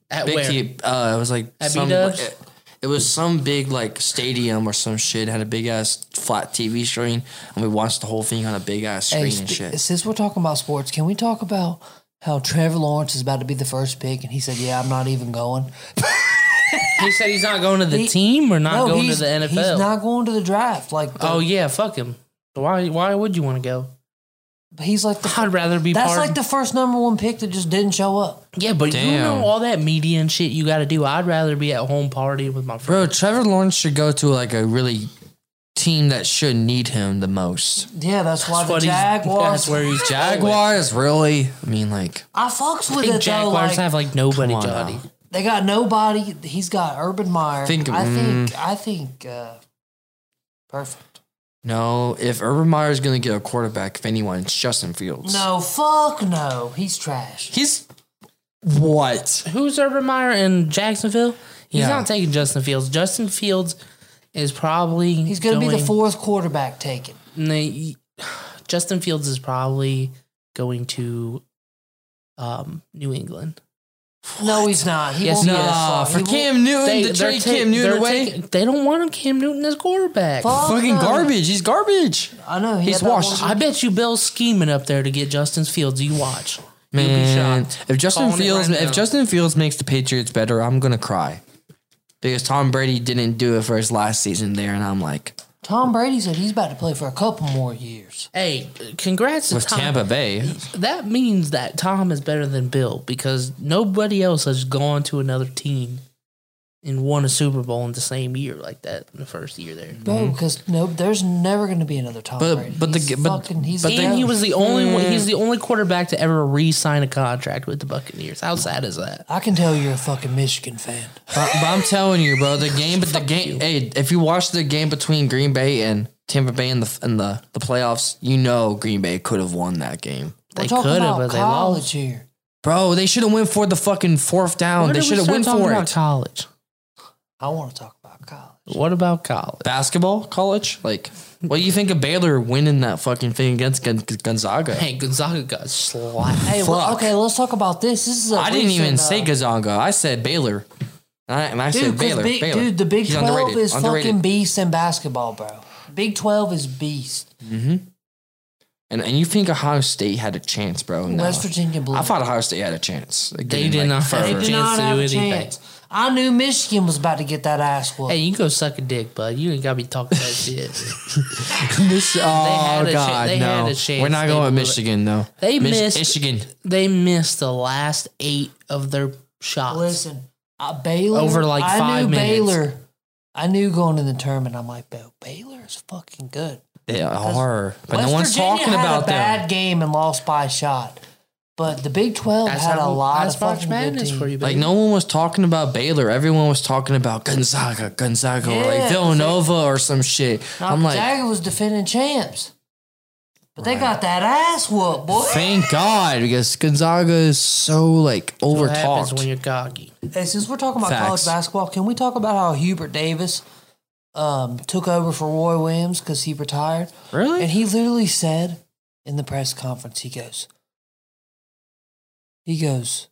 Speaker 1: At
Speaker 3: Big
Speaker 1: where?
Speaker 3: T, uh, it was like
Speaker 1: At
Speaker 3: some.
Speaker 1: B-Dubs?
Speaker 3: It, it was some big like stadium or some shit. Had a big ass flat TV screen, and we watched the whole thing on a big ass screen
Speaker 2: Hey,
Speaker 3: and
Speaker 2: sp-
Speaker 3: shit.
Speaker 2: Since we're talking about sports, can we talk about how Trevor Lawrence is about to be the first pick, and he said, "Yeah, I'm not even going."
Speaker 1: He said he's not going to the
Speaker 2: He-
Speaker 1: team or not
Speaker 2: No,
Speaker 1: going to
Speaker 2: he's-
Speaker 1: the NFL.
Speaker 2: He's not going to the draft. Like, the-
Speaker 1: oh yeah, fuck him. Why? Why would you want to go?
Speaker 2: he's like the.
Speaker 1: I'd rather be
Speaker 2: That's
Speaker 1: part.
Speaker 2: like the first number one pick that just didn't show up.
Speaker 1: yeah, but you
Speaker 3: Damn.
Speaker 1: know all that media and shit you got to do. I'd rather be at home partying with my friends.
Speaker 3: Bro, Trevor Lawrence should go to like a really team that should need him the most.
Speaker 2: Yeah, that's why
Speaker 1: That's what
Speaker 2: the
Speaker 1: he's-
Speaker 2: Jaguars.
Speaker 1: That's where he's
Speaker 3: Jaguars, really? I mean, like,
Speaker 2: I fucks with
Speaker 1: I think
Speaker 2: it though. Like,
Speaker 1: Jaguars have like nobody,
Speaker 3: Come on
Speaker 1: Johnny.
Speaker 3: now.
Speaker 2: they got nobody. He's got Urban Meyer.
Speaker 3: Think-
Speaker 2: I
Speaker 3: mm.
Speaker 2: think. I think. Uh, perfect.
Speaker 3: no, if Urban Meyer's gonna get a quarterback, if anyone, it's Justin Fields.
Speaker 2: No, fuck no. He's trash.
Speaker 3: He's what?
Speaker 1: Who's Urban Meyer in Jacksonville? He's
Speaker 3: Yeah.
Speaker 1: not taking Justin Fields. Justin Fields is probably
Speaker 2: He's gonna be the
Speaker 1: fourth.
Speaker 2: fourth quarterback taken.
Speaker 1: Justin Fields is probably going to um, New England.
Speaker 2: No, he's not. He
Speaker 1: Yes,
Speaker 2: won't
Speaker 1: he
Speaker 2: be
Speaker 1: is.
Speaker 2: that
Speaker 3: Nah,
Speaker 2: far.
Speaker 3: for
Speaker 2: He won't-
Speaker 3: Cam Newton to
Speaker 1: they're
Speaker 3: trade
Speaker 1: ta-
Speaker 3: Cam
Speaker 1: they're
Speaker 3: Newton away.
Speaker 1: taking- they don't want Cam Newton as quarterback.
Speaker 2: Fuck
Speaker 3: Fucking
Speaker 2: no.
Speaker 3: garbage. He's garbage.
Speaker 2: I know. he
Speaker 3: He's
Speaker 2: had that
Speaker 3: washed.
Speaker 2: one-
Speaker 1: I bet you Bill's scheming up there to get Justin Fields. You watch. You'll
Speaker 3: Man,
Speaker 1: be shocked.
Speaker 3: if Justin
Speaker 1: Calling it
Speaker 3: Fields
Speaker 1: right
Speaker 3: if
Speaker 1: now.
Speaker 3: Justin Fields makes the Patriots better, I'm gonna cry. Because Tom Brady didn't do it for his last season there, and I'm like,
Speaker 2: Tom Brady said he's about to play for a couple more years.
Speaker 1: Hey, congrats to
Speaker 3: with
Speaker 1: Tom.
Speaker 3: Tampa Bay,
Speaker 1: That means that Tom is better than Bill because nobody else has gone to another team and won a Super Bowl in the same year like that in the first year there.
Speaker 2: No, because no, there's never going to be another Tom
Speaker 3: But-
Speaker 2: Brady.
Speaker 3: but the-
Speaker 2: He's
Speaker 3: but-
Speaker 2: fucking, he's
Speaker 3: but
Speaker 1: and
Speaker 3: the-
Speaker 1: he was the only
Speaker 2: Hmm.
Speaker 1: one. He's the only quarterback to ever re-sign a contract with the Buccaneers. How sad is that?
Speaker 2: I can tell you're a fucking Michigan fan.
Speaker 3: But, but I'm telling you, bro, the game, but the game, hey, if you watch the game between Green Bay and Tampa Bay in the in the, the playoffs, you know Green Bay could have won that game,
Speaker 1: They
Speaker 2: We're talking
Speaker 1: coulda,
Speaker 2: about
Speaker 1: but they
Speaker 2: college
Speaker 1: lost.
Speaker 2: here.
Speaker 3: bro. They should have went for the fucking fourth down.
Speaker 1: Where
Speaker 3: They
Speaker 1: did we
Speaker 3: should have
Speaker 1: start
Speaker 3: went
Speaker 1: talking
Speaker 3: for
Speaker 1: about
Speaker 3: it.
Speaker 1: College.
Speaker 2: I want to talk about college.
Speaker 1: What about college?
Speaker 3: Basketball, college, like, what do you think of Baylor winning that fucking thing against Gon- Gonzaga?
Speaker 1: Hey, Gonzaga got slapped.
Speaker 2: Hey, well,
Speaker 3: Fuck.
Speaker 2: okay, let's talk about this. This is a
Speaker 3: I didn't
Speaker 2: recent,
Speaker 3: even
Speaker 2: uh,
Speaker 3: say Gonzaga. I said Baylor. And I, and I
Speaker 2: dude,
Speaker 3: said
Speaker 2: 'cause
Speaker 3: Baylor.
Speaker 2: big,
Speaker 3: Baylor.
Speaker 2: dude. The Big
Speaker 3: He's
Speaker 2: Twelve
Speaker 3: underrated,
Speaker 2: is
Speaker 3: underrated.
Speaker 2: fucking beast in basketball, bro. Big Twelve is beast.
Speaker 3: And and you think Ohio State had a chance, bro? No.
Speaker 2: West Virginia blew.
Speaker 3: I
Speaker 2: it.
Speaker 3: thought Ohio State had a chance.
Speaker 1: They did not have
Speaker 2: They
Speaker 1: a chance
Speaker 2: did not
Speaker 1: to
Speaker 2: have
Speaker 1: do
Speaker 2: a
Speaker 1: anything.
Speaker 2: chance. I knew Michigan was about to get that ass whooped.
Speaker 1: Hey, you go suck a dick, bud. You ain't got to be talking that shit.
Speaker 3: This, oh
Speaker 1: had a
Speaker 3: God,
Speaker 1: chan- they
Speaker 3: no.
Speaker 1: had a chance.
Speaker 3: We're not
Speaker 1: They
Speaker 3: going with
Speaker 1: blew it.
Speaker 3: Michigan though.
Speaker 1: They
Speaker 3: Mich-
Speaker 1: missed-
Speaker 3: Michigan.
Speaker 1: They missed the last eight of their shots.
Speaker 2: Listen, Uh, Baylor
Speaker 1: Over, like,
Speaker 2: I
Speaker 1: five
Speaker 2: knew
Speaker 1: minutes.
Speaker 2: Baylor. I knew going to the tournament. I'm like, "Ba- Baylor is fucking good.
Speaker 3: They are, but
Speaker 2: West
Speaker 3: no one's
Speaker 2: Virginia
Speaker 3: talking
Speaker 2: had
Speaker 3: about
Speaker 2: a
Speaker 3: them.
Speaker 2: bad game and lost by a shot. But the Big Twelve had a lot
Speaker 1: that's
Speaker 2: of
Speaker 1: March
Speaker 2: fucking
Speaker 1: Madness
Speaker 2: good teams.
Speaker 1: for you, baby.
Speaker 3: Like no one was talking about Baylor. Everyone was talking about Gonzaga, Gonzaga, or
Speaker 2: Yeah,
Speaker 3: like Villanova or some shit.
Speaker 2: Now,
Speaker 3: I'm like,
Speaker 2: Gonzaga was defending champs, but they got that ass whoop, boy.
Speaker 3: thank God because Gonzaga is so like over
Speaker 1: what happens
Speaker 3: talked.
Speaker 1: when you're cocky.
Speaker 2: Hey, since we're talking about college
Speaker 3: Facts.
Speaker 2: basketball, can we talk about how Hubert Davis um, took over for Roy Williams because he retired?
Speaker 3: Really?
Speaker 2: And he literally said in the press conference, he goes, he goes,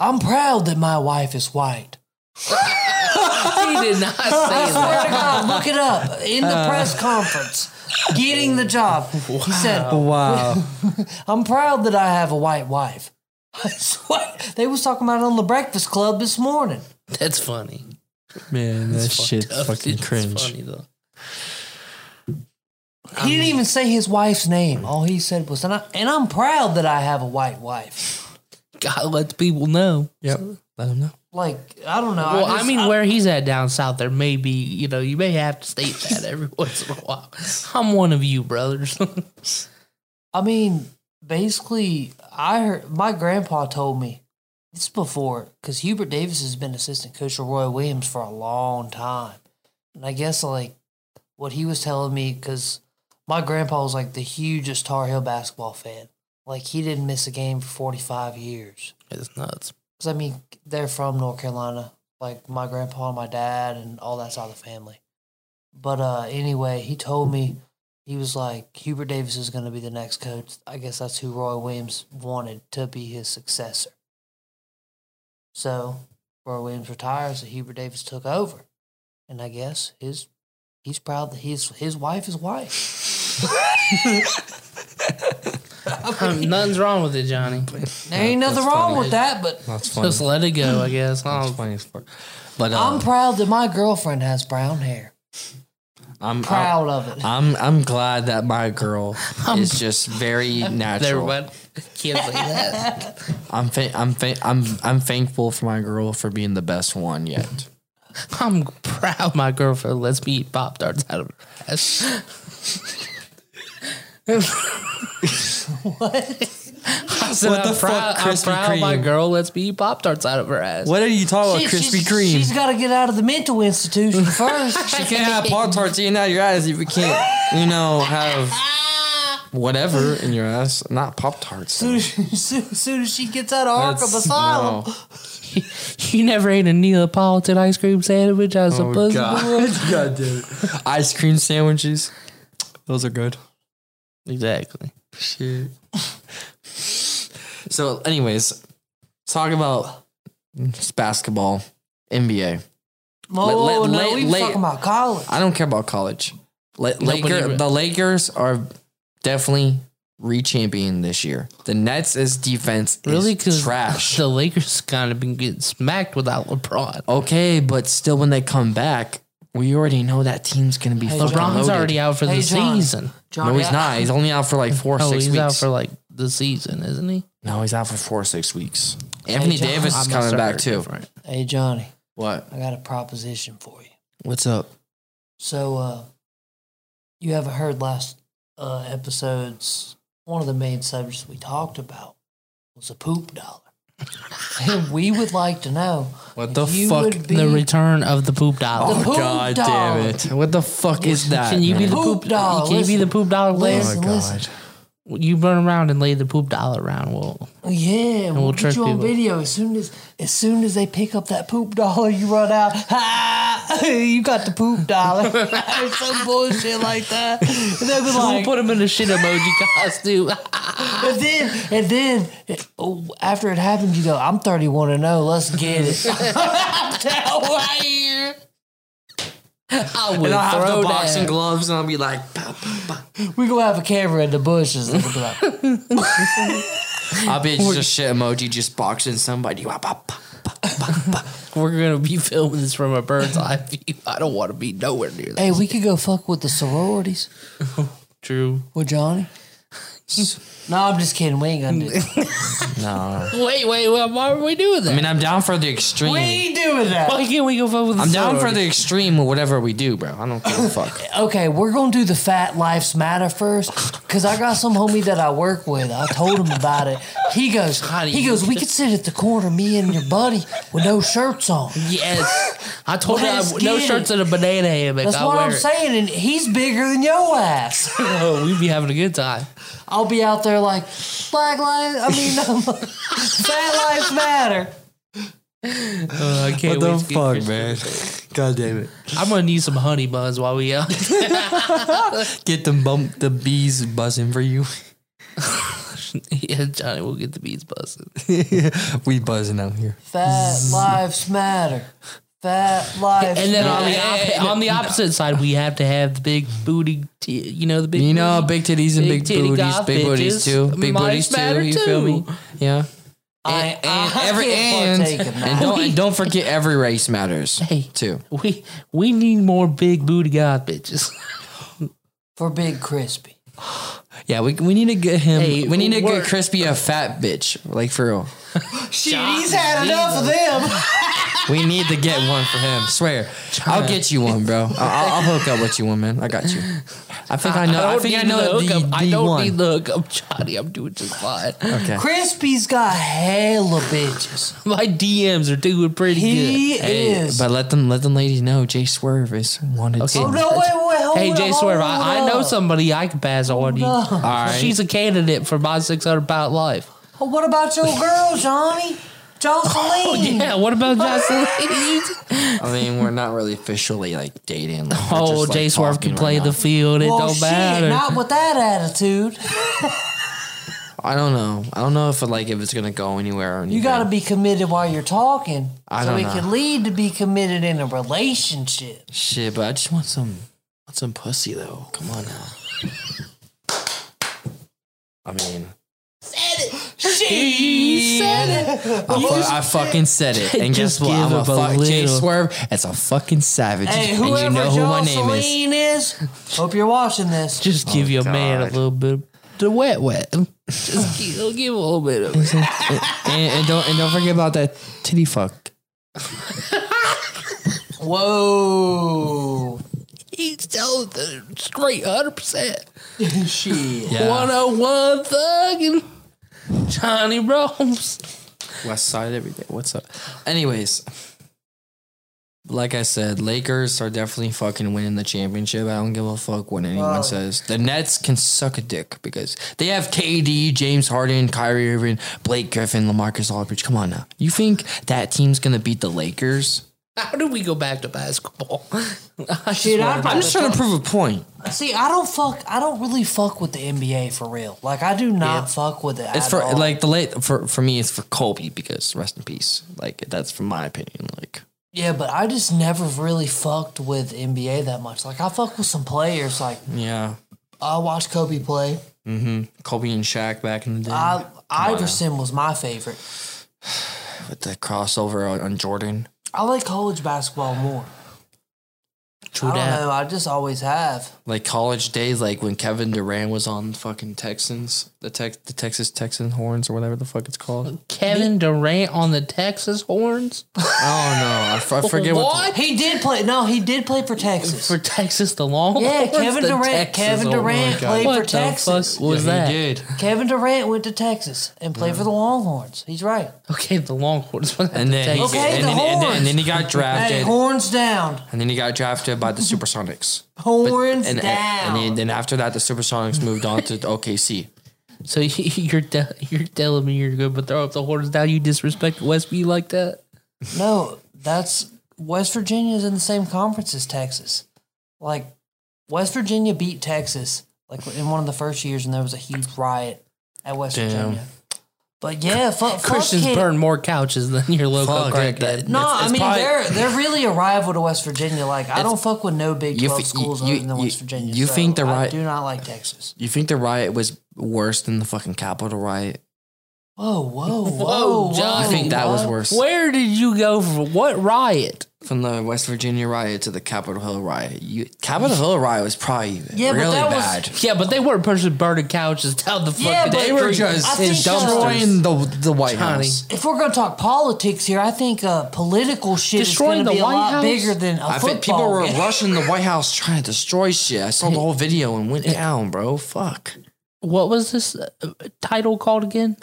Speaker 2: I'm proud that my wife is white.
Speaker 1: he did not say that.
Speaker 2: Swear to God, look it up in the
Speaker 3: Uh.
Speaker 2: press conference. Getting the job, he said,
Speaker 3: Wow.
Speaker 2: "I'm proud that I have a white wife." I swear, they was talking about it on the Breakfast Club this morning.
Speaker 1: That's funny.
Speaker 3: Man, that
Speaker 1: Fucked
Speaker 3: shit's
Speaker 1: up.
Speaker 3: fucking
Speaker 1: It's
Speaker 3: cringe.
Speaker 1: funny, though.
Speaker 2: He didn't even say his wife's name. All he said was, and, I, and I'm proud that I have a white wife.
Speaker 1: Gotta let the people know.
Speaker 3: Yep. Let them know.
Speaker 2: Like, I don't know.
Speaker 1: Well, I,
Speaker 2: just-
Speaker 1: mean, where he's at down south, there may be, you know, you may have to state that every once in a while. I'm one of you, brothers.
Speaker 2: I mean, basically, I heard my grandpa told me it's before because Hubert Davis has been assistant coach of Roy Williams for a long time, and I guess like what he was telling me because my grandpa was like the hugest Tar Heel basketball fan. Like he didn't miss a game for forty five years.
Speaker 1: it's nuts.
Speaker 2: Because I mean, they're from North Carolina, like my grandpa and my dad and all that side of the family. But uh, anyway, he told me he was like Hubert Davis is going to be the next coach. I guess that's who Roy Williams wanted to be his successor. So Roy Williams retires, and Hubert Davis took over, and I guess his he's proud that his his wife is white.
Speaker 1: Um, nothing's wrong with it, Johnny.
Speaker 2: There ain't nothing wrong with that, but
Speaker 3: That's funny.
Speaker 1: Just let it go, I guess. Oh, I
Speaker 3: That's
Speaker 1: don't-
Speaker 3: funny as fuck. But uh,
Speaker 2: I'm proud that my girlfriend has brown hair.
Speaker 3: I'm
Speaker 2: Proud of it.
Speaker 3: I'm I'm glad that my girl is just very
Speaker 1: There,
Speaker 3: natural.
Speaker 1: but can't say that.
Speaker 3: I'm fa- I'm fa- I'm I'm thankful for my girl for being the best one yet.
Speaker 1: I'm proud my girlfriend lets me eat Pop Tarts out of her ass. what? I said,
Speaker 3: What
Speaker 1: I'm
Speaker 3: the fuck,
Speaker 1: proud, I'm
Speaker 3: Krispy
Speaker 1: proud my
Speaker 3: Kreme?
Speaker 1: girl lets me eat Pop Tarts out of her ass.
Speaker 3: What are you talking
Speaker 2: Shit, she's- She's got to get out of the mental institution first.
Speaker 3: You can't have Pop Tarts eating out your ass if you can't, you know, have whatever in your ass. Not Pop Tarts.
Speaker 2: soon, as, soon, soon as she gets out of Arkham Asylum.
Speaker 1: You never ate a Neapolitan ice cream sandwich as a pussy.
Speaker 3: Oh, God damn it. Ice cream sandwiches. Those are good.
Speaker 1: Exactly.
Speaker 3: Shit. so, anyways, talk about it's basketball, NBA.
Speaker 2: Whoa,
Speaker 3: Let- let-
Speaker 2: whoa, Oh, no,
Speaker 3: let-
Speaker 2: we was
Speaker 3: let-
Speaker 2: talking about college.
Speaker 3: I don't care about college. La-
Speaker 1: Nobody
Speaker 3: Laker,
Speaker 1: re-
Speaker 3: the Lakers are definitely re-champion this year. The Nets' is defense
Speaker 1: Really?
Speaker 3: is
Speaker 1: Because
Speaker 3: trash.
Speaker 1: the Lakers kind of been getting smacked without LeBron.
Speaker 3: okay, but still, when they come back, we already know that team's gonna be fucking
Speaker 1: LeBron's
Speaker 3: loaded.
Speaker 1: already out for
Speaker 2: Hey,
Speaker 1: the
Speaker 2: John.
Speaker 1: season.
Speaker 2: Johnny,
Speaker 3: No, he's
Speaker 2: I-
Speaker 3: not. He's only out for like four,
Speaker 1: Oh,
Speaker 3: six
Speaker 1: he's
Speaker 3: weeks.
Speaker 1: out for like the season, isn't he?
Speaker 3: no, he's out for four, six weeks. Anthony
Speaker 2: John,
Speaker 3: Davis is
Speaker 1: I'm
Speaker 3: coming
Speaker 1: sorry,
Speaker 3: back too.
Speaker 1: different.
Speaker 2: Hey, Johnny,
Speaker 3: What?
Speaker 2: I got a proposition for you.
Speaker 3: What's up?
Speaker 2: So, uh, you haven't heard last uh, episode's one of the main subjects we talked about was a poop dollar. and we would like to know
Speaker 3: What
Speaker 2: if
Speaker 3: the
Speaker 2: you
Speaker 3: fuck?
Speaker 2: would be
Speaker 1: The return of the poop dollar.
Speaker 2: The poop dollar.
Speaker 3: What the fuck is that?
Speaker 1: Can you be the
Speaker 3: man?
Speaker 1: poop,
Speaker 2: Poop dollar,
Speaker 1: Can you be the
Speaker 2: listen.
Speaker 1: poop dollar?
Speaker 2: Listen,
Speaker 1: Listen.
Speaker 2: listen.
Speaker 1: You run around and lay the poop dollar around. Well,
Speaker 2: Yeah, we'll,
Speaker 1: we'll
Speaker 2: get
Speaker 1: trick
Speaker 2: you on
Speaker 1: people.
Speaker 2: video as soon as as soon as they pick up that poop dollar. You run out. Ha! You got the poop dollar. It's Some bullshit like that. And they'll be
Speaker 1: we'll
Speaker 2: like,
Speaker 1: put him in a shit emoji costume.
Speaker 2: and then and then oh, after it happens, you go, "I'm 31 and 0. Let's get it." That right here.
Speaker 1: I would
Speaker 3: And I'll have
Speaker 1: throw that.
Speaker 3: the boxing gloves and I'll be like,
Speaker 2: We gonna have a camera in the bushes. And we'll be like,
Speaker 3: I'll be just a shit emoji just boxing somebody. Wah, bah, bah, bah, bah, bah.
Speaker 1: We're gonna be filming this from a bird's eye view. I don't want to be nowhere near that.
Speaker 2: "Hey, we could go fuck with the sororities
Speaker 1: True.
Speaker 2: with Johnny." No, I'm just kidding. We ain't gonna do that.
Speaker 3: No.
Speaker 1: Wait, wait, wait. Why are we doing that?
Speaker 3: I mean, I'm down for the extreme.
Speaker 2: we ain't doing that.
Speaker 1: why can't we go vote with the
Speaker 3: I'm down for
Speaker 1: sorority?
Speaker 3: the extreme with whatever we do, bro. I don't give a fuck.
Speaker 2: Okay, we're gonna do the fat lives matter first, cause I got some homie that I work with. I told him about it. He goes,
Speaker 1: How do
Speaker 2: he
Speaker 1: you-
Speaker 2: goes, we could sit at the corner, me and your buddy, with no shirts on.
Speaker 1: Yes. I told her I,
Speaker 2: Let's
Speaker 1: no
Speaker 2: get
Speaker 1: shirts
Speaker 2: it.
Speaker 1: and a banana hammock.
Speaker 2: That's
Speaker 1: I
Speaker 2: what
Speaker 1: wear
Speaker 2: I'm
Speaker 1: it.
Speaker 2: saying, and he's bigger than your ass.
Speaker 1: Oh, we'd be having a good time.
Speaker 2: I'll be out there like black lives. I mean, fat lives matter.
Speaker 1: Uh, I can't wait to get Christmas.
Speaker 3: man? God damn it.
Speaker 1: I'm gonna need some honey buns while we out.
Speaker 3: Get them bump the bees buzzing for you.
Speaker 1: yeah, Johnny, we'll get the bees busted.
Speaker 3: we buzzing out here.
Speaker 2: Fat lives matter. Fat lives.
Speaker 1: And then on
Speaker 2: matter.
Speaker 1: the op- on the opposite side, we have to have the big booty. T- you know the big.
Speaker 3: You know,
Speaker 1: booty.
Speaker 3: big titties and
Speaker 1: Big
Speaker 3: big,
Speaker 1: titty
Speaker 3: booties,
Speaker 1: goth
Speaker 3: big booties
Speaker 1: bitches
Speaker 3: too, big
Speaker 1: might
Speaker 3: booties
Speaker 1: matter
Speaker 3: too. You feel me?
Speaker 1: too.
Speaker 3: Yeah.
Speaker 2: I-
Speaker 3: And,
Speaker 2: I
Speaker 3: and every
Speaker 2: can't
Speaker 3: and,
Speaker 2: partake in
Speaker 3: and
Speaker 2: that.
Speaker 3: don't and don't forget every race matters
Speaker 1: Hey.
Speaker 3: too.
Speaker 1: We we need more big booty god bitches.
Speaker 2: for Big Crispy.
Speaker 3: Yeah, we, we need to get him.
Speaker 1: Hey,
Speaker 3: we need to
Speaker 1: we're-
Speaker 3: get crispy a fat bitch, like for real.
Speaker 2: Shit, he's had enough of them.
Speaker 3: We need to get one for him. Swear, I'll get you one, bro. I'll, I'll hook up with you one, man. I got you. I think I, know. I,
Speaker 1: don't
Speaker 3: think I
Speaker 1: need
Speaker 3: know the,
Speaker 1: the hookup.
Speaker 3: the
Speaker 1: I don't
Speaker 3: one.
Speaker 1: need the hookup, Johnny. I'm doing just fine.
Speaker 3: okay.
Speaker 2: Crispy's got hella bitches.
Speaker 1: My DMs are doing pretty
Speaker 2: He
Speaker 1: good.
Speaker 2: is.
Speaker 3: But let them let them ladies know Jay Swerve is wanted.
Speaker 1: Okay.
Speaker 3: to-
Speaker 2: oh no, wait, wait, hold
Speaker 1: Hey,
Speaker 2: up,
Speaker 1: Jay
Speaker 2: hold
Speaker 1: Swerve, I, I
Speaker 2: up.
Speaker 1: know somebody I can pass on to you.
Speaker 2: Hold up.
Speaker 3: All right.
Speaker 1: She's a candidate for my 600 pound life.
Speaker 2: Oh, what about your girl, Johnny? Jocelyn.
Speaker 1: Yeah, what about Jocelyn?
Speaker 3: I mean, we're not really officially like dating. Like, we're
Speaker 1: oh,
Speaker 3: just, like,
Speaker 1: Jay Swerve
Speaker 3: talking
Speaker 1: can play
Speaker 3: right
Speaker 1: the
Speaker 3: now.
Speaker 1: field. It
Speaker 2: Well,
Speaker 1: don't
Speaker 2: shit,
Speaker 1: matter.
Speaker 2: not with that attitude.
Speaker 3: I don't know. I don't know if like if it's gonna go anywhere. Or
Speaker 2: You
Speaker 3: anything.
Speaker 2: got to be committed while you're talking,
Speaker 3: I
Speaker 2: so
Speaker 3: don't
Speaker 2: it
Speaker 3: know.
Speaker 2: can lead to be committed in a relationship.
Speaker 3: shit, but I just want some want some pussy though. Come on now. I mean,
Speaker 1: He said it.
Speaker 3: I, fu- I fucking said it, and
Speaker 1: Just
Speaker 3: guess what?
Speaker 1: give
Speaker 3: I'm a
Speaker 1: up a
Speaker 3: fuck Jay
Speaker 1: little.
Speaker 3: Swerve. It's a fucking savage,
Speaker 2: Hey,
Speaker 3: and
Speaker 2: whoever
Speaker 3: you know who my name is.
Speaker 2: Jocelyn is. hope you're watching this.
Speaker 1: Just give your man a
Speaker 3: Oh, God.
Speaker 1: little bit of the wet wet. Just give, give him a little bit of it.
Speaker 3: And, and don't and don't forget about that titty fuck.
Speaker 2: Whoa,
Speaker 1: He's telling the straight 100%.
Speaker 2: shit.
Speaker 3: Yeah.
Speaker 1: 101 thugging. Johnny Rome's.
Speaker 3: West Side every day. What's up? Anyways, like I said, Lakers are definitely fucking winning the championship. I don't give a fuck what anyone
Speaker 2: Wow.
Speaker 3: says. The Nets can suck a dick because they have KD, James Harden, Kyrie Irving, Blake Griffin, LaMarcus Aldridge. Come on now. You think that team's going to beat the Lakers?
Speaker 1: How do we go back to basketball? I just
Speaker 2: Shit,
Speaker 1: wanna-
Speaker 2: I'd
Speaker 3: I'm just trying to prove a point.
Speaker 2: See, I don't fuck. I don't really fuck with the NBA for real. Like, I do not fuck with it.
Speaker 3: It's
Speaker 2: at
Speaker 3: for
Speaker 2: all.
Speaker 3: like the late for for me it's for Kobe because rest in peace. Like that's from my opinion like
Speaker 2: yeah, but I just never really fucked with NBA that much. Like, I fuck with some players. Like,
Speaker 3: yeah.
Speaker 2: I watched Kobe play.
Speaker 3: Mhm. Kobe and Shaq back in the day.
Speaker 2: I Iverson was my favorite.
Speaker 3: with the crossover on, on Jordan.
Speaker 2: I like college basketball more.
Speaker 1: True
Speaker 2: I don't
Speaker 1: that.
Speaker 2: know. I just always have.
Speaker 3: Like college days, like when Kevin Durant was on fucking Texans, the Tex, the Texas Texan Horns or whatever the fuck it's called.
Speaker 1: Kevin Durant on the Texas Horns
Speaker 3: I don't know. I, f- I forget what. the-
Speaker 1: What?
Speaker 2: He did play. No, he did play for Texas.
Speaker 1: for Texas the Longhorns.
Speaker 2: yeah, Kevin
Speaker 1: the
Speaker 2: Durant.
Speaker 1: Texas-
Speaker 2: Kevin
Speaker 3: oh my
Speaker 2: Durant
Speaker 3: God.
Speaker 2: played
Speaker 1: What
Speaker 2: for
Speaker 1: the
Speaker 2: Texas.
Speaker 1: fuck was
Speaker 3: Yeah,
Speaker 1: that?
Speaker 3: He did.
Speaker 2: Kevin Durant went to Texas and played for the Longhorns. He's right.
Speaker 1: Okay, the Longhorns. What
Speaker 3: And then, he,
Speaker 1: Texas.
Speaker 2: Okay,
Speaker 3: and,
Speaker 2: the
Speaker 3: then, and, then,
Speaker 2: Horns.
Speaker 3: and then he got
Speaker 2: Hey,
Speaker 3: drafted.
Speaker 2: horns down.
Speaker 3: and then he got drafted by the Supersonics. But-
Speaker 2: Horns
Speaker 3: and, and-
Speaker 2: down.
Speaker 3: And, then- then after that, the Supersonics moved on to OKC.
Speaker 1: so you're te- you're telling me you're good, but throw up the horns now. You disrespect Westby like that?
Speaker 2: no, that's West Virginia's in the same conference as Texas. Like West Virginia beat Texas like in one of the first years, and there was a huge riot at West
Speaker 3: Damn.
Speaker 2: Virginia. But yeah, fu- fuck
Speaker 1: Christians
Speaker 2: Kid-
Speaker 1: burn more couches than your local
Speaker 3: Fuck,
Speaker 1: crackhead.
Speaker 3: that-
Speaker 2: No,
Speaker 3: It's-
Speaker 2: I
Speaker 3: it's
Speaker 2: mean
Speaker 3: probably-
Speaker 2: they're they're really a rival to West Virginia. Like I don't fuck with no Big
Speaker 3: you
Speaker 2: Twelve
Speaker 3: thi-
Speaker 2: schools
Speaker 3: you-
Speaker 2: other than
Speaker 3: you-
Speaker 2: West Virginia.
Speaker 3: you
Speaker 2: so
Speaker 3: think the
Speaker 2: I
Speaker 3: right-
Speaker 2: do not like Texas.
Speaker 3: You think the riot was worse than the fucking Capitol riot?
Speaker 2: Whoa, whoa, whoa, whoa!
Speaker 1: Johnny.
Speaker 3: I think that was
Speaker 2: whoa.
Speaker 3: worse.
Speaker 1: Where did you go for what riot?
Speaker 3: from the West Virginia riot to the Capitol Hill riot. You, Capitol Hill riot was probably
Speaker 2: Yeah, but
Speaker 3: really
Speaker 2: that was-
Speaker 3: bad.
Speaker 1: Yeah, but they weren't pushing burning couches down the fucking.
Speaker 2: Yeah, but
Speaker 3: they were
Speaker 2: I
Speaker 3: just
Speaker 2: think,
Speaker 3: destroying the the White
Speaker 1: Johnny.
Speaker 3: House.
Speaker 2: If we're gonna talk politics here, I think uh, political shit
Speaker 1: Destroying
Speaker 2: is gonna
Speaker 1: the
Speaker 2: be a
Speaker 1: White
Speaker 2: lot
Speaker 1: House?
Speaker 2: bigger than a
Speaker 3: I
Speaker 2: football.
Speaker 3: think people were
Speaker 2: game.
Speaker 3: rushing the White House trying to destroy shit. I saw the whole video and went down, bro. Fuck.
Speaker 1: What was this uh, title called again?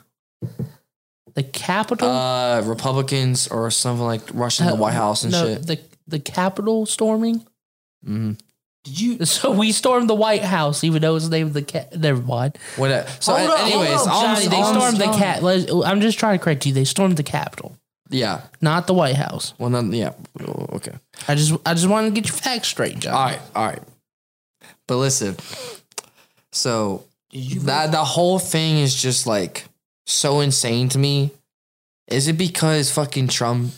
Speaker 1: The Capitol.
Speaker 3: Uh, Republicans or something like rushing the
Speaker 2: Uh,
Speaker 3: White House and
Speaker 1: no,
Speaker 3: shit. Mm-hmm.
Speaker 1: The the Capitol storming.
Speaker 2: Did you?
Speaker 1: So we stormed the White House, even though it's named the cat. Never mind.
Speaker 3: Whatever. uh, So,
Speaker 2: Hold up, hold
Speaker 3: anyways,
Speaker 2: up,
Speaker 3: all I'm-
Speaker 2: Johnny,
Speaker 1: They
Speaker 3: all I'm-
Speaker 1: stormed the
Speaker 2: storming.
Speaker 1: cat. let- I'm just trying to correct you. They stormed the Capitol,
Speaker 3: Yeah.
Speaker 1: not the White House.
Speaker 3: Well, then, yeah. Oh, Okay.
Speaker 1: I just I just wanted to get your facts straight, John.
Speaker 3: All right. All right. But listen. So
Speaker 2: Did you?
Speaker 3: that the whole thing is just like so insane to me. Is it because fucking Trump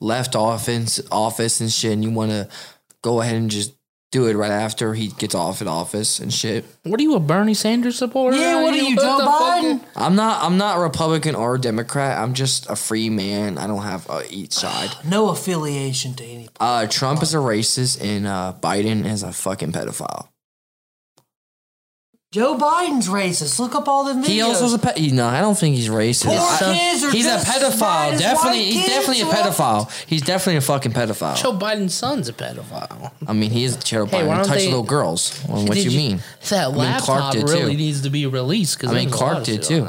Speaker 3: left office office and shit, and you want to go ahead and just do it right after he gets off in office and shit?
Speaker 1: What are you a Bernie Sanders supporter?
Speaker 2: yeah. What are you, Joe
Speaker 1: the
Speaker 2: Biden?
Speaker 1: fuck-
Speaker 3: I'm not. I'm not Republican or Democrat. I'm just a free man. I don't have uh, each side.
Speaker 2: No affiliation to any.
Speaker 3: Uh, Trump is a racist, and uh, Biden is a fucking pedophile.
Speaker 2: Joe Biden's racist. Look up all the videos.
Speaker 3: He also is a pe- he- no. I don't think he's racist.
Speaker 2: Poor
Speaker 3: I-
Speaker 2: kids are
Speaker 3: he's a
Speaker 2: just as bad
Speaker 3: pedophile.
Speaker 2: as
Speaker 3: Definitely,
Speaker 2: white
Speaker 3: he's
Speaker 2: kids,
Speaker 3: definitely a
Speaker 2: so what?
Speaker 3: pedophile. He's definitely a fucking pedophile.
Speaker 1: Joe Biden's son's a pedophile.
Speaker 3: I mean, he is a terrible.
Speaker 1: Hey, why
Speaker 3: and
Speaker 1: don't
Speaker 3: touch
Speaker 1: they-
Speaker 3: little girls. Well, what
Speaker 1: Did
Speaker 3: you mean?
Speaker 1: That
Speaker 3: mean, Clark
Speaker 1: laptop
Speaker 3: did,
Speaker 1: really
Speaker 3: too.
Speaker 1: needs to be released because
Speaker 3: I mean, Clark did too.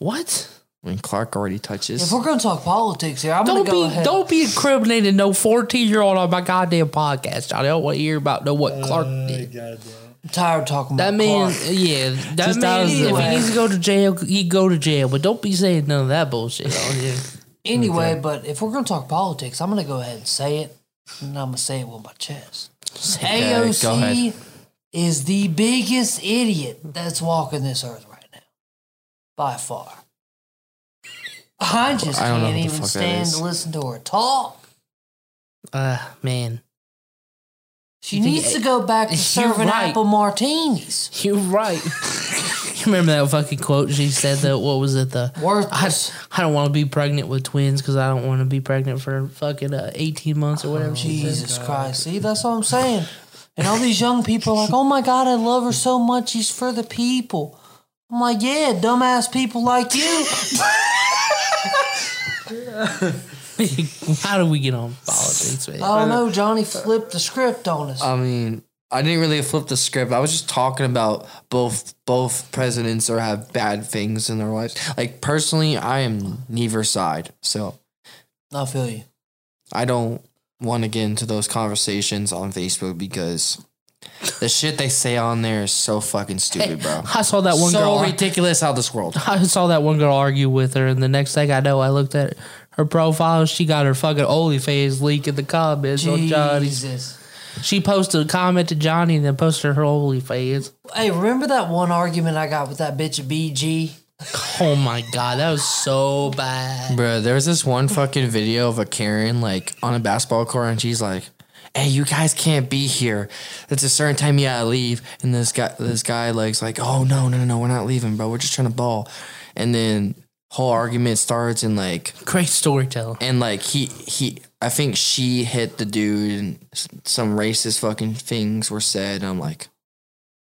Speaker 1: What?
Speaker 3: I mean, Clark already touches.
Speaker 2: If we're gonna talk politics here, I'm
Speaker 1: Don't
Speaker 2: gonna go
Speaker 1: be
Speaker 2: ahead.
Speaker 1: don't be incriminating no fourteen year old on my goddamn podcast. Johnny. I don't want to hear about no what Clark did.
Speaker 2: I'm tired of talking
Speaker 1: That
Speaker 2: about
Speaker 1: means
Speaker 2: Uh, Clark.
Speaker 1: yeah. That
Speaker 3: Just out of
Speaker 1: means if
Speaker 2: the-
Speaker 1: he needs to go to jail, he go to jail. But don't be saying none of that bullshit on here.
Speaker 2: Anyway, but if we're gonna talk politics, I'm gonna go ahead and say it, and I'm gonna say it with my chest.
Speaker 3: it, go
Speaker 2: AOC is the biggest idiot that's walking this earth right now, by far. I just
Speaker 3: I don't know
Speaker 2: can't
Speaker 3: who the
Speaker 2: even
Speaker 3: fuck that
Speaker 2: stand
Speaker 3: is.
Speaker 2: to listen to her talk.
Speaker 1: Uh man,
Speaker 2: She
Speaker 1: You think
Speaker 2: needs
Speaker 1: A-
Speaker 2: to go back to
Speaker 1: You're
Speaker 2: serving
Speaker 1: right.
Speaker 2: apple martinis.
Speaker 1: you're right. you remember that fucking quote she said that what was it the I,
Speaker 2: Worthless.
Speaker 1: I don't want to be pregnant with twins because I don't want to be pregnant for fucking uh, 18 months or whatever. she said.
Speaker 2: Jesus Christ. See, that's what I'm saying. And all these young people are like, oh my God, I love her so much. She's for the people. I'm like, yeah, dumbass people like you.
Speaker 1: How do we get on politics, man?
Speaker 2: I don't know. Johnny flipped the script on us.
Speaker 1: Uh,
Speaker 3: I mean, I didn't really flip the script. I was just talking about both both presidents or have bad things in their lives. Like personally, I am neither side, so
Speaker 2: I feel you.
Speaker 3: I don't want to get into those conversations on Facebook because the shit they say on there is so fucking stupid, bro.
Speaker 1: I saw that one
Speaker 3: so
Speaker 1: girl.
Speaker 3: ridiculous out of this world.
Speaker 1: I saw that one girl argue with her, and the next thing I know, I looked at her profile. She got her fucking OnlyFans leak in the comments on Johnny's.
Speaker 2: Jesus.
Speaker 1: She posted a comment to Johnny and then posted her OnlyFans.
Speaker 2: Hey, remember that one argument I got with that bitch at BG?
Speaker 1: Oh my god, that was so bad.
Speaker 3: Bro, there was this one fucking video of a Karen like on a basketball court, and she's like, "Hey, you guys can't be here. It's a certain time you gotta leave." And this guy, this guy, like's like, "Oh no, no, no, no, we're not leaving, bro. We're just trying to ball." And then whole argument starts, and like,
Speaker 1: Great storytelling.
Speaker 3: and like he he, I think she hit the dude, and s- some racist fucking things were said. And I'm like,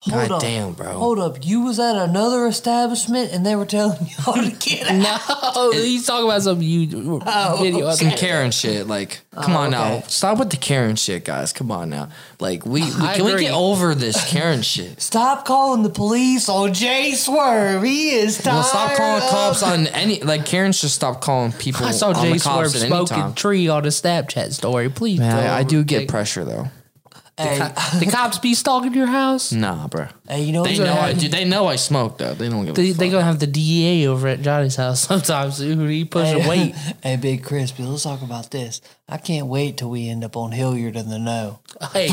Speaker 2: Hold
Speaker 3: God
Speaker 2: up.
Speaker 3: damn, bro.
Speaker 2: Hold up. You was at another establishment and they were telling y'all to get out.
Speaker 1: No, he's talking about some you video.
Speaker 3: some Karen shit. Like, come
Speaker 2: Oh,
Speaker 3: on now, stop with the Karen shit, guys. Come on now. Like, we, we
Speaker 1: I
Speaker 3: can we
Speaker 1: agree.
Speaker 3: get over this Karen shit?
Speaker 2: Stop calling the police on Jay Swerve. He is tired.
Speaker 3: Well, stop calling
Speaker 2: of-
Speaker 3: cops on any. Like, Karen should stop calling people.
Speaker 1: I saw
Speaker 3: on the
Speaker 1: Jay Swerve
Speaker 3: cops at any
Speaker 1: smoking
Speaker 3: time.
Speaker 1: tree on a Snapchat story. Please,
Speaker 3: Man,
Speaker 1: go
Speaker 3: I, I do
Speaker 1: over-
Speaker 3: get pressure though.
Speaker 2: Hey, uh,
Speaker 1: the cops be stalking your house.
Speaker 3: Nah, bro.
Speaker 2: hey, you know
Speaker 3: They
Speaker 2: what's
Speaker 3: know
Speaker 2: gonna
Speaker 3: I
Speaker 2: happen?
Speaker 3: do. They know I smoke though. They don't give
Speaker 1: They
Speaker 3: a fuck.
Speaker 1: they gonna have the DEA over at Johnny's house sometimes. Dude, he pushing
Speaker 2: Hey,
Speaker 1: weight.
Speaker 2: Hey, Big Crispy, let's talk about this. I can't wait till we end up on Hilliard and the No.
Speaker 1: Hey,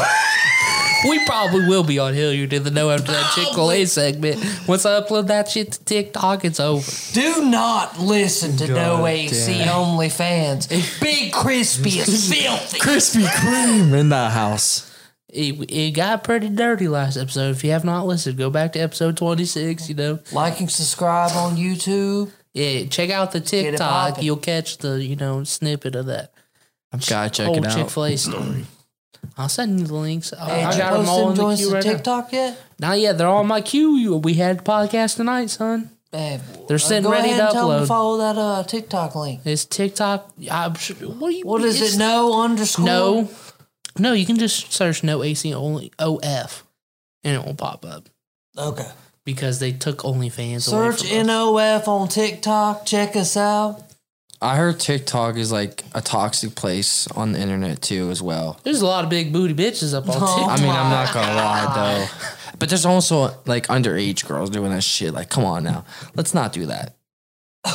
Speaker 1: we probably will be on Hilliard in the know after that Chick Fil A segment. Once I upload that shit to TikTok, it's over.
Speaker 2: Do not listen to No
Speaker 3: God
Speaker 2: AC Only Fans. Big Crispy is filthy.
Speaker 3: Krispy Kreme in the house.
Speaker 1: It, it got pretty dirty last episode. If you have not listened, go back to episode twenty six. You know,
Speaker 2: Like and subscribe on YouTube.
Speaker 1: yeah, check out the
Speaker 2: it
Speaker 1: TikTok.
Speaker 2: poppin'.
Speaker 1: You'll catch the you know snippet of that. I'm sh-
Speaker 3: Gotta check
Speaker 1: whole
Speaker 3: it out.
Speaker 1: Chick-fil-A story. I'll send you the links. I-
Speaker 2: Hey,
Speaker 1: I
Speaker 2: did you
Speaker 1: got them
Speaker 2: post
Speaker 1: all in the
Speaker 2: joints
Speaker 1: queue
Speaker 2: to
Speaker 1: right now.
Speaker 2: TikTok yet?
Speaker 1: Not yet. They're all in my queue. You- We had podcast tonight, son.
Speaker 2: Bad boy.
Speaker 1: They're sitting
Speaker 2: Go
Speaker 1: ready
Speaker 2: ahead
Speaker 1: to
Speaker 2: and tell them
Speaker 1: upload.
Speaker 2: follow that uh, TikTok link.
Speaker 1: It's TikTok. I'm sure, what do you?
Speaker 2: What is
Speaker 1: it's-
Speaker 2: it? No underscore.
Speaker 1: No, no. You can just search no AC only OF, and it will pop up
Speaker 2: Okay.
Speaker 1: because they took OnlyFans.
Speaker 2: Search
Speaker 1: away from us.
Speaker 2: NOF on TikTok. Check us out.
Speaker 3: I heard TikTok is like a toxic place on the internet too, as well.
Speaker 1: There's a lot of big booty bitches up on
Speaker 2: No.
Speaker 1: TikTok.
Speaker 3: I mean, I'm not gonna lie though, but there's also like underage girls doing that shit. Like, come on now, let's not do that.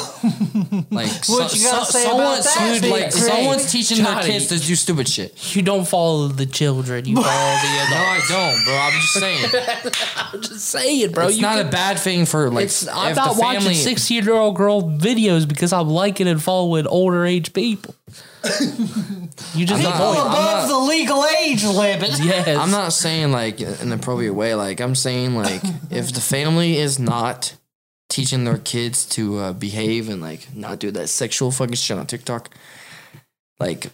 Speaker 3: like,
Speaker 2: What you gotta say about that,
Speaker 3: dude,
Speaker 2: big
Speaker 3: like
Speaker 2: prick?
Speaker 3: someone's teaching
Speaker 1: Johnny.
Speaker 3: their kids to do stupid shit.
Speaker 1: You don't follow the children. You follow the
Speaker 3: No,
Speaker 1: adults.
Speaker 3: I don't, bro. I'm just saying,
Speaker 1: I'm just saying, bro.
Speaker 3: it's
Speaker 1: you
Speaker 3: not
Speaker 1: can-
Speaker 3: a bad thing for like.
Speaker 1: It's,
Speaker 3: if
Speaker 1: I'm
Speaker 3: the
Speaker 1: not watching
Speaker 3: family-
Speaker 1: 16 year old girl videos because I'm liking and following older age people. you just
Speaker 3: I'm not-
Speaker 1: avoid.
Speaker 3: Oh, I'm
Speaker 2: Above
Speaker 3: not-
Speaker 2: the legal age limit.
Speaker 1: yes.
Speaker 3: I'm not saying like in an appropriate way. Like I'm saying like if the family is not teaching their kids to uh, behave and like not do that sexual fucking shit on TikTok, like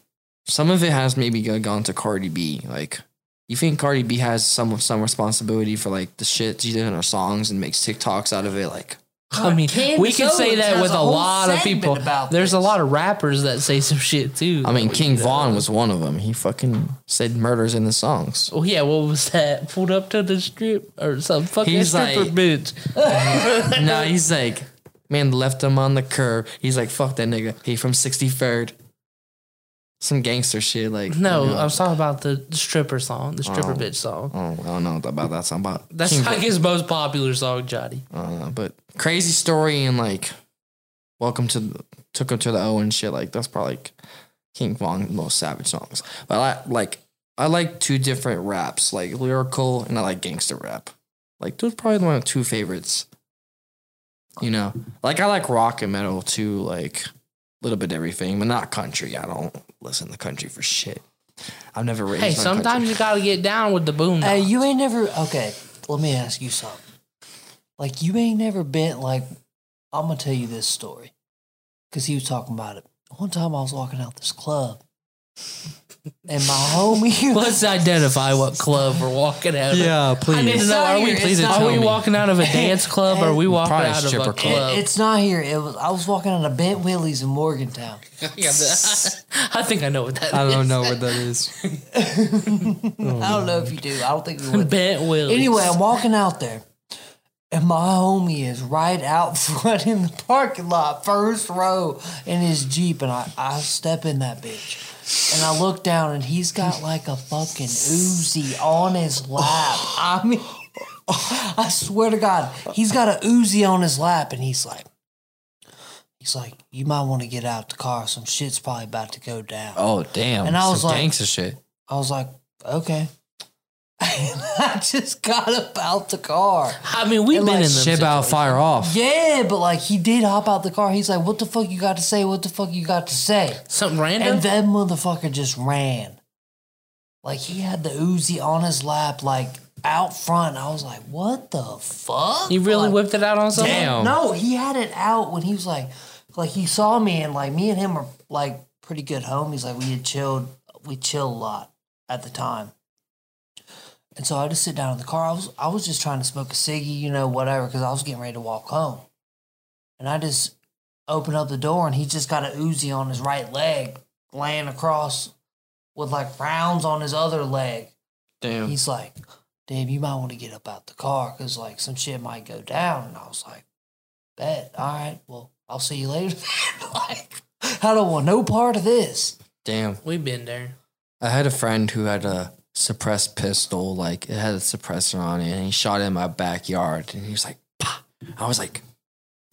Speaker 3: some of it has maybe go- gone to Cardi B. Like you think Cardi B has some some responsibility for like the shit she did in her songs and makes TikToks out of it? Like
Speaker 1: I mean,
Speaker 2: Candace
Speaker 1: we can say
Speaker 2: Owens
Speaker 1: that
Speaker 2: has
Speaker 1: with
Speaker 2: a
Speaker 1: a,
Speaker 2: whole
Speaker 1: lot of
Speaker 2: segment
Speaker 1: people.
Speaker 2: about
Speaker 1: There's a
Speaker 2: this.
Speaker 1: lot of rappers that say some shit too.
Speaker 3: I mean,
Speaker 1: that
Speaker 3: King
Speaker 1: we-
Speaker 3: Vaughn was one of them. He fucking said murders in the songs.
Speaker 1: Oh yeah, what was that? Pulled up to the strip or some fucking
Speaker 3: He's
Speaker 1: stripper
Speaker 3: like-
Speaker 1: bitch.
Speaker 3: no, he's like, man, left him on the curb. He's like, fuck that nigga. He from 63rd. Some gangster shit. Like,
Speaker 1: No, uh,
Speaker 3: you know.
Speaker 1: I was talking about the stripper song, the stripper
Speaker 3: Oh.
Speaker 1: bitch song.
Speaker 3: Oh, I don't know about that song, but
Speaker 1: That's
Speaker 3: King
Speaker 1: like his most popular song, Johnny.
Speaker 3: uh, but crazy story and like, welcome to the, took him to the O and shit. Like that's probably like King Von's most savage songs. But I like I like two different raps, like lyrical and I like gangster rap. Like those are probably my two favorites. You know, like I like rock and metal too, like a little bit everything, but not country. I don't listen to country for shit. I've never raised.
Speaker 1: Hey,
Speaker 3: on
Speaker 1: sometimes
Speaker 3: country.
Speaker 1: you gotta get down with the boom.
Speaker 2: Hey, you ain't never. Okay, let me ask you something. Like, you ain't never been like. I'm gonna tell you this story, cause he was talking about it. One time I was walking out this club, and my homie.
Speaker 1: Let's identify what club we're walking out of.
Speaker 3: yeah, please.
Speaker 1: I need to know.
Speaker 2: not
Speaker 1: Are we
Speaker 2: your- it's
Speaker 1: please?
Speaker 2: not
Speaker 1: Are we
Speaker 3: your-
Speaker 1: walking out of a dance club? Or are we walking
Speaker 3: Probably
Speaker 1: out of
Speaker 3: stripper
Speaker 1: a
Speaker 2: It-
Speaker 1: club?
Speaker 2: it's not here. It was. I was walking out of Bent Willie's in Morgantown.
Speaker 1: Yeah, but I, I think I know what that is.
Speaker 3: I don't know what that is.
Speaker 2: I don't know if you do. I don't think we would.
Speaker 1: Bet will.
Speaker 2: Anyway, I'm walking out there, and my homie is right out front in the parking lot, first row in his Jeep. And I, I step in that bitch. And I look down, and he's got like a fucking Uzi on his lap. I mean, I swear to God, he's got a Uzi on his lap, and he's like, he's like, you might want to get out the car. Some shit's probably about to go down.
Speaker 3: Oh damn!
Speaker 2: And I was
Speaker 3: Some
Speaker 2: like-
Speaker 3: gangster shit.
Speaker 2: I was like, okay. And I just got up out the car.
Speaker 1: I mean, we've
Speaker 2: And,
Speaker 1: been
Speaker 2: like,
Speaker 1: in them.
Speaker 3: Shit about fire off.
Speaker 2: Yeah, but like he did hop out the car. He's like, "What the fuck you got to say? What the fuck you got to say?"
Speaker 1: Something random.
Speaker 2: And that motherfucker just ran. Like he had the Uzi on his lap, like out front. I was like, "What the fuck?"
Speaker 1: he really
Speaker 2: Like,
Speaker 1: whipped it out on someone.
Speaker 3: Damn.
Speaker 2: No, he had it out when he was like, like he saw me and like me and him were like pretty good homies. Like we had chilled, we chilled a lot at the time. And so I just sit down in the car. I was I was just trying to smoke a ciggy, you know, whatever, because I was getting ready to walk home. And I just opened up the door, and he just got an Uzi on his right leg, laying across with like rounds on his other leg.
Speaker 3: Damn.
Speaker 2: He's like, "Damn, you might want to get up out the car because like some shit might go down." And I was like, "Bet, all right, well, I'll see you later." like, I don't want no part of this.
Speaker 3: Damn.
Speaker 1: We've been there.
Speaker 3: I had a friend who had a suppressed pistol, like it had a suppressor on it, and he shot it in my backyard, and he was like, "Pah!" I was like,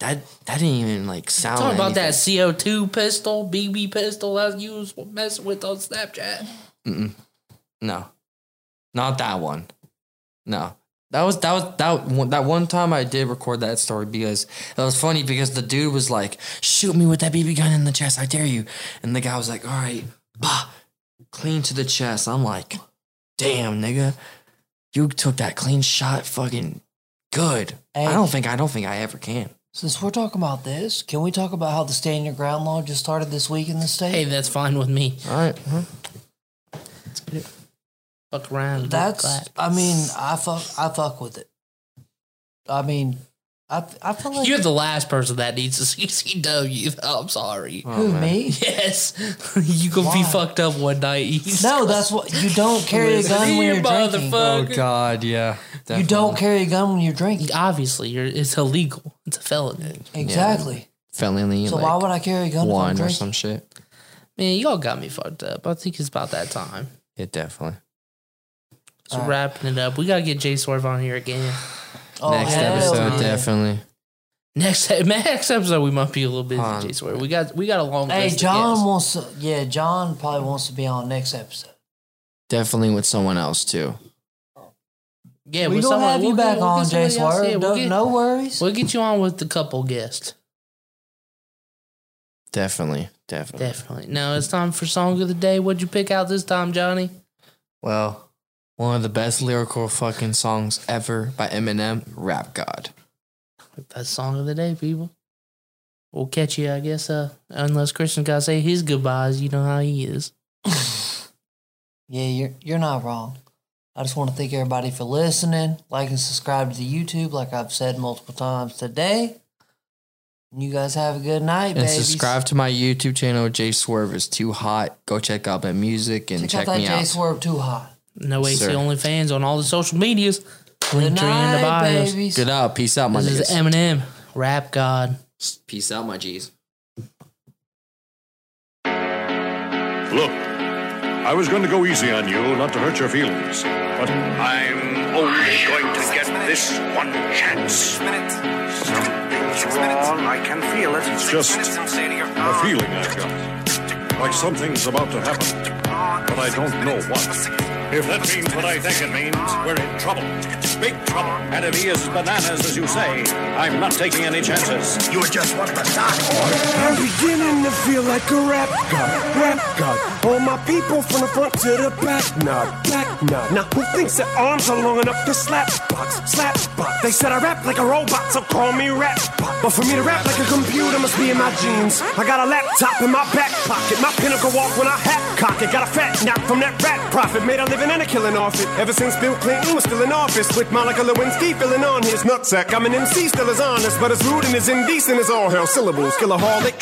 Speaker 3: that that didn't even like sound.
Speaker 1: Talking about that
Speaker 3: anything.
Speaker 1: CO2 pistol, BB pistol that you was messing with on Snapchat.
Speaker 3: No, not that one. No, that was that was that one, that one time I did record that story because it was funny because the dude was like, "Shoot me with that BB gun in the chest, I dare you," and the guy was like, "All right, bah, clean to the chest." I'm like, "Damn, nigga, you took that clean shot, fucking good." I
Speaker 2: Hey.
Speaker 3: don't think I don't think I ever can.
Speaker 2: Since we're talking about this, can we talk about how the stand your ground law just started this week in the state?
Speaker 1: Hey, that's fine with me.
Speaker 3: All right.
Speaker 1: Fuck around.
Speaker 2: That's. I mean, I fuck. I fuck with it. I mean, I. I feel like
Speaker 1: You're the last person that needs a CCW. though. I'm sorry.
Speaker 2: who me?
Speaker 1: Yes, you gonna be
Speaker 2: Why?
Speaker 1: fucked up one night.
Speaker 2: No, that's what you don't carry a
Speaker 1: Listen
Speaker 2: gun when
Speaker 1: here,
Speaker 2: you're drinking.
Speaker 3: Oh
Speaker 1: motherfucker.
Speaker 3: God, yeah.
Speaker 2: You don't carry a gun when you're drinking.
Speaker 1: Obviously, you're, it's illegal. It's a felony.
Speaker 2: Exactly.
Speaker 3: felony.
Speaker 2: So
Speaker 3: like,
Speaker 2: why would I carry a gun when I'm
Speaker 3: one or
Speaker 2: drinking?
Speaker 3: some shit?
Speaker 1: Man, y'all got me fucked up. I think it's about that time.
Speaker 3: Yeah, definitely.
Speaker 1: So
Speaker 2: Alright.
Speaker 1: wrapping it up, we gotta get Jay Swerve on here again.
Speaker 2: Oh,
Speaker 3: Next
Speaker 2: hell
Speaker 3: episode,
Speaker 2: yeah.
Speaker 3: definitely.
Speaker 1: Next next episode, we might be a little busy.
Speaker 3: Huh.
Speaker 1: Jay Swerve, we got we got a long.
Speaker 2: Hey,
Speaker 1: list of
Speaker 2: John
Speaker 1: guests.
Speaker 2: wants to, yeah, John probably wants to be on next episode.
Speaker 3: Definitely with someone else too.
Speaker 1: Yeah,
Speaker 2: We're
Speaker 1: with
Speaker 2: going to
Speaker 1: someone-
Speaker 2: have you
Speaker 1: we'll get-
Speaker 2: back
Speaker 1: we'll get
Speaker 2: on,
Speaker 1: somebody
Speaker 2: Jay
Speaker 1: else.
Speaker 2: Swerve.
Speaker 1: Yeah, we'll
Speaker 2: Don't-
Speaker 1: get-
Speaker 2: no worries.
Speaker 1: We'll get you on with the couple guests.
Speaker 3: Definitely, definitely.
Speaker 1: Definitely. Now it's time for song of the day. What'd you pick out this time, Johnny?
Speaker 3: Well, one of the best lyrical fucking songs ever by Eminem, Rap God.
Speaker 1: That's song of the day, people. We'll catch you, I guess. Uh, unless Christian gotta say his goodbyes, you know how he is.
Speaker 2: Yeah, you're you're not wrong. I just want to thank everybody for listening, like and subscribe to the YouTube, like I've said multiple times today. You guys have a good night,
Speaker 3: And
Speaker 2: babies.
Speaker 3: subscribe to my YouTube channel, Jay Swerve is too hot. Go check out my music and
Speaker 2: Check,
Speaker 3: check,
Speaker 2: out that
Speaker 3: me
Speaker 2: Jay
Speaker 3: out.
Speaker 2: Swerve too hot.
Speaker 1: No AC
Speaker 3: Sir.
Speaker 1: OnlyFans on all the social medias. Link
Speaker 2: Good
Speaker 1: tree in the
Speaker 2: night,
Speaker 1: bios.
Speaker 2: babies.
Speaker 3: Good out. Peace out, my
Speaker 1: This is
Speaker 3: niggas.
Speaker 1: Eminem, Rap God.
Speaker 3: Peace out, my G's.
Speaker 6: Look, I was going to go easy on you, not to hurt your feelings, but I'm only going to get this one chance.
Speaker 5: Something's
Speaker 6: wrong,
Speaker 5: I can feel it.
Speaker 6: It's just a feeling I've got, like something's about to happen, but I don't know what. If that means what I think it means, we're in trouble. Big trouble. And if he is bananas, as you say, I'm not taking any chances.
Speaker 5: You're just one banana.
Speaker 7: I'm beginning to feel like a rap god, rap god. All my people from the front to the back, nah, back, nah. Now who thinks their arms are long enough to slap box, slap box? They said I rap like a robot, so call me rap bot. But for me to rap like a computer must be in my jeans. I got a laptop in my back pocket, my pinnacle walk when I hat cock it. Got a fat knock from that rat profit, made a living and a killing off it. Ever since Bill Clinton was still in office, with Monica Lewinsky filling on his nutsack. I'm an MC still as honest, but as rude and as indecent as all hell syllables. Killaholic,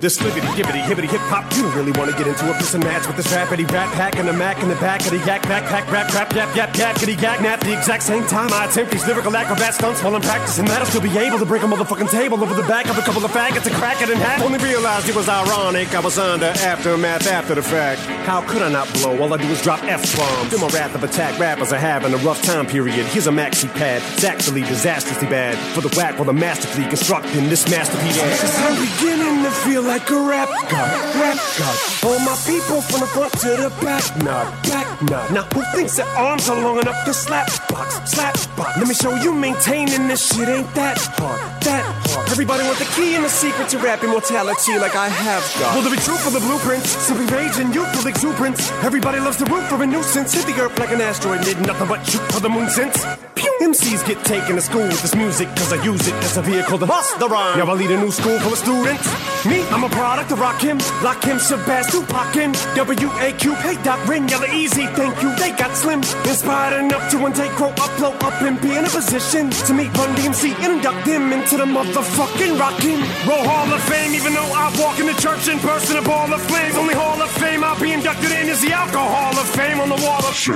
Speaker 7: this libbity, gibbity, hibbity, hip hop. You don't really want to get into a piss and match with this rapity rap hack and the mac in the back of the yak backpack rap rap yap yap yap giddy yak nap. The exact same time I attempt these lyrical acrobat stunts while I'm practicing that, I'll still be able to break a motherfucking table over the back of a couple of faggots and crack it in half. Only realized it was ironic. I was under aftermath after the fact. How could I not blow? All I do is drop f bombs. Do my wrath of attack. Rappers are having a rough time period. Here's a maxi pad. It's actually disastrously bad for the whack while I'm masterfully constructing this masterpiece. I'm beginning to feel like a rap god, rap god. All my people from the front to the back, nah, back, nah. Now who thinks their arms are long enough to slap box, slap box? Let me show you maintaining this shit ain't that hard, that hard. Everybody want the key and the secret to rap immortality like I have got. Will there be truth for the blueprints? Simply rage and youthful exuberance. Everybody loves to root for a nuisance. Hit the earth like an asteroid, did nothing but shoot for the moon since. Pew! MCs get taken to school with this music cause I use it as a vehicle to bust the rhyme. Now I lead a new school full of students. Me, I'm a product of Rock Him, Lock Him, Shabazz, Tupac, and WAQ, Hey Doc, Ren, Yellow Easy, thank you, they got slim. Inspired enough to one day grow up, blow up, and be in a position to meet Run DMC and induct them into the motherfucking Rockin' Roll Hall of Fame, even though I walk in the church in person, a ball of flames. Only Hall of Fame I'll be inducted in is the Alcohol of Fame on the wall of shame.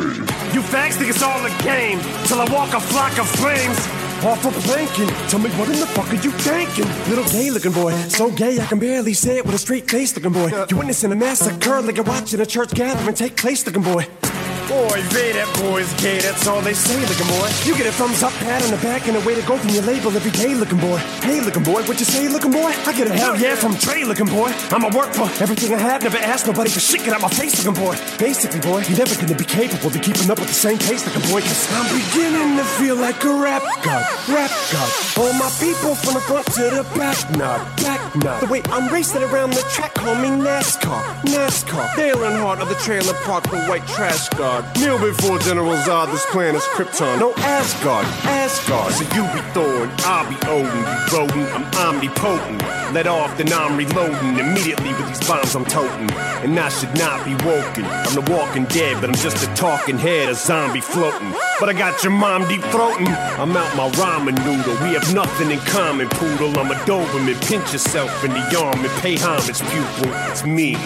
Speaker 7: You fags think it's all a game till I walk a flock of flames. Off a planking. Tell me what in the fuck are you thinking? Little gay looking boy. So gay I can barely say it with a straight face looking boy. You witnessing a massacre like you're watching a church gathering take place looking boy. Boy, they that boy's gay, that's all they say looking boy. You get a thumbs up pat on the back and a way to go from your label every day looking boy. Hey looking boy, what you say looking boy? I get a hell yeah from Trey looking boy. I'ma work for everything I have, never ask nobody for shit, get out my face looking boy. Basically boy, you're never gonna be capable of keeping up with the same pace looking boy. Cause I'm beginning to feel like a rap god, rap god. All my people from the front to the back, nah, back, nah. The way I'm racing around the track, call me NASCAR, NASCAR. Dale Earnhardt of the trailer park, the white trash god. Asgard. Kneel before General Zod, this plan is Krypton. No Asgard, Asgard. So you be Thor and I'll be Odin. Be rodent, I'm omnipotent. Let off, then I'm reloading. Immediately with these bombs I'm toting. And I should not be woken. I'm the walking dead, but I'm just a talking head, a zombie floating. But I got your mom deep throating. I'm out my ramen noodle. We have nothing in common, poodle. I'm a Doberman. Pinch yourself in the arm and pay homage, pupil. It's me.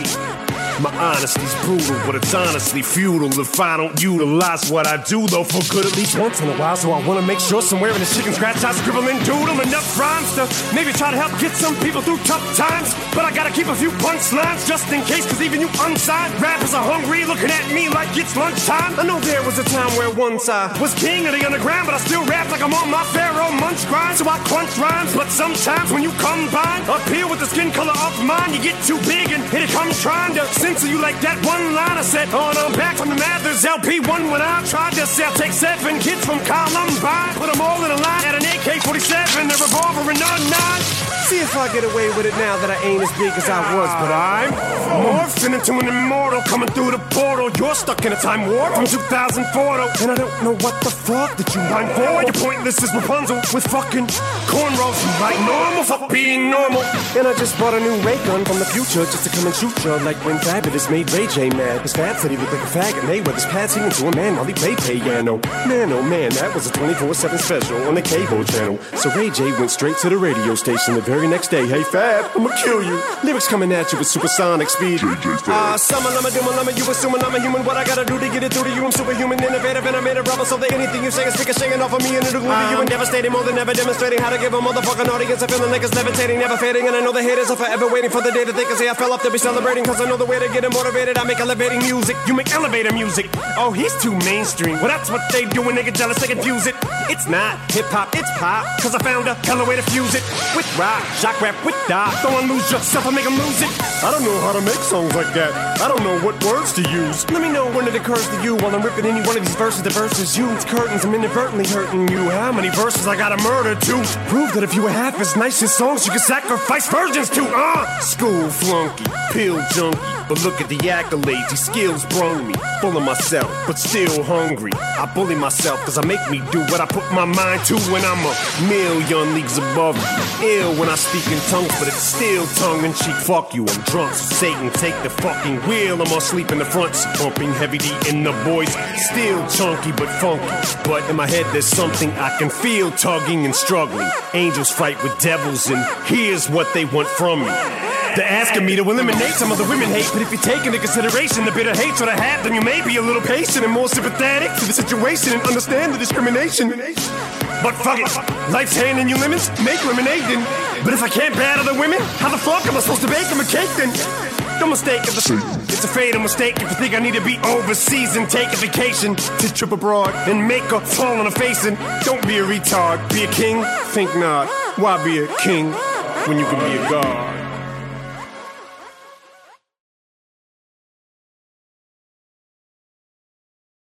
Speaker 7: My honesty's brutal, but it's honestly futile if I don't utilize what I do, though, for good at least once in a while. So I wanna make sure somewhere in this chicken scratch I scribble and doodle enough rhymes to maybe try to help get some people through tough times. But I gotta keep a few punchlines just in case, cause even you unsigned rappers are hungry looking at me like it's lunchtime. I know there was a time where once I was king of the underground, but I still rap like I'm on my Pharaoh Munch grind. So I crunch rhymes, but sometimes when you combine up here with the skin color of mine, you get too big and here it comes trying to censor you like that one line I said. On I'm back from the Mathers LP1 when I tried to sell. Take seven kids from Columbine, put them all in a line at an AK 47, a revolver, and a nine. See if I get away with it now that I ain't as big as I was, but I'm morphing into an immortal coming through the portal. You're stuck in a time warp from 2004, though, and I don't know what the fuck that you mind for. You're pointless as Rapunzel with fucking cornrows. You like normal, fuck being normal. And I just bought a new ray gun from the future just to come and shoot you like when Fabulous made Ray J mad. His fat said he looked like a faggot. Mayweather's patsy into a man while he played piano. Man, oh man, that was a 24-7 special on the cable channel. So Ray J went straight to the radio station the very next day. Hey, Fab, I'ma kill you. Lyrics coming at you with supersonic speed. Ah, uh, summer, lama, duma, lama, you assuming I'm a human. What I gotta do to get it through to you? I'm superhuman, innovative, and I made a rubber so that anything you say is stick a singing off of me and it'll glue to you and devastating more than ever demonstrating how to give a motherfucking audience a feeling like it's levitating, never fading. And I know the haters are forever waiting for the day that they can say I fell off. They'll be celebrating cause I know the way to get them motivated. I make elevating music. You make elevator music. Oh, he's too mainstream. Well, that's what they do when they get jealous, they confuse it. It's not hip hop, it's pop. Cause I found a hella way to fuse it. With rock, shock rap, with die. Don't wanna lose yourself and make them lose it. I don't know how to make songs like that. I don't know what words to use. Let me know when it occurs to you while I'm ripping any one of these verses. The verses, you, it's curtains. I'm inadvertently hurting you. How many verses I gotta murder to prove that if you were half as nice as songs, you could sacrifice virgins to? Uh, school flunky, pill junkie. But look at the accolades, these skills brung me. Full of myself, but still hungry. I bully myself cause I make me do what I put my mind to when I'm a million leagues above you. Ill when I speak in tongues, but it's still tongue in cheek. Fuck you, I'm drunk, so Satan, take the fucking wheel. I'm all sleep in the front, seat, bumping heavy D in the voice. Still chunky, but funky. But in my head, there's something I can feel tugging and struggling. Angels fight with devils, and here's what they want from me. They're asking me to eliminate some of the women hate, but if you take into consideration the bitter hatred I have, then you may be a little patient and more sympathetic to the situation and understand the discrimination. But fuck it, life's handing you lemons, make lemonade then. But if I can't battle the women, how the fuck am I supposed to bake them a cake then? No mistake, if the, it's a fatal mistake if you think I need to be overseas and take a vacation to trip abroad and make a fall on a face and don't be a retard, be a king, think not. Why be a king when you can be a god?